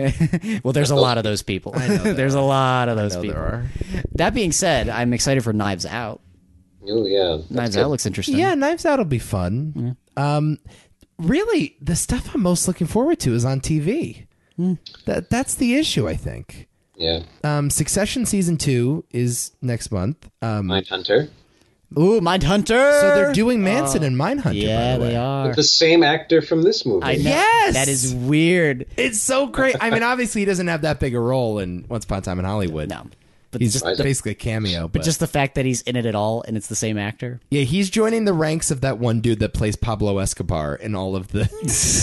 Speaker 3: well, there's a lot of those people. [LAUGHS] there's a lot of those
Speaker 2: No,
Speaker 3: people.
Speaker 2: there are.
Speaker 3: That being said, I'm excited for Knives Out.
Speaker 4: Oh yeah.
Speaker 3: Knives Out looks interesting.
Speaker 2: Yeah, Knives Out'll be fun. Um, really, the stuff I'm most looking forward to is on TV. That that's the issue, I think.
Speaker 4: Yeah.
Speaker 2: Um, Succession season two is next month. Um,
Speaker 4: Mindhunter.
Speaker 3: Ooh, Mindhunter.
Speaker 2: so they're doing Manson and Mindhunter.
Speaker 3: Yeah,
Speaker 2: by the way.
Speaker 3: they are.
Speaker 4: The same actor from this movie.
Speaker 3: I know.
Speaker 2: Yes!
Speaker 3: that is weird.
Speaker 2: It's so great. I mean, obviously, he doesn't have that big a role in Once Upon a Time in Hollywood.
Speaker 3: No, but
Speaker 2: He's
Speaker 3: just
Speaker 2: just uh, basically a cameo, but,
Speaker 3: just the fact that he's in it at all and it's the same actor.
Speaker 2: yeah, he's joining the ranks of that one dude that plays Pablo Escobar in all of [LAUGHS] the,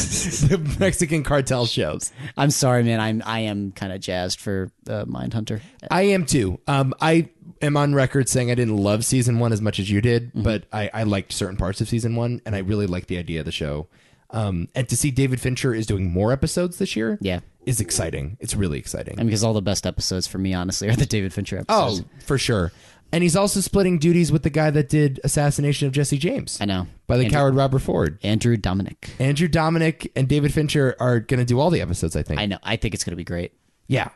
Speaker 2: the Mexican cartel shows.
Speaker 3: I'm sorry, man. I'm I am kind of jazzed for uh, Mindhunter.
Speaker 2: I am too. Um, I am on record saying I didn't love season one as much as you did, but I, I liked certain parts of season one, and I really liked the idea of the show. Um, and to see David Fincher is doing more episodes this year,
Speaker 3: Yeah,
Speaker 2: is exciting. It's really exciting.
Speaker 3: I mean, because all the best episodes for me, honestly, [LAUGHS] are the David Fincher
Speaker 2: oh,
Speaker 3: episodes.
Speaker 2: for sure. And he's also splitting duties with the guy that did Assassination of Jesse James
Speaker 3: I know.
Speaker 2: by the
Speaker 3: Andrew-
Speaker 2: coward Robert Ford.
Speaker 3: Andrew Dominic.
Speaker 2: Andrew Dominic and David Fincher are going to do all the episodes, I think.
Speaker 3: I know. I think it's gonna be great.
Speaker 2: Yeah.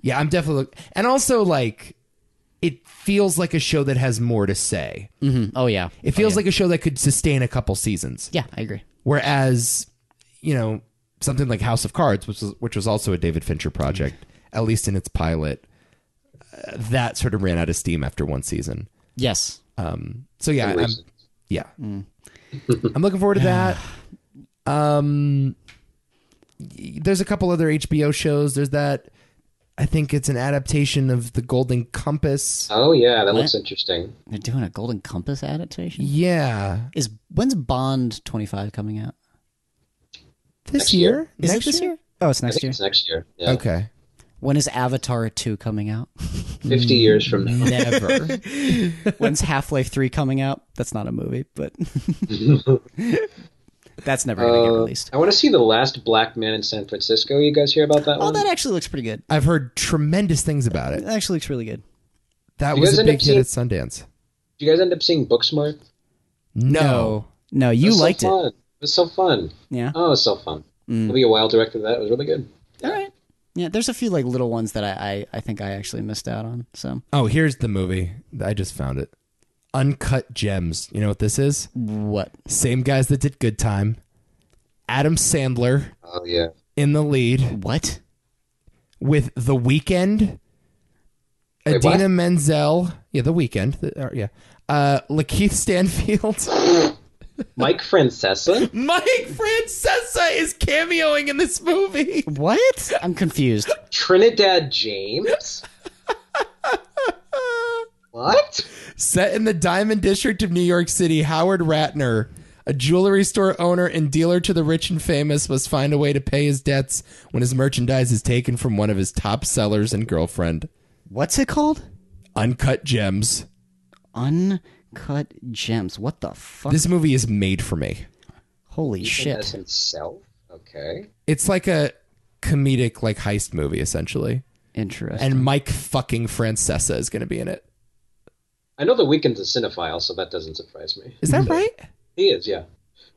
Speaker 2: Yeah, I'm definitely. And also, like, it feels like a show that has more to say.
Speaker 3: hmm Oh yeah.
Speaker 2: It feels like a show that could sustain a couple seasons.
Speaker 3: yeah, I agree.
Speaker 2: Whereas, you know, something like House of Cards, which was which was also a David Fincher project, at least in its pilot, uh, that sort of ran out of steam after one season.
Speaker 3: Yes.
Speaker 2: Um, so yeah, I'm,
Speaker 4: reasons.
Speaker 2: yeah, [LAUGHS] I'm looking forward to [SIGHS] that. Um, y- there's a couple other HBO shows. There's that. I think it's an adaptation of the Golden Compass.
Speaker 3: Uh,
Speaker 4: Oh yeah, that looks interesting.
Speaker 3: They're doing a Golden Compass adaptation.
Speaker 2: Yeah,
Speaker 3: Is when's Bond 25 coming out?
Speaker 2: this
Speaker 4: Next
Speaker 2: year,
Speaker 4: year?
Speaker 3: Is
Speaker 2: Next
Speaker 3: it this year? Oh, it's
Speaker 4: I
Speaker 3: next
Speaker 4: think
Speaker 3: year.
Speaker 4: it's next year. Yeah.
Speaker 2: Okay,
Speaker 3: When is Avatar 2 coming out?
Speaker 4: Fifty years from now.
Speaker 2: never.
Speaker 3: When's Half-Life 3 coming out? That's not a movie, but That's never going to get
Speaker 4: Uh,
Speaker 3: released.
Speaker 4: I want to see the last black man in San Francisco. You guys hear about that
Speaker 3: Oh,
Speaker 4: one?
Speaker 3: that actually looks pretty good.
Speaker 2: [LAUGHS] I've heard tremendous things about it.
Speaker 3: That actually looks really good.
Speaker 2: That
Speaker 4: You
Speaker 2: was
Speaker 4: guys
Speaker 2: a
Speaker 4: end up
Speaker 2: big hit at
Speaker 4: seeing-
Speaker 2: Sundance.
Speaker 4: Did you guys end up seeing Booksmart?
Speaker 2: No.
Speaker 3: No, you
Speaker 4: was so
Speaker 3: liked it. Hmm.
Speaker 4: fun. It was so fun.
Speaker 3: Yeah.
Speaker 4: Oh, it was so fun. Olivia Wilde directed that. It was really good.
Speaker 3: All right. Yeah, there's a few like little ones that I, I I think I actually missed out on. So,
Speaker 2: Oh, here's the movie. I just found it. Uncut Gems. You know what this is?
Speaker 3: what?
Speaker 2: Same guys that did Good Time. Adam Sandler
Speaker 4: Oh yeah.
Speaker 3: Uh,
Speaker 2: in the lead
Speaker 3: What?
Speaker 2: with The Weeknd.
Speaker 4: Wait,
Speaker 2: Adina
Speaker 4: what?
Speaker 2: Menzel. Yeah, The Weeknd. The- uh, yeah. Uh, Lakeith Stanfield. [LAUGHS]
Speaker 4: Mike Francesa.
Speaker 2: Mike Francesa is cameoing in this movie.
Speaker 3: What? I'm confused.
Speaker 4: Trinidad James? what?
Speaker 2: Set in the Diamond District of New York City, Howard Ratner, a jewelry store owner and dealer to the rich and famous, must find a way to pay his debts when his merchandise is taken from one of his top sellers and girlfriend.
Speaker 3: What's it called?
Speaker 2: Uncut Gems.
Speaker 3: Uncut Gems. What the fuck?
Speaker 2: This movie is made for me.
Speaker 3: Holy
Speaker 4: As
Speaker 3: shit.
Speaker 4: himself? Okay.
Speaker 2: It's like a comedic, like heist movie, essentially.
Speaker 3: Interesting.
Speaker 2: And Mike fucking Francesa is going to be in it.
Speaker 4: I know the weekend's a cinephile, so that doesn't surprise me.
Speaker 2: Is
Speaker 3: Mm.
Speaker 2: that right?
Speaker 4: He is, yeah.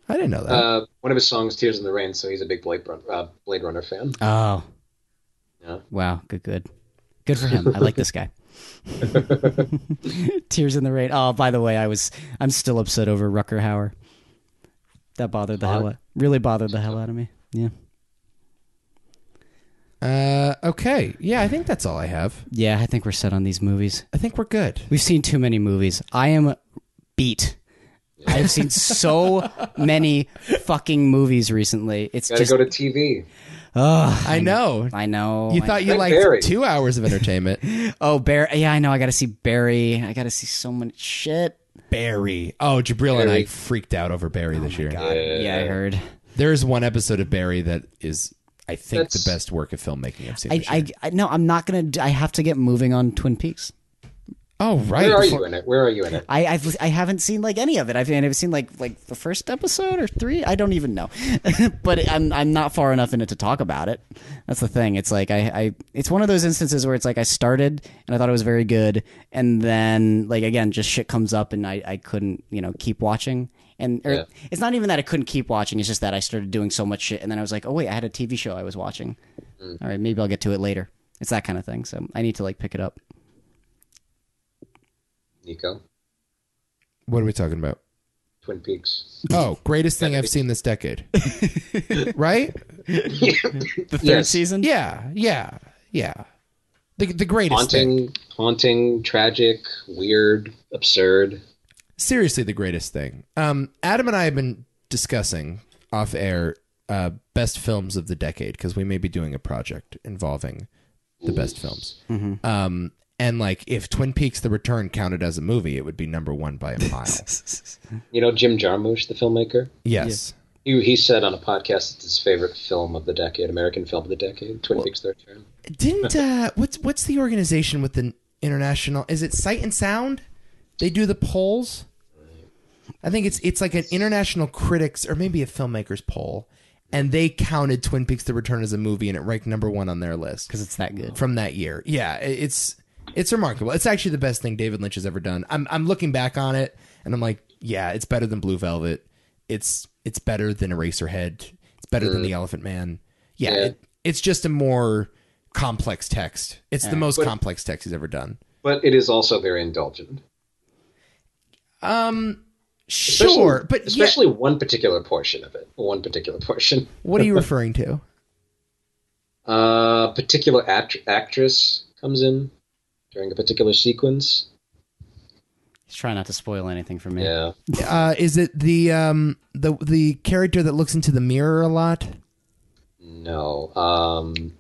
Speaker 2: I didn't know that.
Speaker 4: Uh, one of his songs, "Tears in the Rain," so he's a big Blade, Run- uh, Blade Runner fan.
Speaker 3: Oh.
Speaker 4: Yeah.
Speaker 3: Wow. Good. Good. Good for him. I like
Speaker 2: [LAUGHS]
Speaker 3: this guy. Tears in the rain. Oh, by the way, I was I'm still upset over Rucker Hauer. That bothered the hell out. Really bothered the hell out of me. Yeah.
Speaker 2: Uh, okay. Yeah, I think that's all I have.
Speaker 3: Yeah. I think we're set on these movies.
Speaker 2: I think we're
Speaker 3: [LAUGHS]
Speaker 2: good.
Speaker 3: We've seen too many movies. I am beat. I've seen
Speaker 4: [LAUGHS]
Speaker 3: so many fucking movies recently. It's
Speaker 4: Gotta
Speaker 3: just
Speaker 4: go to TV.
Speaker 3: ugh,
Speaker 2: I know.
Speaker 3: I know.
Speaker 2: You
Speaker 3: I
Speaker 2: thought you
Speaker 4: I'm
Speaker 2: liked
Speaker 4: buried.
Speaker 2: two hours of
Speaker 3: [LAUGHS]
Speaker 2: entertainment.
Speaker 3: Oh, Barry. Yeah, I know. I got to see Barry. I got to see so much shit.
Speaker 2: Barry. Oh, Jabril and I
Speaker 4: Barry.
Speaker 2: freaked out over Barry this year.
Speaker 3: Oh God. Yeah, I heard.
Speaker 2: There is one episode of Barry that is, I think,
Speaker 4: That's-
Speaker 2: the best work of filmmaking I've seen.
Speaker 3: I,
Speaker 2: this year.
Speaker 3: I, I no, I'm not gonna. do- I have to get moving on Twin Peaks.
Speaker 2: oh, right.
Speaker 4: Where are
Speaker 2: Before-
Speaker 4: you in it? Where are you in it?
Speaker 3: I I've, I haven't seen like any of it. I've, I've seen like like the first episode or three. I don't even know, [LAUGHS] but I'm I'm not far enough in it to talk about it. That's the thing. It's like I, I it's one of those instances where it's like I started and I thought it was very good, and then like again just shit comes up and I I couldn't you know keep watching. And or,
Speaker 4: Yeah.
Speaker 3: it's not even that I couldn't keep watching. It's just that I started doing so much shit, and then I was like, oh wait, I had a TV show I was watching.
Speaker 4: Mm.
Speaker 3: All right, maybe I'll get to it later. It's that kind of thing. So I need to like pick it up.
Speaker 4: Nico,
Speaker 2: What are we talking about?
Speaker 4: Twin Peaks.
Speaker 2: Oh, greatest thing I've seen this decade.
Speaker 3: [LAUGHS]
Speaker 2: right?
Speaker 3: The third
Speaker 4: Yes.
Speaker 3: season.
Speaker 2: Yeah, yeah, yeah. The, the greatest thing.
Speaker 4: Haunting, haunting, tragic, weird, absurd.
Speaker 2: Seriously, the greatest thing. Um, Adam and I have been discussing off air uh, best films of the decade because we may be doing a project involving the best films. Um, and like, if Twin Peaks: The Return counted as a movie, it would be number one by a mile.
Speaker 4: You know Jim Jarmusch, the filmmaker.
Speaker 2: yes.
Speaker 4: He, he said on a podcast it's his favorite film of the decade, American film of the decade, Twin Peaks: The Return.
Speaker 2: Didn't uh, what's what's the organization with the international? Is it Sight and Sound? They do the polls. I think it's it's like an international critics or maybe a filmmakers poll, and they counted Twin Peaks: The Return as a movie, and it ranked number one on their list
Speaker 3: because it's that good.
Speaker 2: from that year. Yeah, i- it's it's remarkable. It's actually the best thing David Lynch has ever done. I'm I'm looking back on it, and I'm like, yeah, it's better than Blue Velvet. It's it's better than Eraserhead. It's better than The Elephant Man. Yeah,
Speaker 4: Yeah.
Speaker 2: It, it's just a more complex text. It's the most complex text he's ever done.
Speaker 4: But it is also very indulgent. Especially-
Speaker 2: Um, Sure, but yeah-
Speaker 4: especially one particular portion of it, one particular portion.
Speaker 2: what are you referring to?
Speaker 4: A Uh, particular act- actress comes in during a particular sequence.
Speaker 3: Just try not to spoil anything for me.
Speaker 4: Yeah,
Speaker 2: Uh, is it the um the the character that looks into the mirror a lot?
Speaker 4: no. Um,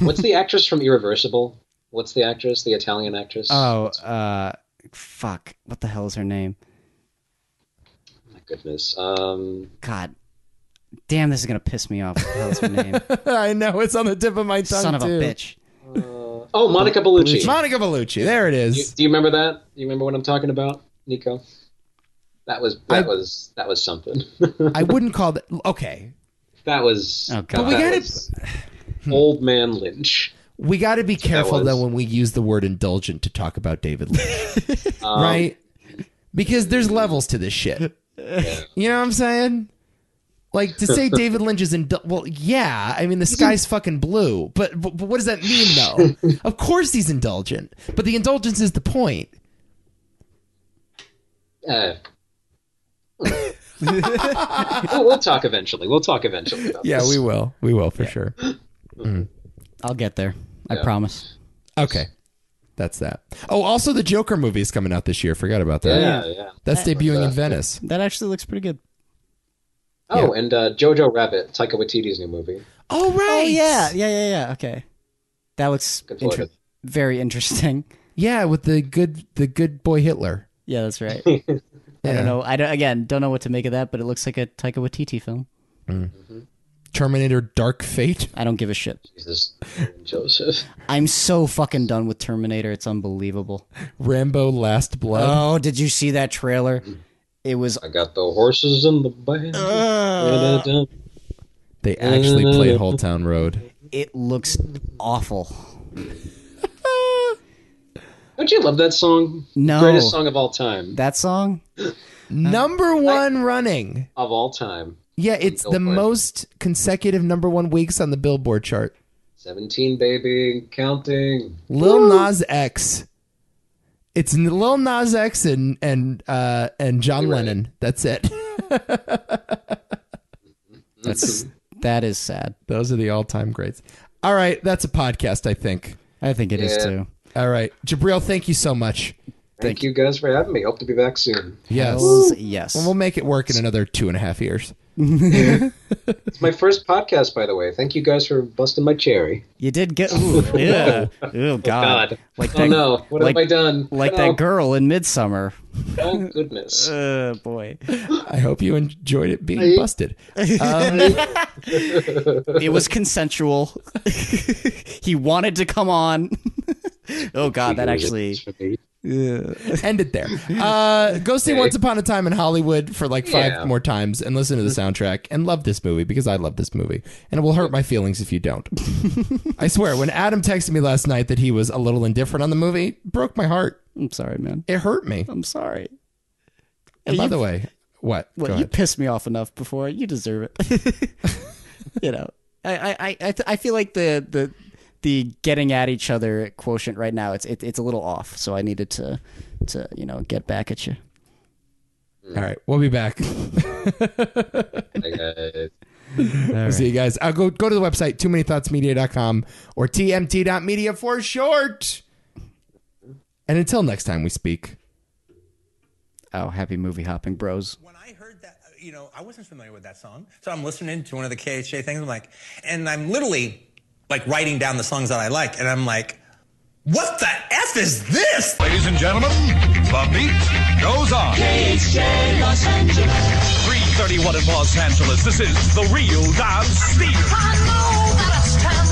Speaker 4: what's the actress from Irreversible? What's the actress? The Italian actress?
Speaker 3: Oh, uh, fuck. What the hell is her name?
Speaker 4: my goodness. Um,
Speaker 3: God. Damn, this is going to piss me off. What the hell is her [LAUGHS] name?
Speaker 2: [LAUGHS] I know it's on the tip of my tongue.
Speaker 3: uh, Son of a
Speaker 2: too.
Speaker 3: bitch.
Speaker 4: oh, Monica Bellucci.
Speaker 2: Monica Bellucci. There it is.
Speaker 4: You- [LAUGHS] do you remember that? Do you remember what I'm talking about, Nico? That was that
Speaker 2: I-
Speaker 4: was that was something. [LAUGHS]
Speaker 2: I wouldn't call that. Okay,
Speaker 4: that was
Speaker 3: Oh, God. But
Speaker 2: we
Speaker 4: that
Speaker 2: gotta-
Speaker 4: was
Speaker 2: Hmm.
Speaker 4: old man Lynch.
Speaker 2: we got to be careful
Speaker 4: was-
Speaker 2: though when we use the word indulgent to talk about David Lynch, [LAUGHS] right? Because there's levels to this shit. You know what I'm saying? Like to [LAUGHS] say David Lynch is indul well, yeah. I mean, the [LAUGHS] sky's fucking blue, but, but but what does that mean [LAUGHS] though? of course he's indulgent, but the indulgence is the point. [LAUGHS]
Speaker 4: Uh, [LAUGHS] we'll, we'll talk eventually. We'll talk eventually. About
Speaker 2: Yeah,
Speaker 4: this.
Speaker 2: we will, we will for sure.
Speaker 3: I'll get there. I promise.
Speaker 2: Okay, that's that. Oh, also the Joker movie is coming out this year. Forgot about that.
Speaker 4: Yeah, yeah.
Speaker 2: That's debuting in Venice.
Speaker 3: That actually looks pretty good.
Speaker 4: Oh, and uh, Jojo Rabbit, Taika Waititi's new movie.
Speaker 2: Oh right.
Speaker 3: Oh, yeah. Yeah, yeah, yeah. Okay. That looks
Speaker 4: Good
Speaker 3: inter-
Speaker 4: Lord.
Speaker 3: very interesting. [LAUGHS]
Speaker 2: Yeah, with the good the good boy Hitler.
Speaker 3: Yeah, that's right.
Speaker 2: Yeah.
Speaker 3: I don't know. I don't, again, don't know what to make of that, but it looks like a Taika Waititi film.
Speaker 2: Terminator Dark Fate. [LAUGHS]
Speaker 3: I don't give a shit.
Speaker 4: Jesus, Joseph.
Speaker 3: I'm so fucking done with Terminator. It's unbelievable.
Speaker 2: Rambo Last Blood.
Speaker 3: Oh, did you see that trailer? It was
Speaker 4: I got the horses in the band.
Speaker 2: Uh.
Speaker 4: Da-da-da.
Speaker 2: they actually played Whole Town Road.
Speaker 3: it looks awful.
Speaker 4: Don't you love that song?
Speaker 3: No.
Speaker 4: Greatest song of all time.
Speaker 3: That song?
Speaker 2: Number one running.
Speaker 4: of all time.
Speaker 2: Yeah, it's the
Speaker 4: Billboard.
Speaker 2: most consecutive number one weeks on the Billboard chart.
Speaker 4: 17, baby, counting.
Speaker 2: Lil Nas X. It's n- Lil Nas X and and uh, and John Lennon. That's it. [LAUGHS]
Speaker 3: That's that is sad.
Speaker 2: Those are the all-time greats. All right, that's a podcast. I think.
Speaker 3: I think it is
Speaker 4: Yeah.
Speaker 3: too.
Speaker 2: All right, Jabril, thank you so much.
Speaker 4: Thank you guys for having me. Hope to be back soon.
Speaker 2: Yes,
Speaker 3: Hells Yes.
Speaker 2: we'll make it work in another two and a half years.
Speaker 4: It's my first podcast, by the way. Thank you guys for busting my cherry.
Speaker 3: You did get ooh, [LAUGHS] yeah. Ew, Oh, God.
Speaker 4: God.
Speaker 3: Uh, Like that,
Speaker 4: Oh no, what
Speaker 3: like,
Speaker 4: have I done?
Speaker 3: Like
Speaker 4: oh,
Speaker 3: that girl in Midsummer.
Speaker 4: Oh
Speaker 3: [LAUGHS]
Speaker 4: goodness.
Speaker 3: Uh, boy.
Speaker 2: I hope you enjoyed it being busted.
Speaker 3: It
Speaker 4: [LAUGHS]
Speaker 3: was consensual. [LAUGHS] he wanted to come on. [LAUGHS] oh God, that actually
Speaker 2: End it there. Uh, go see
Speaker 4: Okay.
Speaker 2: Once Upon a Time in Hollywood for like five
Speaker 4: Yeah.
Speaker 2: more times and listen to the soundtrack and love this movie because I love this movie and it will hurt my feelings if you don't. I swear, when Adam texted me last night that he was a little indifferent on the movie, it broke my heart.
Speaker 3: I'm sorry, man.
Speaker 2: It hurt me.
Speaker 3: I'm sorry.
Speaker 2: And by
Speaker 3: you-
Speaker 2: the way, what?
Speaker 3: Well,
Speaker 2: Go
Speaker 3: you
Speaker 2: ahead.
Speaker 3: pissed me off enough before. You deserve it. [LAUGHS] you know, I I I, I, th- I feel like the the the getting at each other quotient right now it's it, it's a little off. So I needed to to you know get back at you.
Speaker 2: All right, we'll be back.
Speaker 4: Uh,
Speaker 2: We'll See you guys. Uh, go go to the website too many thoughtsmedia.com or tmt.media for short. And until next time we speak.
Speaker 3: Oh, happy movie hopping, bros.
Speaker 5: When I heard that, uh, you know, I wasn't familiar with that song. So I'm listening to one of the KHA things. I'm like, and I'm literally like writing down the songs that I like. And I'm like, what the F is this?
Speaker 6: Ladies and gentlemen, the beat goes on. 331 in Los Angeles. This is the real Don Steve.
Speaker 7: I know that it's time